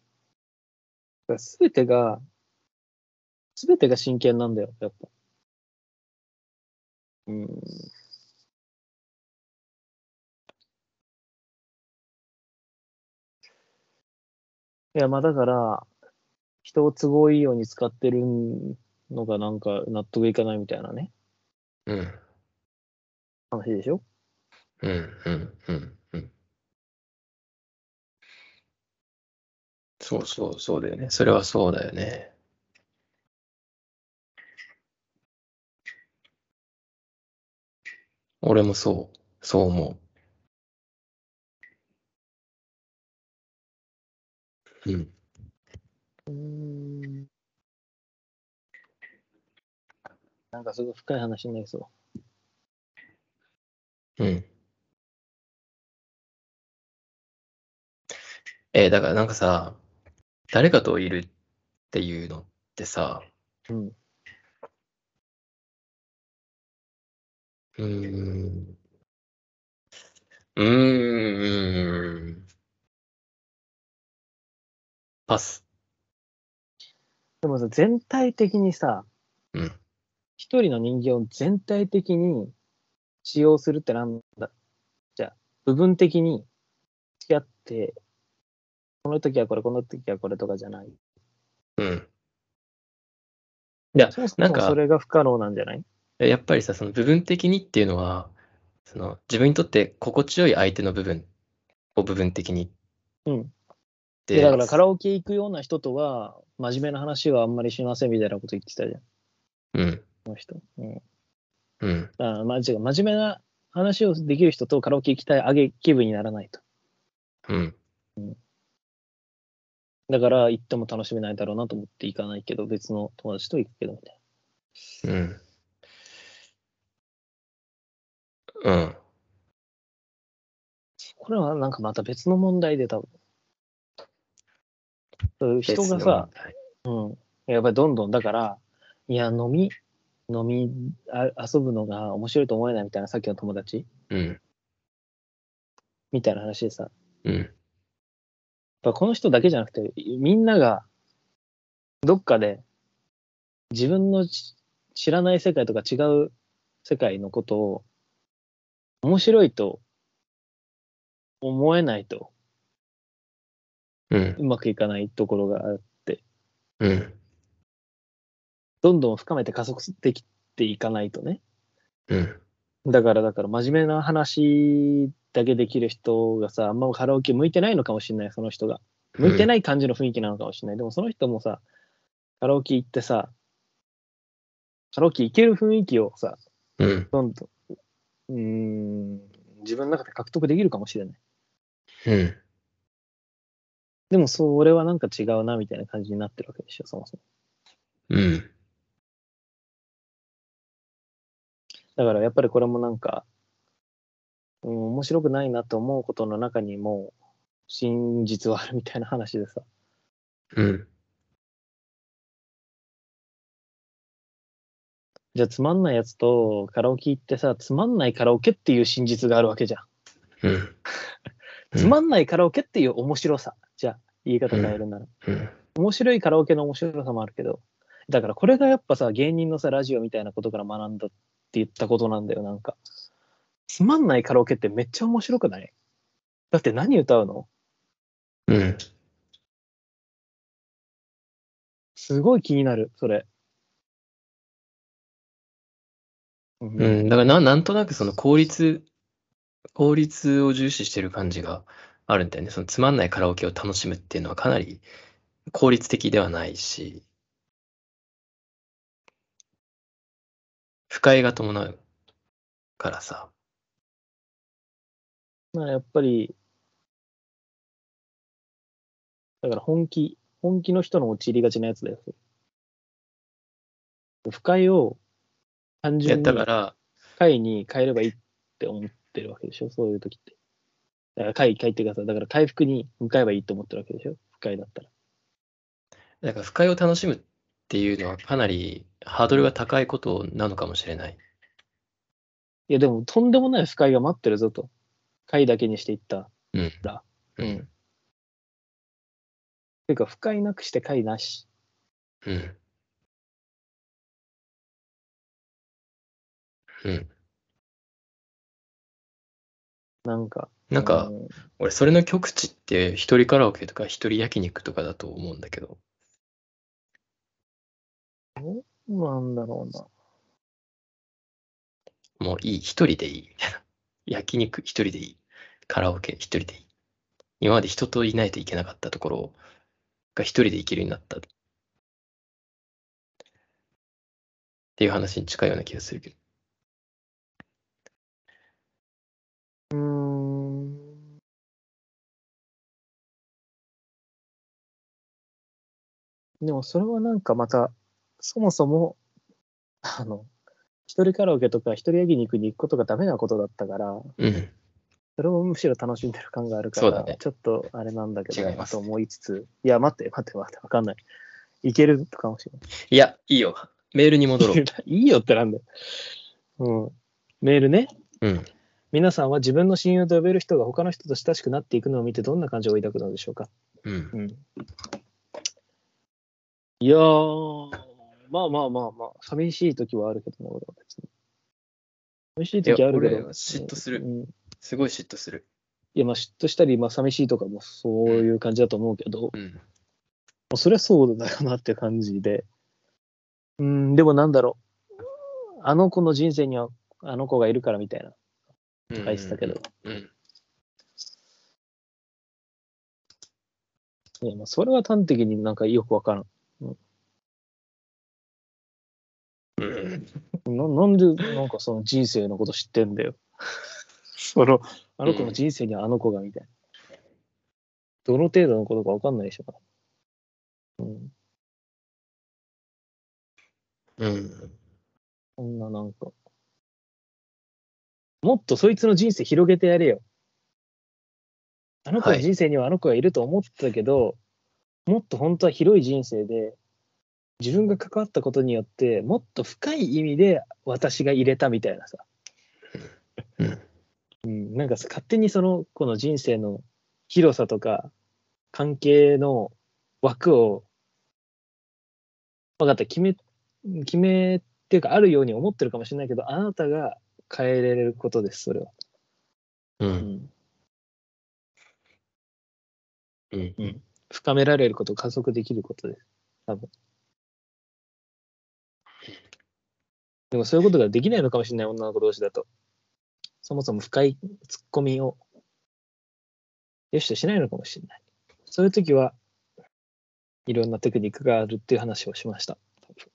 S3: すべてが、すべてが真剣なんだよ、やっぱ。うん。いや、まあだから、人を都合いいように使ってるのがなんか納得いかないみたいなね、
S2: な。うん。
S3: 話でしょ
S2: うんうんうんうん。そうそうそうだよね。それはそうだよね。俺もそう、そう思う。うん。
S3: うん。なんかすごい深い話になりそう。
S2: うん。えーだからなんかさ、誰かといるっていうのってさ、
S3: うん。
S2: うーん。うーん。パス。
S3: でもさ、全体的にさ、
S2: うん
S3: 一人の人間を全体的に使用するってなんだじゃあ、部分的に付き合って、この時はこれ、この時はこれとかじゃない。
S2: うん。いや、
S3: そもそ
S2: なん
S3: も
S2: か
S3: それが不可能なんじゃない
S2: やっぱりさ、その部分的にっていうのは、その自分にとって心地よい相手の部分を部分的にっ
S3: うん。
S2: て。
S3: でだからカラオケ行くような人とは、真面目な話はあんまりしませんみたいなこと言ってたじゃん、
S2: うん。
S3: この人。うん。
S2: うん。
S3: あまあ、違う、真面目な話をできる人とカラオケ行きたいあげ気分にならないと。
S2: うん。
S3: だから行っても楽しめないだろうなと思って行かないけど、別の友達と行くけどみたい
S2: うん。うん。
S3: な。これはなんかまた別の問題で多分。そういう人が
S2: 別の
S3: さ
S2: 問、題
S3: やっぱりどんどんだから、いや、飲み、飲みあ、遊ぶのが面白いと思えないみたいな、さっきの友達
S2: うん。
S3: みたいな話でさ、やっ
S2: うん。
S3: ぱこの人だけじゃなくて、みんながどっかで自分の知知らない世界とか違う世界のことを面白いと思えないと
S2: うん。
S3: うまくいかないところがある
S2: うん。
S3: どんどん深めて加速できていかないとね
S2: うん。
S3: だからだから真面目な話だけできる人がさあんまカラオケ向いてないのかもしれないその人が向いて
S2: い。
S3: ない感じの雰囲気なのかもしれない、でもその人もさカラオケ行ってさカラオケ行ける雰囲気をさ
S2: うん。
S3: どんどんうーん自分の中で獲得できるかもしれない
S2: うん。
S3: でもそれはなんか違うなみたいな感じになってるわけでしょそもそも
S2: うん。
S3: だからやっぱりこれもなんか、うん、面白くないなと思うことの中にも真実はあるみたいな話でさ。
S2: うん。
S3: じゃあつまんないやつとカラオケ行ってさ、つまんないカラオケっていう真実があるわけじゃん。
S2: うん。
S3: つまんないカラオケっていう面白さ。じゃあ言い方変えるなら。
S2: うん。
S3: 面白いカラオケの面白さもあるけど、だからこれがやっぱさ、芸人のさ、ラジオみたいなことから学んだって言ったことなんだよ、なんか。つまんないカラオケってめっちゃ面白くないだって何歌うの
S2: うん。
S3: すごい気になる、それ。う。
S2: うんん。だからな、なんとなくその効率、効率を重視してる感じがあるんだよね。そのつまんないカラオケを楽しむっていうのはかなり効率的ではないし、不快が伴うからさ。
S3: まあ、やっぱり、だから本気、本気の人の陥りがちなやつだよ。不快を単
S2: いや、
S3: 純に
S2: だから、
S3: 回に変えればいいって思ってるわけでしょ、そういう時って。だから回、回ってください。だから回復に向かえばいいと思ってるわけでしょ、不快だったら。
S2: なんか不快を楽しむっていうのはかなりハードルが高いことなのかもしれない。
S3: いや、でもとんでもない不快が待ってるぞと。回だけにしていった。
S2: うん。
S3: だ
S2: うん。
S3: ていうか、不快なくして回なし。
S2: うん。うん。
S3: なんか。
S2: なんか
S3: う、ん
S2: 俺、それの極致って、一人カラオケとか、一人焼肉とかだと思うんだけど、
S3: なんだろうな。
S2: もういい、一人でいい。 [laughs] みたいな焼肉一人でいい。カラオケ一人でいい。今まで人といないといけなかったところが一人で行けるようになった。っていう話に近いような気がするけど。
S3: うーん。でもそれはなんかまた、そもそも、あの、一人カラオケとか一人焼肉に行くことがダメなことだったから、
S2: うん。
S3: それをむしろ楽しんでる感があるか
S2: そう
S3: ら、
S2: だね
S3: ちょっとあれなんだけど、
S2: 違います
S3: と思いつつ、いや、待って、待って、待って、わかんない。いけるかもしれない。
S2: いや、いいよ。メールに戻ろう。
S3: [laughs] いいよってなんだよ。うん。メールね。
S2: うん。
S3: 皆さんは自分の親友と呼べる人が他の人と親しくなっていくのを見てどんな感情を抱くのでしょうか、
S2: うん。
S3: ん、いやー、まあまあまあまあ、寂しい時はあるけどな、俺は別に。寂しい
S2: い
S3: 時
S2: や、
S3: あるけど
S2: 俺。は嫉妬する。
S3: うん、い
S2: すごい嫉妬する。
S3: や、まあ嫉妬したり、まあ寂しいとかもそういう感じだと思うけど、
S2: うん。
S3: もうそれはそうだよなって感じで。うん、でもなんだろう。あの子の人生にはあの子がいるからみたいな返してたけど。
S2: うん。
S3: いや、まあそれは端的になんかよくわからん。
S2: うん。うん。
S3: ななんでなんかその人生のこと知ってんだよ。 [laughs] そのあの子の人生にはあの子がみたいな。どの程度のことかわかんないでしょ。うん。
S2: うん。
S3: そんななんか。もっとそいつの人生広げてやれよ。あの子の
S2: はい
S3: 人生にはあの子がいると思ってたけど、もっと本当は広い人生で、自分が関わったことによって、もっと深い意味で私が入れたみたいなさ。
S2: うん。
S3: うん、なんかさ勝手にその子の人生の広さとか関係の枠を分かった決め決めっていうかあるように思ってるかもしれないけどあなたが変えれることですそれは、
S2: う。
S3: うんん、
S2: うん。
S3: 深められること加速できることです多分でもそういうことができないのかもしれない女の子同士だとそもそも深いツッコミをよしとしないのかもしれないそういう時はいろんなテクニックがあるっていう話をしました多分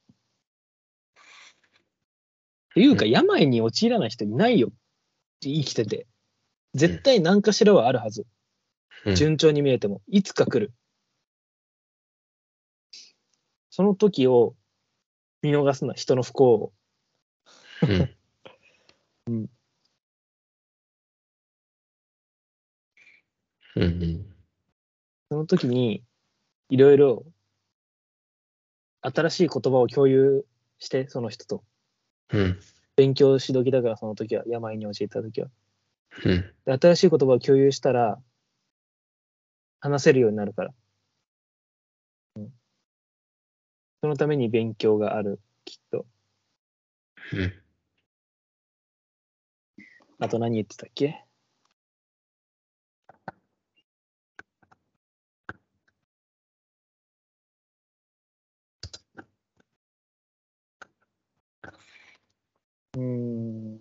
S3: っていうか
S2: う
S3: 病に陥らない人いないよ生きてて絶対何かしらはあるはず
S2: うん
S3: 順調に見えても、いつか来る。その時を見逃すな、人の不幸を。
S2: うん
S3: うん。
S2: うんうん。
S3: その時に、いろいろ、新しい言葉を共有して、その人と。
S2: うん。
S3: 勉強し時だから、その時は、病に陥った時は。
S2: うん。
S3: で新しい言葉を共有したら、話せるようになるから。うんそのために勉強がある、きっと。
S2: うん。
S3: あと何言ってたっけうーん。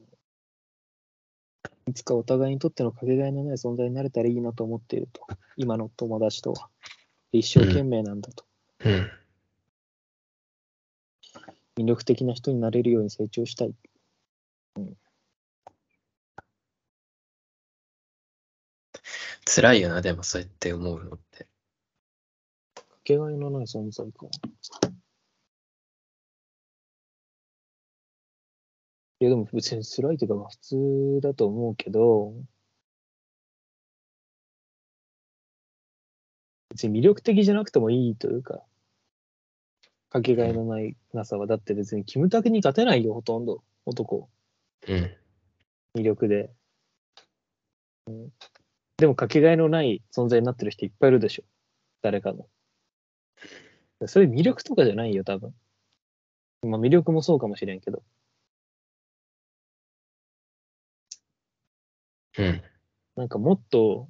S3: いつかお互いにとってのかけがえのない存在になれたらいいなと思っていると。今の友達とは。一生懸命なんだと。
S2: うん。
S3: 魅力的な人になれるように成長したい。
S2: 辛いよな、でもそうやって思うのって。
S3: かけがえのない存在か。いや、でも別に辛いというか、まあ普通だと思うけど、別に魅力的じゃなくてもいいというか、かけがえのないなさは、だって別にキムタクに勝てないよ、ほとんど、男、
S2: うん。
S3: 魅力で。うん、でも、かけがえのない存在になってる人いっぱいいるでしょ、誰かの。それ魅力とかじゃないよ、多分。まあ、魅力もそうかもしれんけど。
S2: うん。
S3: なんかもっと、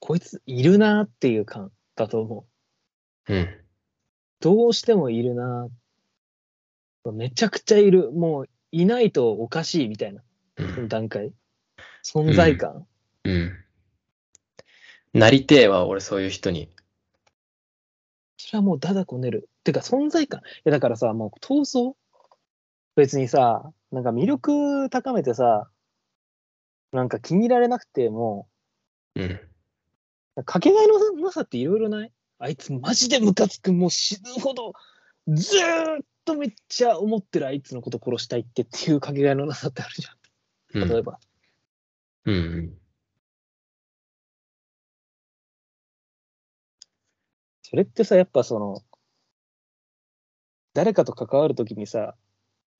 S3: こいついるなっていう感だと思う。
S2: うん。
S3: どうしてもいるなめちゃくちゃいる。もういないとおかしいみたいな
S2: うん。
S3: 段階。存在感。
S2: うん。なりてえわ、俺そういう人に。
S3: それはもうだだこねる。てか存在感。いやだからさ、もう闘争別にさ、なんか魅力高めてさ、なんか気に入られなくても、
S2: うん。
S3: かけがえのなさっていろいろないあいつマジでムカつくもう死ぬほどずーっとめっちゃ思ってるあいつのこと殺したいってっていうかけがえのなさってあるじ
S2: う
S3: ゃん例え
S2: ん。
S3: ば、
S2: うん。
S3: それってさやっぱその誰かと関わるときにさ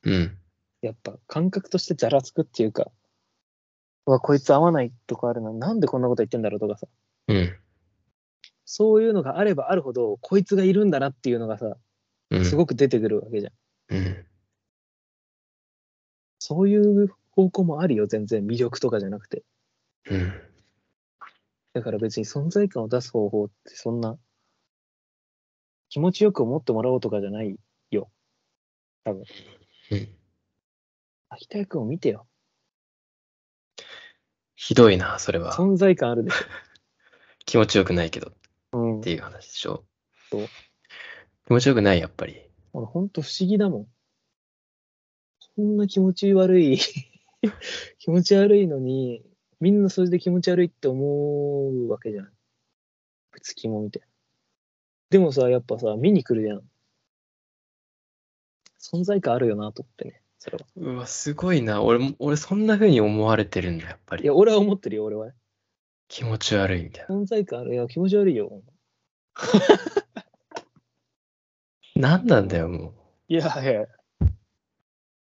S2: うん。
S3: やっぱ感覚としてざらつくっていうかうわこいつ合わないとかあるのになんでこんなこと言ってんだろうとかさ
S2: うん。
S3: そういうのがあればあるほどこいつがいるんだなっていうのがさ
S2: うん。
S3: すごく出てくるわけじゃん、
S2: うん。
S3: そういう方向もあるよ全然魅力とかじゃなくて
S2: うん。
S3: だから別に存在感を出す方法ってそんな気持ちよく思ってもらおうとかじゃないよ。多分。
S2: うん
S3: 秋田君を見てよ。
S2: ひどいな、それは。
S3: 存在感あるでし
S2: 気持ちよくないけどっ
S3: ょ。うん
S2: て。いう話でしょ。
S3: そう
S2: 気持ちよくない、やっぱり。
S3: 俺ほんと不思議だもん。こんな気持ち悪い、 [laughs] 気持ち悪いのに、みんなそれで気持ち悪いって思うわけじゃん。不つきもみたいな。でもさ、やっぱさ、見に来るやん。存在感あるよなと思ってね。それは。
S2: うわ、すごいな。俺も、俺そんな風に思われてるんだ、やっぱ
S3: い
S2: り
S3: や、。俺は思ってるよ、俺は。
S2: 気持ち悪いみたい
S3: 存在感あるよ。気持ち悪いよ。
S2: な。なんなんだよ、も
S3: いや、いや。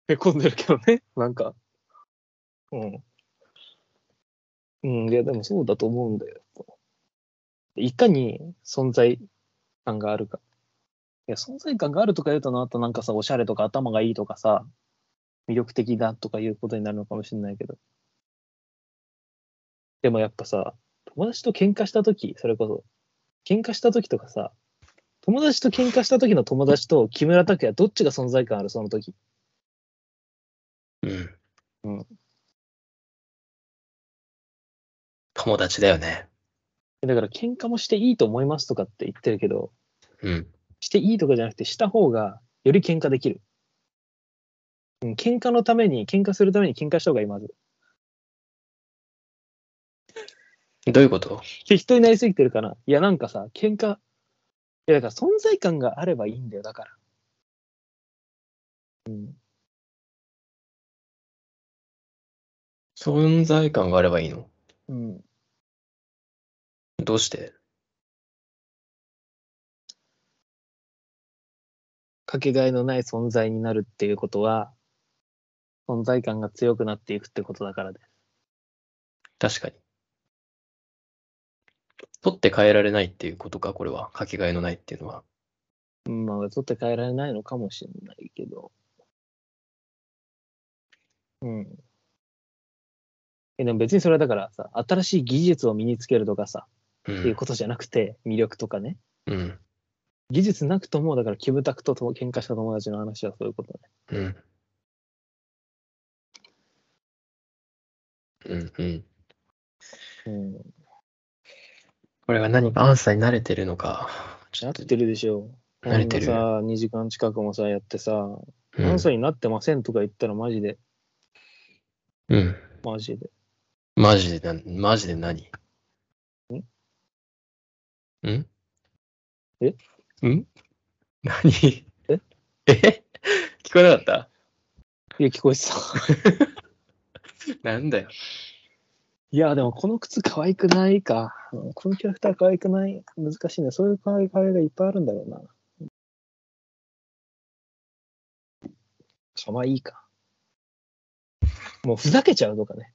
S3: へこんでるけどね。なんか。うん。うん、いや、でもそうだと思うんだよ。いかに存在感があるか。いや、存在感があるとか言うとな、あとなんかさ、おしゃれとか頭がいいとかさ、魅力的だとかいうことになるのかもしれないけど。でもやっぱさ、友達と喧嘩したとき、それこそ、喧嘩したときとかさ、友達と喧嘩した時の友達と木村拓哉どっちが存在感あるその時
S2: う。うん。
S3: うん
S2: 友達だよね。
S3: だから喧嘩もしていいと思いますとかって言ってるけど
S2: うん。
S3: していいとかじゃなくてした方がより喧嘩できる、うん、喧嘩のために喧嘩するために喧嘩した方がいいまず
S2: どういうこと
S3: 適当になりすぎてるかないやなんかさ喧嘩いやだから存在感があればいいんだよだからうん
S2: 存在感があればいいの
S3: うん
S2: どうして
S3: かけがえのない存在になるっていうことは存在感が強くなっていくってことだからで
S2: 確かに。取って変えられないっていうことか、これは。かけがえのないっていうのは。
S3: うんまあ、取って変えられないのかもしれないけど。うん。えでも別にそれはだからさ、新しい技術を身につけるとかさ、
S2: う。
S3: っていうんことじゃなくて、魅力とかね。
S2: うん。
S3: 技術なくとも、だから、キムタクととも喧嘩した友達の話はそういうことね。
S2: うん。うん。うん。
S3: うん。
S2: これが何かアンサーに慣れてるのか。ち
S3: な
S2: ょ
S3: っ
S2: っと、
S3: てるでしょ。
S2: 慣れてる
S3: あんなさ、2時間近くもさ、やってさ、
S2: うん
S3: 何歳になってませんとか言ったらマジで、
S2: うん。
S3: マジで。
S2: マジでな、マジで何んん
S3: え
S2: ん何
S3: え
S2: え聞こえなかった
S3: いや、聞こえてた。
S2: なんだよ。
S3: いや、でもこの靴可愛くないか。うんこのキャラクター可愛くない。難しいね。そういう可愛い可愛いがいっぱいあるんだろうな。可愛いか。もうふざけちゃうとかね。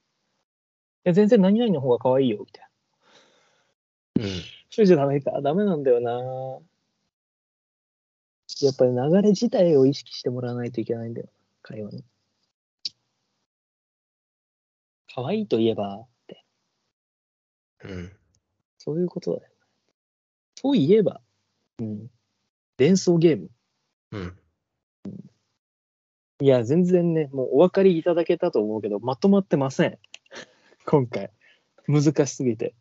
S3: いや、全然何々の方が可愛いよ、みたいな。
S2: うん。
S3: それじゃダメか。ダメなんだよな。やっぱり流れ自体を意識してもらわないといけないんだよ。会話に。可愛いといえば、
S2: うん。
S3: そういうことだよ。といえば、うん。連想ゲーム。
S2: うん。
S3: いや、全然ね、もうお分かりいただけたと思うけど、まとまってません。 [laughs] 今回。難しすぎて。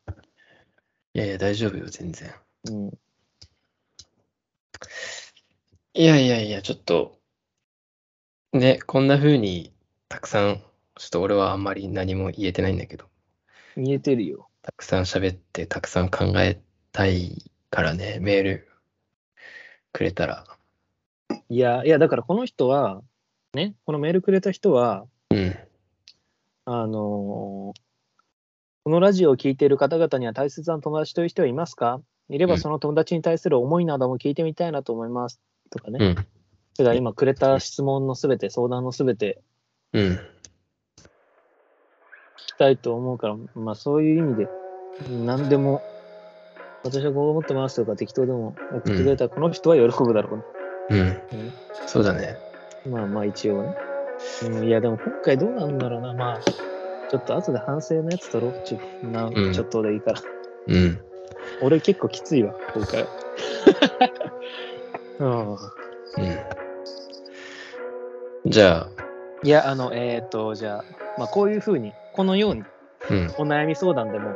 S2: いやいや、大丈夫よ、全然。
S3: うん。
S2: いやいやいや、ちょっと、ね、こんな風にたくさん、ちょっと俺はあんまり何も言えてないんだけど、
S3: 見えてるよ。
S2: たくさん喋って、たくさん考えたいからね、メールくれたら。
S3: いや、いや、だからこの人は、ね、このメールくれた人は、
S2: うん。
S3: あのーこのラジオを聞いている方々には大切な友達という人はいますかいれ
S2: う
S3: ば
S2: ん
S3: その友達に対する思いなども聞いてみたいなと思います。とか
S2: う
S3: ね。
S2: ん。
S3: それから今くれた質問のすべて、相談のすべて、
S2: うん。
S3: 聞きたいと思うから、まあそういう意味で、何でも、私はこう思ってますとか適当でも送ってくれたら、この人は喜ぶだろ
S2: うん。
S3: うね。
S2: そうだね。
S3: まあまあ一応ね。うん、いやでも今回どうなんだろうな、まあ、ちょっと後で反省のやつ取ろう。ちょな
S2: うん
S3: ちょっとでいいから。
S2: うん。
S3: 俺結構きついわ、
S2: [laughs]
S3: 今回は。う
S2: うん。じゃあ、
S3: ん、いや、あの、えっ、と、じゃあ、まあこういうふうに、このように、
S2: うん。
S3: お悩み相談でも、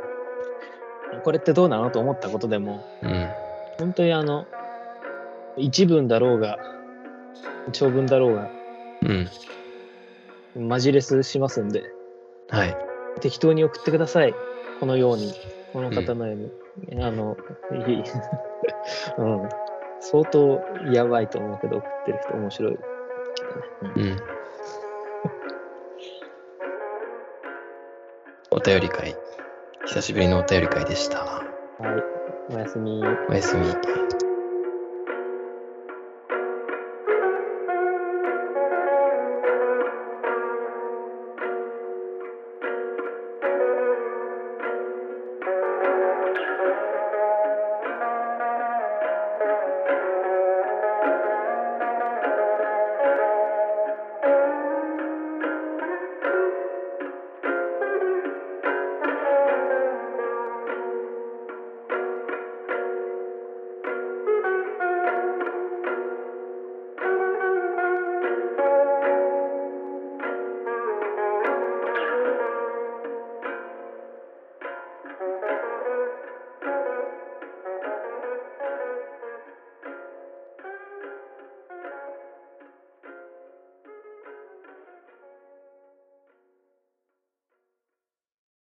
S3: これってどうなのと思ったことでも、
S2: うん。
S3: 本当にあの一文だろうが長文だろうが
S2: うん。
S3: マジレスしますんで
S2: はい。
S3: 適当に送ってくださいこのようにこの方のように、あのい [laughs] い、うん、相当やばいと思うけど送ってる人面白いけどね、うん
S2: うん。お便り会。久しぶりのお便り会でした。
S3: はいおやすみ
S2: おやすみ。